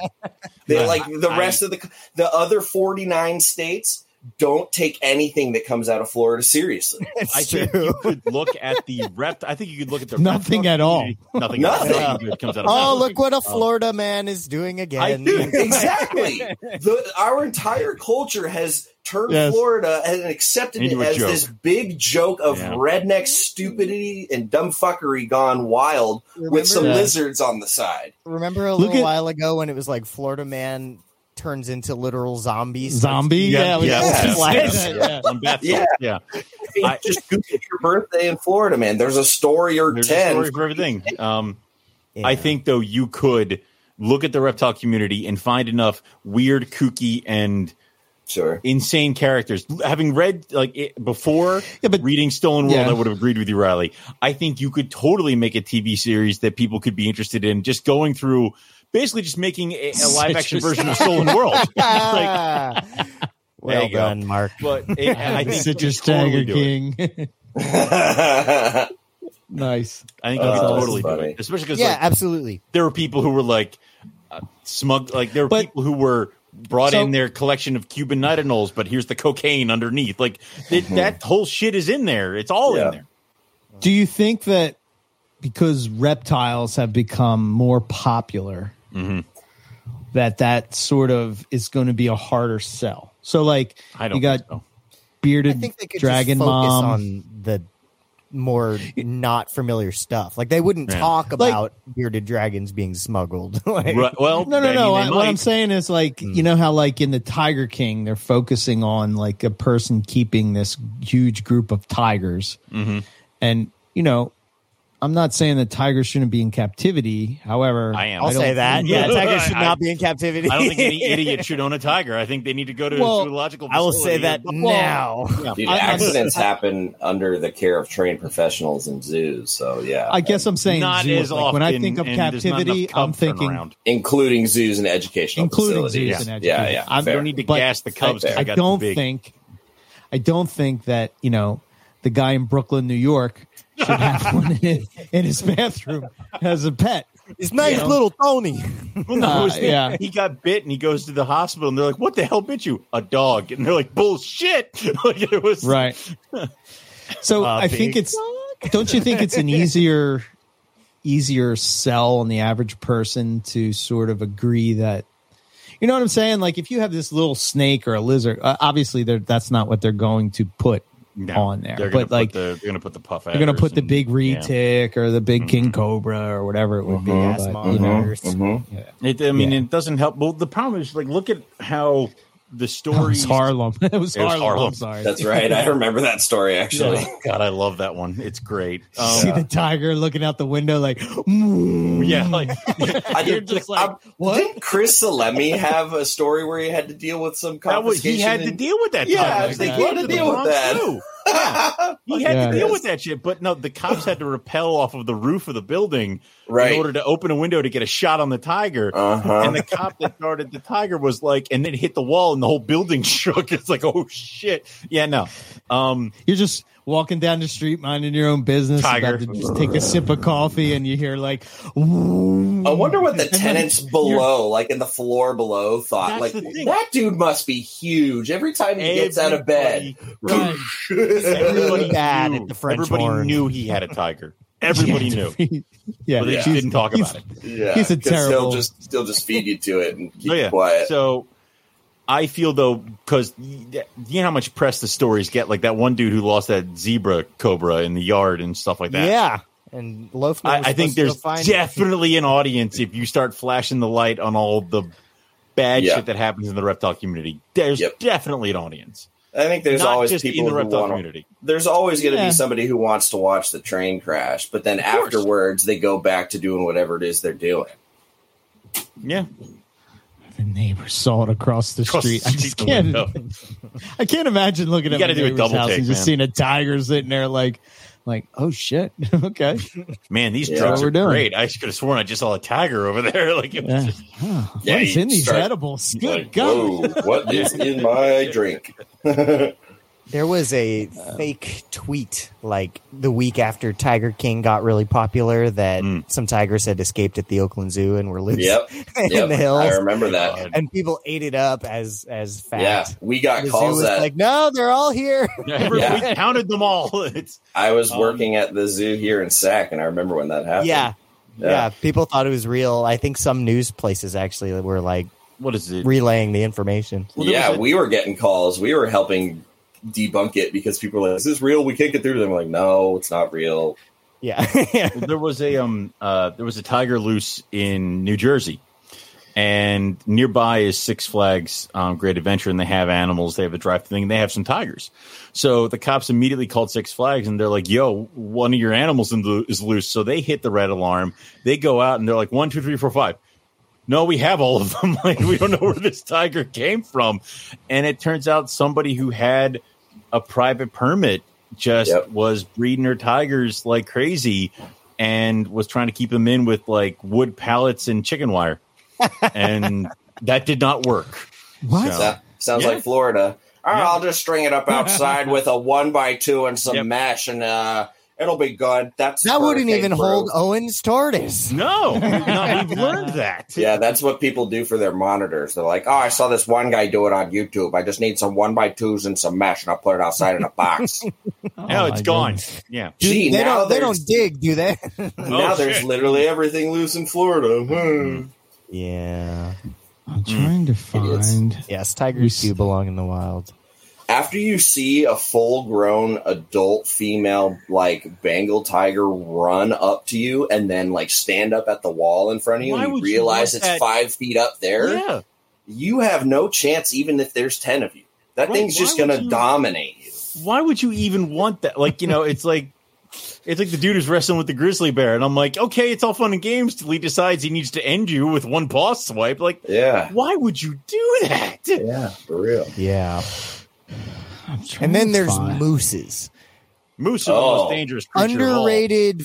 E: They're
A: Yeah.
E: like the
A: I-
E: rest of the the other 49 states don't take anything that comes out of Florida seriously.
C: It's
A: I think
C: true.
A: you could look at the rep. I think you could look at the
B: Nothing
A: reptile
B: at all.
A: community. Nothing.
E: Nothing.
A: Nothing good comes out of
C: Oh,
A: that.
C: look what a Florida man is doing again.
E: exactly. The, our entire culture has turned
B: Yes.
E: Florida and accepted
A: Into
E: it
A: a
E: as
A: joke.
E: this big joke of
A: Yeah.
E: redneck stupidity and dumb fucking gone wild
C: Remember-
E: with some
B: Yeah.
E: lizards on the side.
C: Remember a
B: Look
C: little
B: at-
C: while ago when it was like Florida man turns into literal zombies.
B: Zombie? Yeah, we
A: yeah,
E: yeah.
B: yes,
A: yeah.
B: yeah.
A: On Bethel.
E: Yeah.
A: yeah. I-
E: I, just Google your birthday in Florida, man. There's a story or
A: There's a
E: ten.
A: story for everything. Um,
C: Yeah.
A: I think though you could look at the reptile community and find enough weird, kooky, and
E: Sure.
A: insane characters. Having read like it, before
B: Yeah, but-
A: reading Stolen World,
B: Yeah.
A: I would have agreed with you, Riley. I think you could totally make a TV series that people could be interested in. Just going through, basically, just making a, a live action version of Stolen World. Like,
C: Ah.
A: There
C: well
A: you go.
C: done, Mark.
A: but it, I think you
B: Such a
A: could totally
B: stagger
A: do it.
B: king. nice.
A: I think you could
E: Oh, that's
A: totally do
E: funny.
A: it, especially because
C: Yeah,
A: like,
C: absolutely.
A: there were people who were like uh, smug, like there were
B: But-
A: people who were brought
B: So-
A: in their collection of Cuban nitinols, but here's the cocaine underneath. Like th- that whole shit is in there. It's all
E: Yeah.
A: in there.
B: Do you think that because reptiles have become more popular,
A: Mm-hmm.
B: that that sort of is going to be a harder sell? So, like,
A: I don't.
B: you got
A: think so.
B: bearded
C: I think they could
B: dragon
C: just focus
B: mom.
C: on the more not familiar stuff. Like they wouldn't
A: Yeah.
C: talk
B: Like-
C: about bearded dragons being smuggled. like,
A: Right, well,
B: no, no,
A: I
B: no.
A: mean,
B: I-
A: they
B: what I'm
A: might. Hmm.
B: saying is, like, you know how, like, in the Tiger King, they're focusing on like a person keeping this huge group of tigers,
A: Mm-hmm.
B: and you know, I'm not saying that tigers shouldn't be in captivity. However,
A: I am.
C: I'll
B: don't-
C: say that. Yeah, tigers should
A: I-
C: not be in captivity.
A: I don't think any idiot should own a tiger. I think they need to go to
B: Well,
A: a zoological.
C: I will
A: facility
C: say that
A: or-
C: now.
E: Dude,
B: I- I-
E: accidents happen under the care of trained professionals in zoos. So yeah,
B: I guess I'm saying
A: not
B: zoo.
A: as
B: Like,
A: often.
B: when I think of
A: and there's not enough
B: captivity, I'm
A: cubs turning
B: thinking
A: around.
E: including zoos and educational
B: including
E: facilities.
B: zoos and
E: yeah,
B: education.
E: yeah.
A: I
B: I'm-
E: fair.
A: don't need to
B: But
A: gas the cubs. 'cause they
B: I
A: got
B: don't
A: too big.
B: think, I don't think that you know the guy in Brooklyn, New York, should have one in, in his bathroom as a pet.
C: It's nice little Tony.
A: Well, no,
B: Uh,
A: it was the-
B: yeah.
A: he got bit and he goes to the hospital and they're like, "What the hell bit you? A dog?" And they're like, "Bullshit!" like it was
B: right so
C: Uh,
B: i think
C: big
B: it's don't you think it's an easier easier sell on the average person to sort of agree that you know what i'm saying like if you have this little snake or a lizard uh, obviously they're, that's not what they're going to put
A: No,
B: on there
A: They're gonna
B: but
A: put
B: like
A: the, they're going to put the puff.
B: they're going to put the big retic or the big
A: Mm-hmm.
B: king cobra or whatever it would be
C: Gas
B: but, you know,
C: monitors.
E: Mm-hmm.
A: It, I mean,
B: Yeah.
A: it doesn't help. Well, the problem is like, look at how the
B: it
A: story.
B: was harlem it was
A: It was
B: harlem,
A: Harlem.
B: I'm sorry
E: That's right. I remember that story actually.
A: God, I love that one. It's great. Um,
B: see the tiger looking out the window like
A: yeah, like
E: I
B: You're
E: did,
B: just
E: I-
B: like, what?
E: Didn't Chris Salemi have a story where he had to deal with some
A: that was
E: confiscation?
A: he had to
E: and-
A: deal with that.
E: Yeah,
A: type
E: I
A: of
E: was
A: thing.
E: like, he had
A: What
E: to
A: did the
E: deal with
A: Bronx
E: that.
A: do? Yeah. He had
B: Yeah.
A: to deal with that shit, but no, the cops had to repel off of the roof of the building
E: Right.
A: in order to open a window to get a shot on the tiger.
E: Uh-huh.
A: And the cop that guarded the tiger was like, and then hit the wall, and the whole building shook. It's like, oh shit, yeah, no. Um,
B: You're just walking down the street, minding your own business,
A: Tiger.
B: about to just take a sip of coffee, and you hear like,
A: Oh.
E: I wonder what the tenants below, like in the floor below,
A: That's
E: thought. Like
A: the thing.
E: that dude must be huge. Every time he gets out of bed,
B: Right.
A: everybody,
C: Really bad
A: knew,
C: at the French
A: everybody
C: horn.
A: knew he had a tiger. Everybody knew,
B: yeah,
A: but they
E: Yeah.
A: just didn't talk
B: he's-
A: about it.
E: yeah,
B: He's a
E: 'cause he'll
B: terrible-
E: just still just feed you to it and keep
A: Oh,
E: you quiet.
A: So I feel though, because you know how much press the stories get, like that one dude who lost that zebra cobra in the yard and stuff like that.
C: Yeah. And Loaf. was
A: I, I think
C: supposed to go
A: there's
C: find-
A: definitely an audience if you start flashing the light on all the bad
E: Yeah.
A: shit that happens in the reptile community. There's
E: Yep.
A: definitely an audience.
E: I think there's
A: not
E: always
A: just
E: people
A: in the
E: who
A: reptile
E: want to,
A: community.
E: there's always going to
B: Yeah.
E: be somebody who wants to watch the train crash, but then
A: Of course.
E: afterwards they go back to doing whatever it is they're doing.
A: Yeah,
B: The neighbor saw it across the
A: Across
B: street.
A: the
B: I just
A: street
B: can't.
A: window.
B: I can't imagine looking at
A: gotta
B: my
A: do a
B: neighbor's
A: double
B: house
A: take,
B: and just
A: man.
B: seeing a tiger sitting there, like, like oh shit, okay,
A: man, these
E: Yeah.
A: drugs
B: What we're
A: are
B: doing.
A: great. I could have sworn I just saw a tiger over there. Like, it was
B: yeah.
A: just,
B: Huh,
E: Yeah,
B: what is
E: you
B: in these
E: start-
B: edibles? Good
E: Like,
B: God!
E: whoa, what is in my drink?
C: There was a
A: Uh,
C: fake tweet like the week after Tiger King got really popular that
A: Mm.
C: some tigers had escaped at the Oakland Zoo and were loose
E: Yep,
C: in
E: yep.
C: the
E: I
C: hills,
E: remember that.
A: God.
C: and people ate it up as as fact.
E: Yeah, we got
C: The zoo
E: calls
C: was
E: that.
C: like, no, they're all here.
A: Remember,
E: Yeah.
A: we counted them all. It's
E: I was
A: um,
E: working at the zoo here in Sac, and I remember when that happened.
C: Yeah.
E: Yeah.
C: yeah, People thought it was real. I think some news places actually were like
A: what is it?
C: relaying the information.
A: Well, there
E: yeah,
A: was a-
E: we were getting calls. We were helping debunk it because people were like, "Is this real? We can't get through." to them." like, "No, it's not real."
C: Yeah,
A: there was a um uh there was a tiger loose in New Jersey, and nearby is Six Flags um, Great Adventure, and they have animals. They have a drive thing, and they have some tigers. So the cops immediately called Six Flags, and they're like, "Yo, one of your animals in lo- is loose." So they hit the red alarm. They go out, and they're like, one, two, three, four, five. No, we have all of them. Like we don't know where this tiger came from, and it turns out somebody who had a private permit just
E: Yep.
A: was breeding her tigers like crazy and was trying to keep them in with like wood pallets and chicken wire. And that did not work.
B: What?
A: So-
C: Oh.
E: That sounds
A: Yeah.
E: like Florida. All right,
A: Yeah.
E: I'll just string it up outside with a one by two and some
A: Yep.
E: mesh, and uh, it'll be good. That's
C: that wouldn't
E: hurricane
C: even
E: proof.
C: hold Owen's tortoise.
A: No, no, we've learned that.
E: Yeah, that's what people do for their monitors. They're like, "Oh, I saw this one guy do it on YouTube. I just need some one by twos and some mesh, and I'll put it outside in a box."
B: Oh,
A: Now
B: my
A: it's gone.
B: goodness.
A: Yeah.
C: Dude,
E: Gee,
C: they
E: now
C: don't. They
E: there's-
C: don't dig, do they?
E: now
A: Oh,
E: there's
A: shit.
E: literally everything loose in Florida. Hmm.
C: yeah.
A: Hmm.
B: I'm trying to find.
C: Yes, tigers do belong in the wild.
E: after you see a full grown adult female like Bengal tiger run up to you and then like stand up at the wall in front of you
A: Why
E: and you
A: would you
E: realize
A: want
E: it's
A: that?
E: five feet up there,
A: Yeah.
E: you have no chance even if there's 10 of you. That
A: Right,
E: thing's
A: why
E: just going to
A: would you-
E: dominate you.
A: Why would you even want that? Like, you know, it's like it's like the dude who's wrestling with the grizzly bear, and I'm like, okay, it's all fun and games till he decides he needs to end you with one paw swipe. Like,
E: Yeah.
A: why would you do that?
E: Yeah, for real.
C: Yeah.
B: I'm trying
C: And then
B: to
C: there's
B: find-
C: mooses.
A: Moose are
E: Oh.
A: the most dangerous creature. of all.
C: Underrated,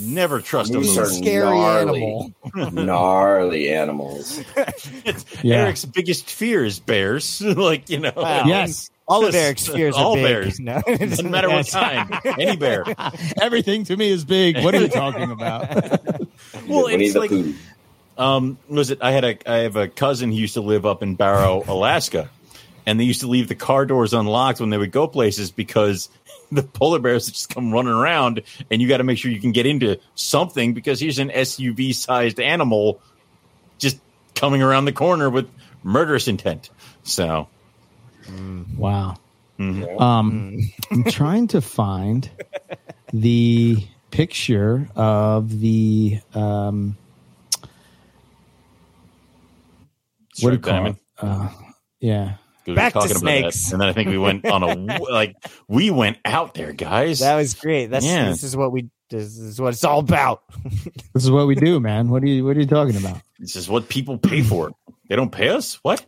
A: Never trust a moose.
E: Moose are
C: scary
E: gnarly.
C: animal.
E: Gnarly animals.
A: It's
B: Yeah.
A: Eric's biggest fear is bears. like you know,
C: Wow.
B: Yes,
C: All of Eric's fears
A: All
C: are big.
A: bears.
C: No,
A: it doesn't matter what
B: Yes.
A: kind, any bear.
B: everything to me is big. What are you talking about?
A: Well,
E: Winnie
A: it's
E: the
A: like
E: Pooh.
A: um, was it? I had a I have a cousin who used to live up in Barrow, Alaska, and they used to leave the car doors unlocked when they would go places because the polar bears would just come running around, and you got to make sure you can get into something because here's an SUV sized animal just coming around the corner with murderous intent. So
B: wow.
A: mhm.
B: Um, I'm trying to find the picture of the um, what do you
A: Striped
B: call
A: diamond.
B: it? Uh, yeah,
A: 'Cause we were
C: Back to
A: talking about that,
C: snakes.
A: and then I think we went on a like we went out there, guys.
C: That was great. That's
A: Yeah.
C: this is what we. This is what it's all about.
B: this is what we do, man. What are you What are you talking about?
A: this is what people pay for. They don't pay us. What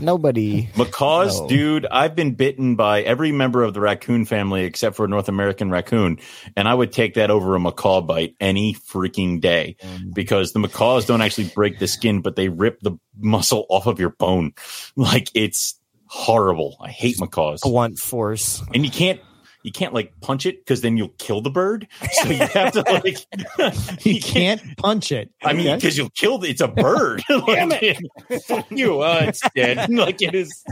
C: Nobody.
A: macaws,
C: No.
A: dude? I've been bitten by every member of the raccoon family except for a North American raccoon, and I would take that over a macaw bite any freaking day
B: Mm.
A: because the macaws don't actually break the skin, but they rip the muscle off of your bone. Like it's horrible. I hate macaws.
C: blunt force.
A: and you can't you can't like punch it because then you'll kill the bird. So you have to like
B: You can't punch it.
A: I mean,
B: Okay.
A: because you'll kill the, it's a bird. Like,
B: Damn
A: Fuck you! Uh, it's dead. like it is.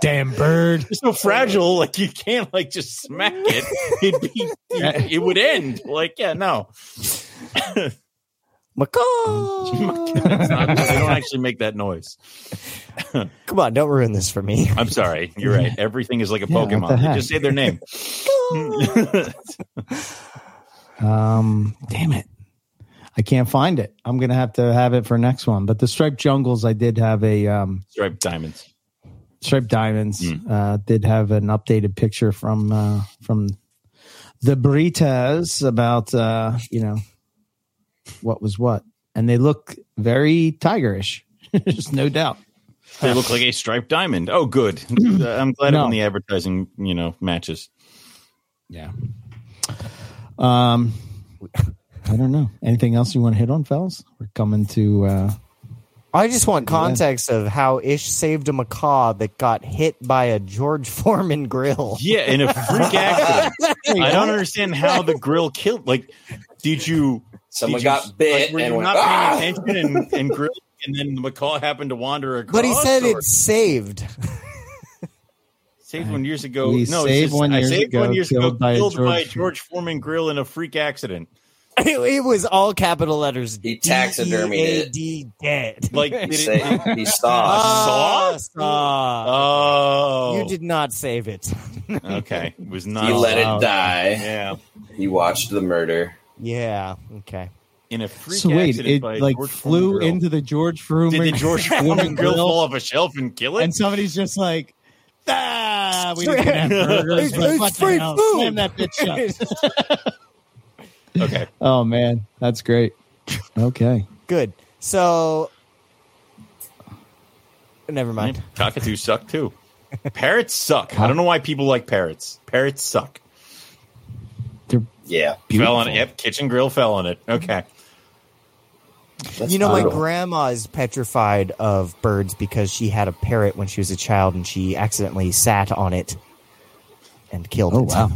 B: damn bird.
A: It's so fragile. Like you can't like just smack it. It'd be. It would end. Like yeah, no.
C: Macaw.
A: It's not- they don't actually make that noise.
C: Come on, don't ruin this for me.
A: I'm sorry. You're right. Everything is like a
B: Yeah, what the
A: Pokemon. They
B: heck?
A: just say their name.
B: Um, damn it. I can't find it. I'm gonna have to have it for next one. But the striped jungles, I did have a um,
A: Striped diamonds.
B: Striped Diamonds
A: Hmm.
B: uh, did have an updated picture from uh, from the Britas about uh, you know what was what, and they look very tigerish. There's no doubt.
A: They look like a striped diamond. Oh, good. Uh, I'm glad
B: No.
A: when the advertising, you know, matches.
B: Yeah. Um, I don't know. Anything else you want to hit on, fellas? We're coming to. Uh,
C: I just want context of how Ish saved a macaw that got hit by a George Foreman grill.
A: Yeah, in a freak accident. I don't understand how the grill killed. Like, did you?
E: Someone
A: did you-
E: got
A: like,
E: bit
A: were
E: and
A: you
E: went,
A: not
E: "Ah!"
A: paying attention and, and grilled, and then the macaw happened to wander across.
C: But he said
A: or-
C: it saved.
A: saved one years ago.
B: We
A: no,
B: saved
A: it's just,
B: one
A: I
B: years
A: saved
B: ago,
A: one years ago,
B: killed by a
A: killed by a
B: George-
A: George Foreman grill in a freak accident.
C: It, it was all capital letters.
E: He taxidermied it.
C: D-E-A-D, dead.
A: Like, did
E: He,
A: it,
E: saved- he
A: Saw?
E: saw.
C: Ah, saw.
A: oh,
C: You did not save it.
A: Okay, it was not.
E: He let
A: allowed.
E: it die.
A: Yeah,
E: He watched the murder.
C: yeah. Okay.
A: in a freak
B: so wait,
A: accident.
B: it
A: by a
B: like
A: George Foreman
B: flew
A: grill.
B: into the George Foreman.
A: Did the George Foreman grill fall off a shelf and kill it?
B: and somebody's just like, ah, we didn't have burgers,
C: It's-
B: but
C: it's
B: what the
C: free
B: hell?
C: food.
B: Slam that bitch shut.
A: okay,
B: oh man, that's great. Okay,
C: Good. So, never mind.
A: cockatoos suck too. Parrots suck. I don't know why people like parrots. Parrots suck.
B: they're
E: Yeah.
A: Fell on it. Yep, kitchen grill fell on it. Okay,
E: That's
C: you know, my
E: brutal.
C: grandma is petrified of birds because she had a parrot when she was a child and she accidentally sat on it and killed
B: oh
C: it.
B: wow.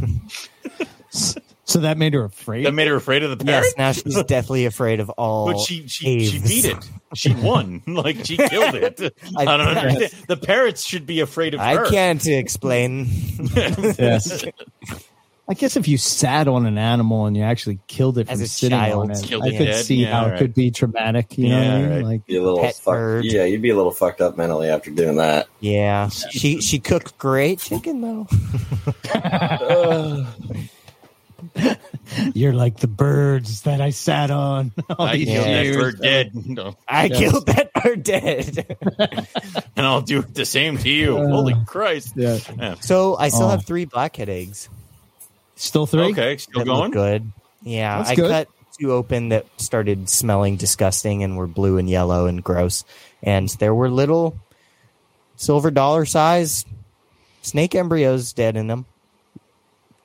B: so that made her afraid.
A: that made her afraid of the parrot.
C: yes, now she's deathly afraid of all.
A: But she she, she
C: caves.
A: beat it. She won. Like she killed it. I,
C: I
A: don't
C: guess.
A: understand. The parrots should be afraid of
C: I
A: her.
C: can't explain.
B: Yes. I guess if you sat on an animal and you actually killed it
C: As
B: from
C: a
B: sitting on
C: child.
B: it,
A: Killed
B: I
A: it
B: could
A: dead.
B: see
A: Yeah,
B: how it
A: right.
B: could be traumatic. You know
A: Yeah,
B: what I mean?
A: right.
B: Like,
E: Be a little
C: Pet
E: fucked.
C: bird.
E: Yeah, you'd be a little fucked up mentally after doing that.
C: Yeah, she she cooked great chicken though.
B: you're like the birds that I sat on. all
A: I
B: these
A: killed that
B: years.
A: bird dead, No.
C: I
B: Yes.
C: killed that bird dead.
A: and I'll do the same to you.
B: Uh,
A: Holy Christ!
B: Yeah.
A: Yeah.
C: so I still
B: Oh.
C: have three blackhead eggs.
B: Still three?
A: Okay, still
C: that look
A: going.
C: good. Yeah,
B: That's
C: I
B: good.
C: cut two open that started smelling disgusting and were blue and yellow and gross. And there were little silver dollar size snake embryos dead in them.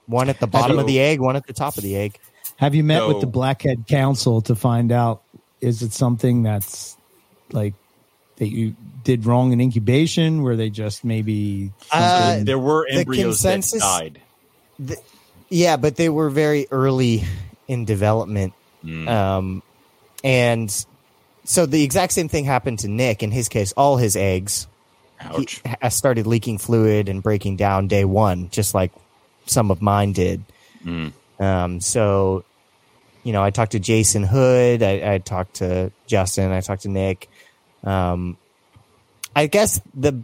C: One at the bottom of the egg, one at the top of the egg.
B: Have you met with the
A: No.
B: Blackhead Council to find out is it something that's like that you did wrong in incubation? Were they just maybe
C: Uh,
A: there were
C: the
A: embryos that
C: consensus-
A: died.
C: Yeah, but they were very early in development. Um, and so the exact same thing happened to Nick. In his case, all his eggs he
A: Ouch!
C: ha- started leaking fluid and breaking down day one, just like some of mine did. Um, so, you know, I talked to Jason Hood, I, I talked to Justin, I talked to Nick. Um, I guess the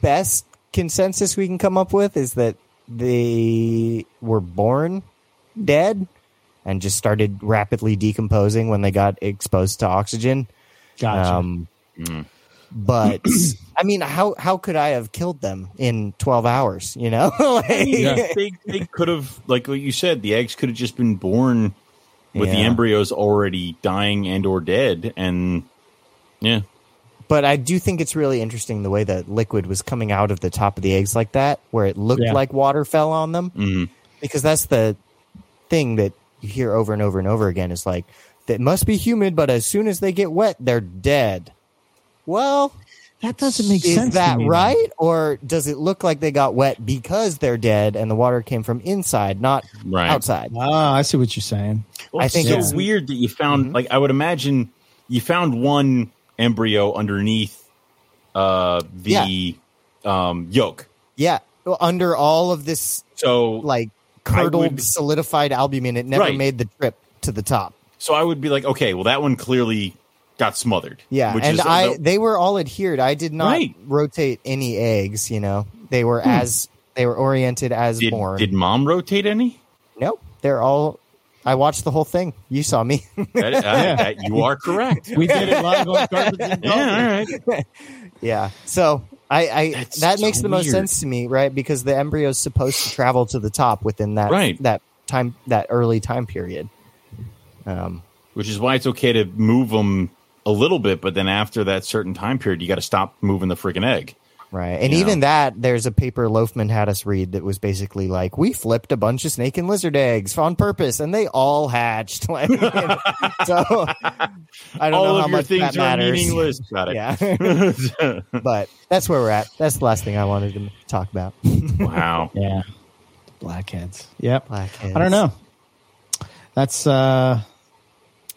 C: best consensus we can come up with is that they were born dead and just started rapidly decomposing when they got exposed to oxygen.
B: gotcha?
C: Um, But I mean, how how could I have killed them in twelve hours? You know, Like-
A: Yeah, they they could have, like what you said, the eggs could have just been born with the
C: Yeah.
A: embryos already dying and or dead, and yeah,
C: But I do think it's really interesting the way that liquid was coming out of the top of the eggs like that, where it looked
B: Yeah.
C: like water fell on them,
A: Mhm.
C: because that's the thing that you hear over and over and over again is like that must be humid, but as soon as they get wet, they're dead. Well,
B: that doesn't make
C: is
B: sense. to
C: that
B: me, though.
C: right, or does it look like they got wet because they're dead and the water came from inside, not
A: right.
C: outside?
B: Ah, I see what you're saying.
A: Well,
C: I
A: it's
C: think
A: so
C: it's- Mm-hmm.
A: weird that you found like I would imagine you found one embryo underneath uh the um yolk.
C: Yeah, well, under all of this
A: So
C: like
A: I would-
C: curdled, solidified albumin, it never
A: Right.
C: made the trip to the top.
A: so I would be like, okay, well that one clearly got smothered.
C: Yeah,
A: which
C: and
A: is, uh,
C: I they were all adhered. I did not
A: Right. Hmm.
C: rotate any eggs. You know, they were as they were oriented as
A: did,
C: born.
A: did mom rotate any?
C: nope, they're all. I watched the whole thing. You saw me.
A: That, uh,
B: Yeah.
A: that- you are correct.
B: We did it live on Garbage and
A: yeah, all
B: Coffee.
A: right.
C: yeah. So I, I
A: That's
C: that
A: so
C: makes the most
A: weird.
C: sense to me, right? Because the embryo is supposed to travel to the top within that
A: Right.
C: that time that early time period. Um,
A: which is why it's okay to move them a little bit, but then after that certain time period, you got to stop moving the freaking egg.
C: right, and
A: You
C: even that, there's a paper Loafman had us read that was basically like, we flipped a bunch of snake and lizard eggs on purpose, and they all hatched. Like, so I don't
A: All
C: know how
A: of your
C: much
A: things
C: that
A: are
C: matters.
A: meaningless. Got it.
C: Yeah, but that's where we're at. That's the last thing I wanted to talk about.
A: wow.
B: Yeah. Blackheads. Yep.
C: Blackheads.
B: I don't know. That's uh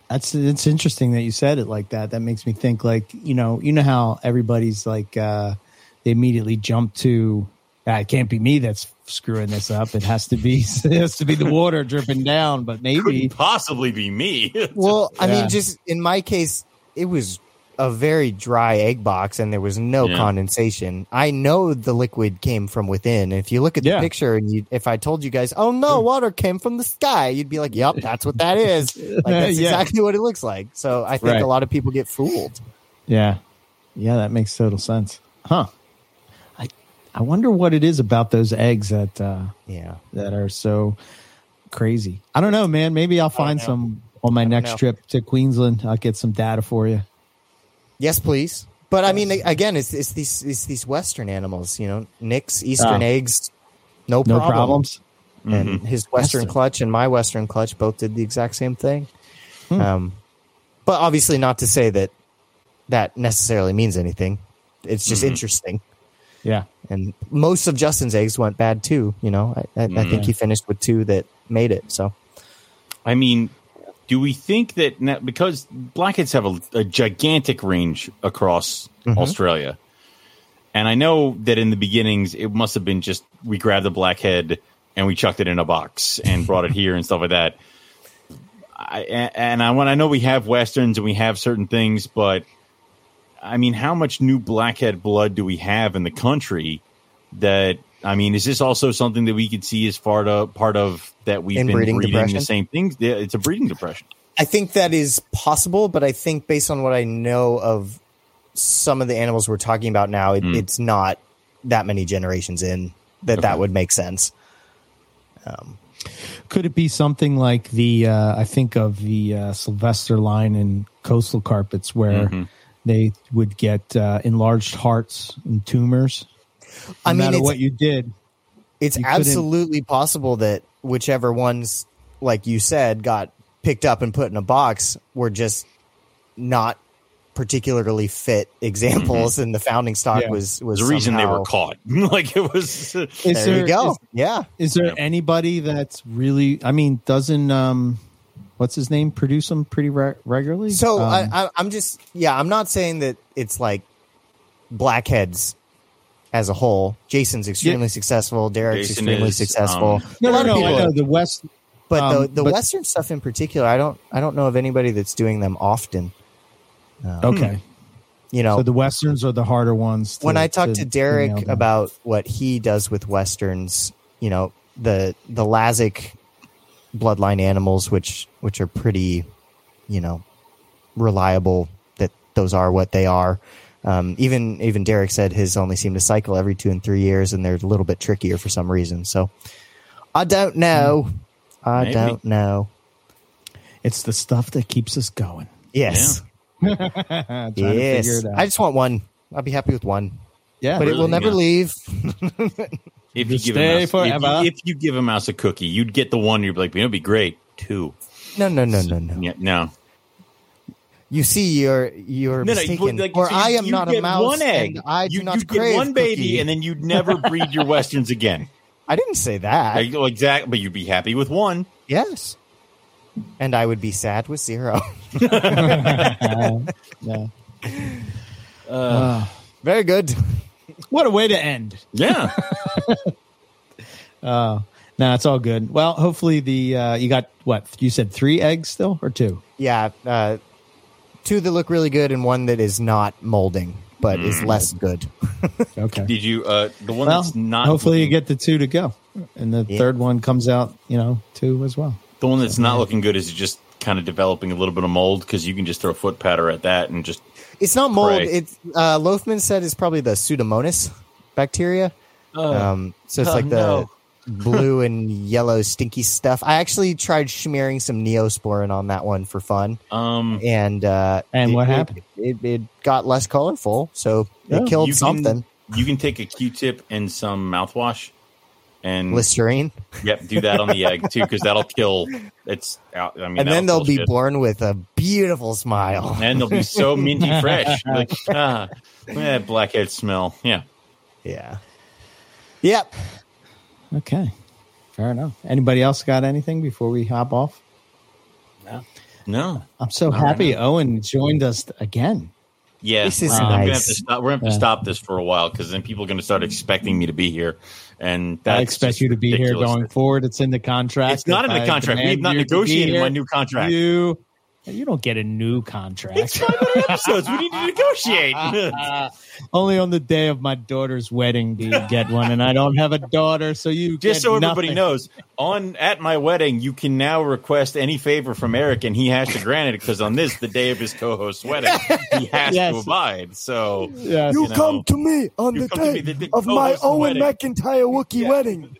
B: that's it's interesting that you said it like that. That makes me think like, you know, you know how everybody's like uh they immediately jump to ah, it can't be me that's screwing this up. It has to be it has to be the water dripping down, but maybe
A: Couldn't possibly be me.
C: Well, I
B: Yeah.
C: mean, just in my case, it was a very dry egg box and there was no
A: Yeah.
C: condensation. I know the liquid came from within. If you look at the
B: Yeah.
C: picture and you, if I told you guys, oh no, water came from the sky, you'd be like, yep, that's what that is. Like, that's
B: Yeah.
C: exactly what it looks like. So I think
B: Right.
C: a lot of people get fooled.
B: Yeah. Yeah, that makes total sense. Huh. I I wonder what it is about those eggs that uh
C: Yeah.
B: that are so crazy. I don't know, man. Maybe I'll find
C: know.
B: some on my
C: don't
B: next
C: know.
B: trip to Queensland. I'll get some data for you.
C: Yes, please. But I mean, again, it's, it's these, it's these Western animals, you know, Nick's Eastern
B: Ah.
C: eggs, no,
B: No
C: problem.
B: problems.
C: and his Western
B: Western.
C: clutch and my Western clutch both did the exact same thing. Um, but obviously, not to say that that necessarily means anything. It's just interesting.
B: Yeah.
C: And most of Justin's eggs went bad too. You know, I, I, I think he finished with two that made it. So
A: I mean, do we think that now, because blackheads have a, a gigantic range across Australia, and I know that in the beginnings it must have been just we grabbed a blackhead and we chucked it in a box and brought it here and stuff like that. I, a- and I want I know we have westerns and we have certain things, but I mean, how much new blackhead blood do we have in the country? That I mean, is this also something that we could see as part of part of that we've been
C: Inbreeding
A: breeding
C: depression?
A: the same things? Yeah, it's a breeding depression.
C: I think that is possible. But I think based on what I know of some of the animals we're talking about now, it, it's not that many generations in that that would make sense.
B: Could it be something like the, uh, I think of the uh, Sylvester line in coastal carpets where they would get uh, enlarged hearts and tumors? No
C: I mean,
B: matter
C: it's
B: what you did.
C: It's
B: You couldn't-
C: absolutely possible that whichever ones, like you said, got picked up and put in a box were just not particularly fit examples, and the founding stock
B: Yeah.
C: was was
A: There's a Mm-hmm. reason they
C: somehow-
A: were caught. like it was.
B: Is
C: There you go.
B: is-
C: yeah,
B: Is there
A: Yeah.
B: anybody that's really? I mean, doesn't um, what's his name produce them pretty re- regularly?
C: So
B: um,
C: I, I, I'm just, yeah, I'm not saying that it's like blackheads as a whole. Jason's extremely successful. Derek's
A: Jason
C: extremely
A: is,
C: successful.
A: um,
B: no, no,
C: A lot of
B: no. I
C: people-
B: know the West.
C: But the
B: um,
C: the
B: but-
C: Western stuff in particular, I don't, I don't know of anybody that's doing them often.
B: Hmm. Okay,
C: You know,
B: so the Westerns are the harder ones. to-
C: when I talked to,
B: nail
C: Derek
B: down.
C: about what he does with westerns, you know, the the Lazic bloodline animals, which which are pretty, you know, reliable that those are what they are. Um, even even Derek said his only seem to cycle every two and three years, and they're a little bit trickier for some reason. So I
B: Hmm.
C: don't know. I
A: Maybe.
C: don't know.
B: it's the stuff that keeps us going.
C: Yes,
B: I'm trying to figure
C: yes.
B: it out.
C: I just want one. I'll be happy with one,
B: yeah,
C: but it will
A: Really?
C: never
A: Yeah.
C: leave.
A: If you
B: Just
A: give a mouse,
B: stay
A: if,
B: forever.
A: you, if you give a mouse a cookie, you'd get the one. You'd be like, you know, it'd be great. Two.
C: No, no, no, no, no.
A: Yeah, no.
C: You see, you're you're
A: No, no,
C: mistaken.
A: but, like,
C: or
A: so you-
C: I am
A: you
C: not a
A: get
C: mouse.
A: One egg.
C: And I do
A: you,
C: not
A: you
C: crave
A: get one baby,
C: cookie.
A: and then you'd never breed your westerns again.
C: I didn't say that.
A: Like, well, exactly, but you'd be happy with one.
C: yes, and I would be sad with zero.
B: yeah.
C: Very good.
B: What a way to end.
A: Yeah,
B: No, it's all good. Well, hopefully the uh, you got what you said three eggs still or two.
C: Yeah, uh, two that look really good and one that is not molding but is
A: Mm.
C: less good.
B: Okay.
A: Did you uh the one
B: Well,
A: that's not
B: hopefully you
A: looking-
B: get the two to go, and the
C: Yeah.
B: third one comes out. You know, two as well.
A: the one that's not looking good is just kind of developing a little bit of mold because you can just throw foot powder at that and just
C: It's not mold.
A: Right.
C: It's uh, Lothman said it's probably the Pseudomonas bacteria. um, so it's
A: oh,
C: like the
A: no.
C: blue and yellow stinky stuff. I actually tried smearing some neosporin on that one for fun,
A: Um,
C: and uh,
B: And
C: it-
B: what
C: it-
B: happened?
C: It, it, got less colorful, so
B: Yeah.
C: it killed
A: You can-
C: something.
A: you can take a Q-tip and some mouthwash, and
C: Listerine,
A: yep, do that on the egg too because that'll kill. It's out. I mean,
C: and then
A: that'll kill
C: they'll be
A: shit.
C: born with a beautiful smile.
A: and they'll be so minty fresh. You're Like ah, eh, blackhead smell. Yeah,
C: Yeah. Yep.
B: Okay. Fair enough. Anybody else got anything before we hop off?
A: no,
B: I'm so
A: right
B: happy Owen joined us again.
A: yeah.
C: This is
A: I'm gonna have
C: nice.
A: to stop. We're gonna have to
B: Yeah.
A: stop this for a while because then people are gonna start expecting me to be here, and that's
B: I expect
A: just
B: you to be
A: ridiculous.
B: here going forward. It's in the contract.
A: It's not in
B: If
A: the
B: I
A: contract. We
B: demand
A: have not
B: you to be
A: negotiated
B: here,
A: my new contract.
B: You, you don't get a new contract.
A: It's 500 episodes. We need to negotiate.
B: Only on the day of my daughter's wedding do you get one, and I don't have a daughter, so you
A: Just
B: get
A: so everybody
B: nothing.
A: knows, on at my wedding, you can now request any favor from Eric, and he has to grant it because on this, the day of his co-host's wedding, he has
B: Yes.
A: to abide. So
B: Yes.
A: You know,
C: to me on
A: you come to me the day co-host's wedding.
C: McIntyre Wookiee
A: Yeah.
C: wedding.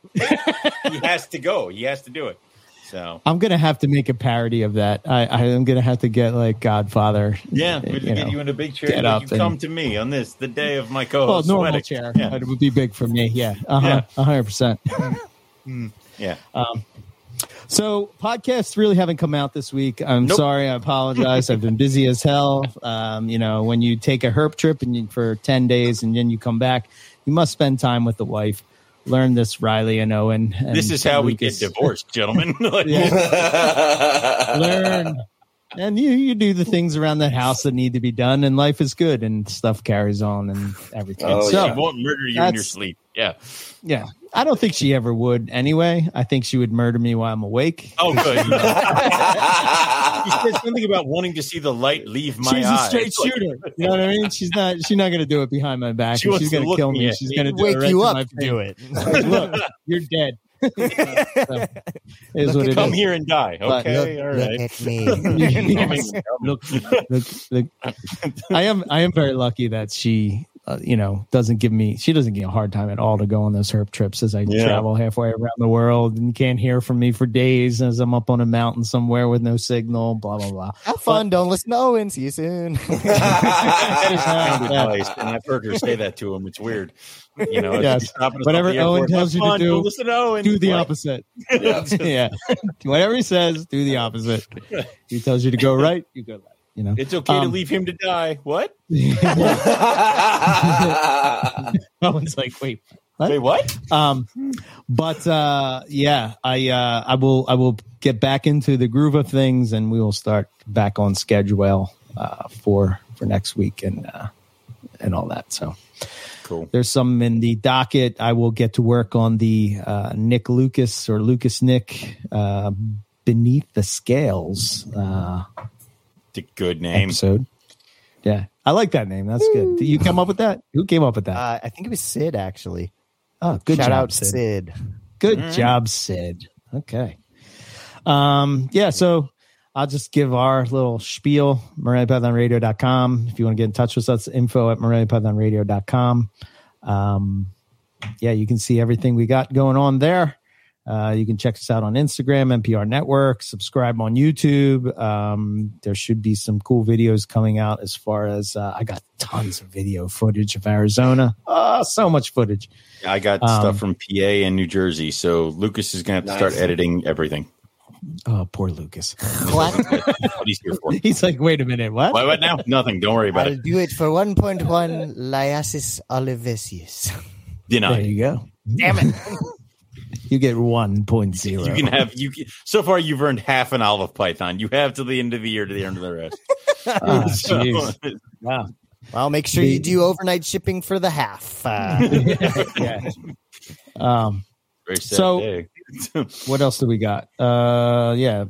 A: he has to go. He has to do it. So
B: I'm gonna have to make a parody of that. I, I am gonna have to get like Godfather.
A: yeah,
B: you
A: we'll
B: know.
A: get you in a big chair.
B: get
A: and
B: up
A: you
B: and-
A: come to me on this, the day of my
B: well,
A: co-host's
B: normal
A: wedding.
B: chair.
A: Yeah,
B: It would be big for me. Yeah, uh-huh, a hundred percent.
A: yeah.
B: So podcasts really haven't come out this week. I'm
A: Nope.
B: sorry. I apologize. I've been busy as hell. Um, you know, when you take a herp trip and you, for 10 days and then you come back, you must spend time with the wife. Learn this, Riley and Owen. and
A: this is how we get
B: Lucas.
A: divorced, gentlemen. Like,
B: Yeah.
E: Learn.
B: Learn. And you, you do the things around that house that need to be done, and life is good, and stuff carries on, and everything.
E: Oh,
B: so,
A: She won't murder you in your
B: That's-
A: sleep. Yeah.
B: yeah, I don't think she ever would anyway. I think she would murder me while I'm awake.
A: Oh, good. She said something about wanting to see the light leave my
B: she's
A: eyes.
B: a straight shooter. You know what I mean? She's not. She's not going to do it behind my back.
A: She
B: If
A: wants
B: she's
A: to
B: going to
A: look
B: kill
A: me
B: me.
A: at-
B: She's going to
C: Wake you up to do it.
B: Look, you're dead. So, is
C: Look
B: what
C: at-
B: it
A: Come
B: is.
A: here and die.
B: But-
A: Okay, all
C: Look
A: right.
C: at me.
B: Yes. Look, look, look. I am. I am very lucky that she, uh, you know, doesn't give me. She doesn't give me a hard time at all to go on those herp trips as I
A: Yeah.
B: travel halfway around the world and can't hear from me for days as I'm up on a mountain somewhere with no signal. Blah blah blah.
C: Have fun. Don't listen to Owen. See you soon.
A: That is
B: Yeah.
A: sound advice, and I've heard her say that to him. It's weird, you know.
B: Yes. Whatever Owen tells you to do,
A: do listen to Owen.
B: Do the
A: Like,
B: opposite.
E: Yeah.
B: yeah. Whatever he says, do the opposite. He tells you to go right, you go left. You know.
A: It's okay to
B: Um,
A: leave him to die. What?
B: Owen's like, wait. What?
A: Wait, what?
B: Um, but uh, yeah, I uh, I will I will get back into the groove of things, and we will start back on schedule uh, for for next week and uh, and all that. So
A: Cool.
B: there's some in the docket. I will get to work on the uh, Nick Lucas or Lucas Nick uh, beneath the scales. Uh,
A: It's a good name.
B: episode. Yeah, I like that name. That's good. Did you come up with that? Who came up with that?
C: Uh, I think it was Sid actually.
B: oh, good
C: Shout
B: job,
C: out
B: Sid.
C: Sid.
B: Good
A: All right.
B: job, Sid. Okay. Um. Yeah. So I'll just give our little spiel. MorelliPythonRadio.com. If you want to get in touch with us, info at MorelliPythonRadio.com. Um. Yeah, you can see everything we got going on there. Uh, you can check us out on Instagram, NPR Network, subscribe on YouTube. Um, there should be some cool videos coming out as far as uh, I got tons of video footage of Arizona. Oh, so much footage.
A: I got
B: Um,
A: stuff from PA and New Jersey, so Lucas is going to have to
E: Nice.
A: start editing everything.
B: Oh, poor Lucas.
C: Clap.
A: That's what he's here for.
B: He's like, wait a minute, what?
A: Why what now? Nothing. Don't worry about
C: I'll
A: it.
C: do it for 1.1 Lyasis olivesius.
B: There
A: Deny.
B: you go. Damn it. you get 1.0.
A: You can have you. Can, so far, you've earned half an olive python. You have till the end of the year to earn the rest.
B: Ah,
A: So-
B: jeez. Wow.
C: Well, make sure you do overnight shipping for the half. Uh,
B: Yeah. Um,
A: Very sad
B: So-
A: day.
B: what else do we got? Uh, yeah,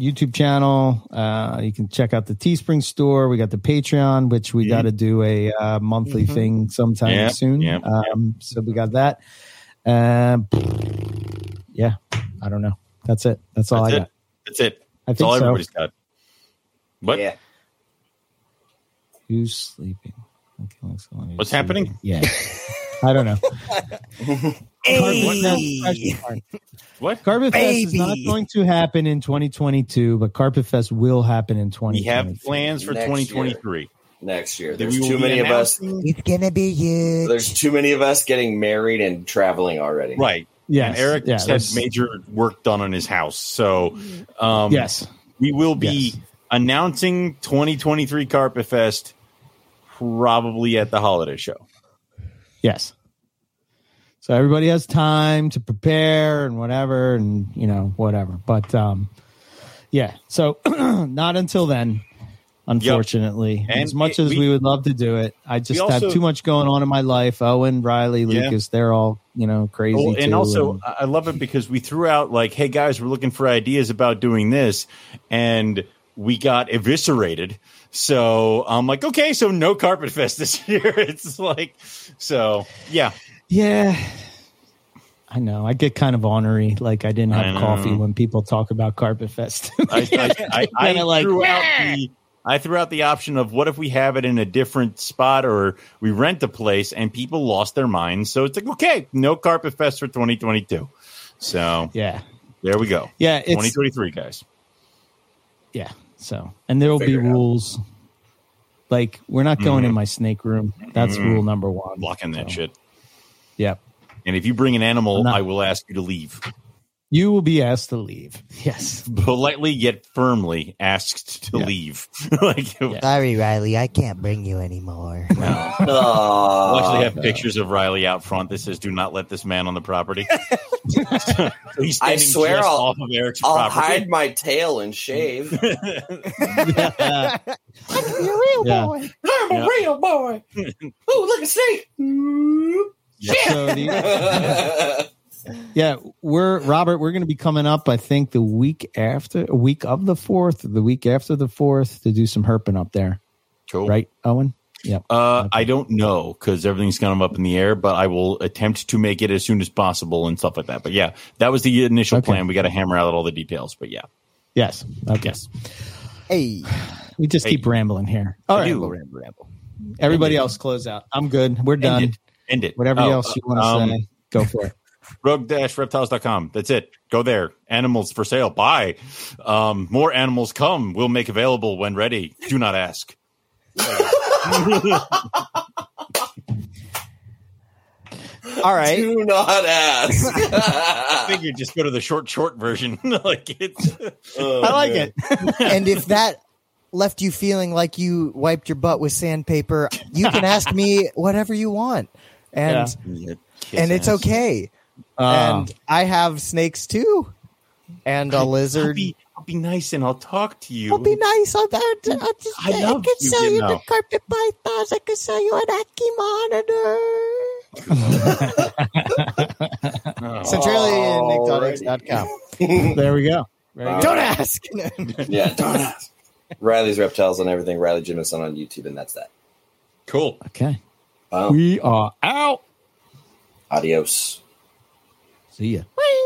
B: YouTube channel. Uh, you can check out the Teespring store. We got the Patreon, which we
A: Mhm.
B: got to do a uh, monthly
C: Mhm.
B: thing sometime
A: Yeah,
B: soon.
A: yeah,
B: um, So we got that. Um, yeah, I don't know. That's it. That's all
A: That's
B: I
A: it.
B: got.
A: That's it.
B: I
A: That's all
B: think so.
A: everybody's got. What?
E: Yeah.
B: Who's sleeping? Okay, let's go on.
A: What's happening?
B: Yeah. I don't know. Carbon- no,
C: Hey.
B: question mark.
A: What?
B: Carpet Fest is not
C: Baby.
B: going to happen in 2022, but Carpet Fest will happen in
A: We
B: 2020.
A: have plans for
E: Next
A: 2023.
E: next year.
A: That
E: There's
A: we will
E: too
A: be
E: many of us.
A: announcing.
C: It's gonna be you.
E: There's too many of us getting married and traveling already.
A: Right.
B: yes.
A: And Eric
B: yeah,
A: has had
B: that's-
A: major work done on his house. So
E: Mm-hmm.
A: um,
B: Yes.
A: we will be
B: Yes.
A: announcing 2023 Carpet Fest probably at the holiday show.
B: Yes. So everybody has time to prepare and whatever and you know whatever. But um yeah, so not until then unfortunately.
A: And
B: as much
A: it-
B: as we,
A: we-
B: would love to do it, I just
A: also-
B: have too much going on in my life. Owen, Riley,
A: Yeah.
B: Lucas, they're all, you know, crazy
A: Well, Oh, and
B: too,
A: also,
B: and-
A: I I love it because we threw out like, "Hey guys, we're looking for ideas about doing this," and we got eviscerated. So I'm like, okay, so no carpet fest this year. It's like, so yeah,
B: Yeah. I know. I get kind of ornery. Like I didn't
A: I
B: have
A: know.
B: coffee when people talk about Carpet Fest.
A: I, I, I, I
B: Kinda like,
A: threw out the I threw out the option of what if we have it in a different spot or we rent a place, and people lost their minds. So it's like, okay, no carpet fest for 2022. So
B: yeah.
A: there we go,
B: Yeah. It's
A: 2023, guys.
B: yeah. So and there will be
E: Figure it out.
B: rules. Like we're not going in my snake room. That's
A: Mhm.
B: rule number one.
A: Mm-hmm. Blocking that
B: So,
A: shit.
B: Yep.
A: And if you bring an animal,
B: I'm not-
A: I will ask you to leave.
B: You will be asked to leave. Yes.
A: Politely yet firmly asked to
B: Yeah.
A: leave. like
B: Yeah.
C: Sorry, Riley, I can't bring you anymore.
A: no.
E: Aw.
A: We'll actually
B: Uh,
A: have pictures of Riley out front that says "Do not let this man on the property." So he's
E: I
A: standing
E: swear
A: just
E: I'll-
A: off of Eric's
E: I'll hide
A: property.
E: my tail and shave.
B: Yeah.
C: You're real
B: Yeah.
C: boy.
E: I'm
A: Yeah.
E: a real boy. Ooh, look a snake.
B: So the- yeah, we're Robert. We're going to be coming up. I think the week after, a week of the fourth, the week after the fourth, to do some herping up there,
A: Cool.
B: right, Owen?
A: Uh, I don't know because everything's kind of up in the air, but I will attempt to make it as soon as possible and stuff like that. But yeah, that was the initial
B: Okay.
A: plan. We got to hammer out all the details. But yeah,
B: Yes. Okay.
C: Hey,
B: We just
A: Hey.
B: keep rambling here. All right.
A: do.
B: Everybody else close out. I'm good. We're done.
A: End it. End it.
B: Whatever
A: Oh,
B: else you want to
A: um,
B: say, go for it.
A: rogue-reptiles.com. That's it. Go there. Animals for sale. Buy. Um, more animals come. We'll make available when ready. Do not ask.
C: all right.
E: Do not ask.
A: Figure just go to the short, short version. like it's
B: I like it.
C: And if that left you feeling like you wiped your butt with sandpaper, you can ask me whatever you want, and and it's okay.
B: Uh,
C: and I have snakes too, and a
A: I'll
C: lizard.
A: be, I'll be nice and I'll talk to you.
C: I'll be nice. I'll, I'll, I'll just,
A: I love
C: could
A: you,
C: sell
A: you
C: you
A: know.
C: the carpet pythons. I could sell you an Aki monitor.
A: Oh.
C: Centralia.com.
B: there we go. Very
E: Uh,
B: good.
C: Don't ask.
E: yeah, don't ask. Riley's Reptiles and everything. Riley Jimison on YouTube, and that's that.
A: Cool.
B: Okay.
E: Wow.
B: We are out.
E: Adios.
B: See ya.
C: Whee!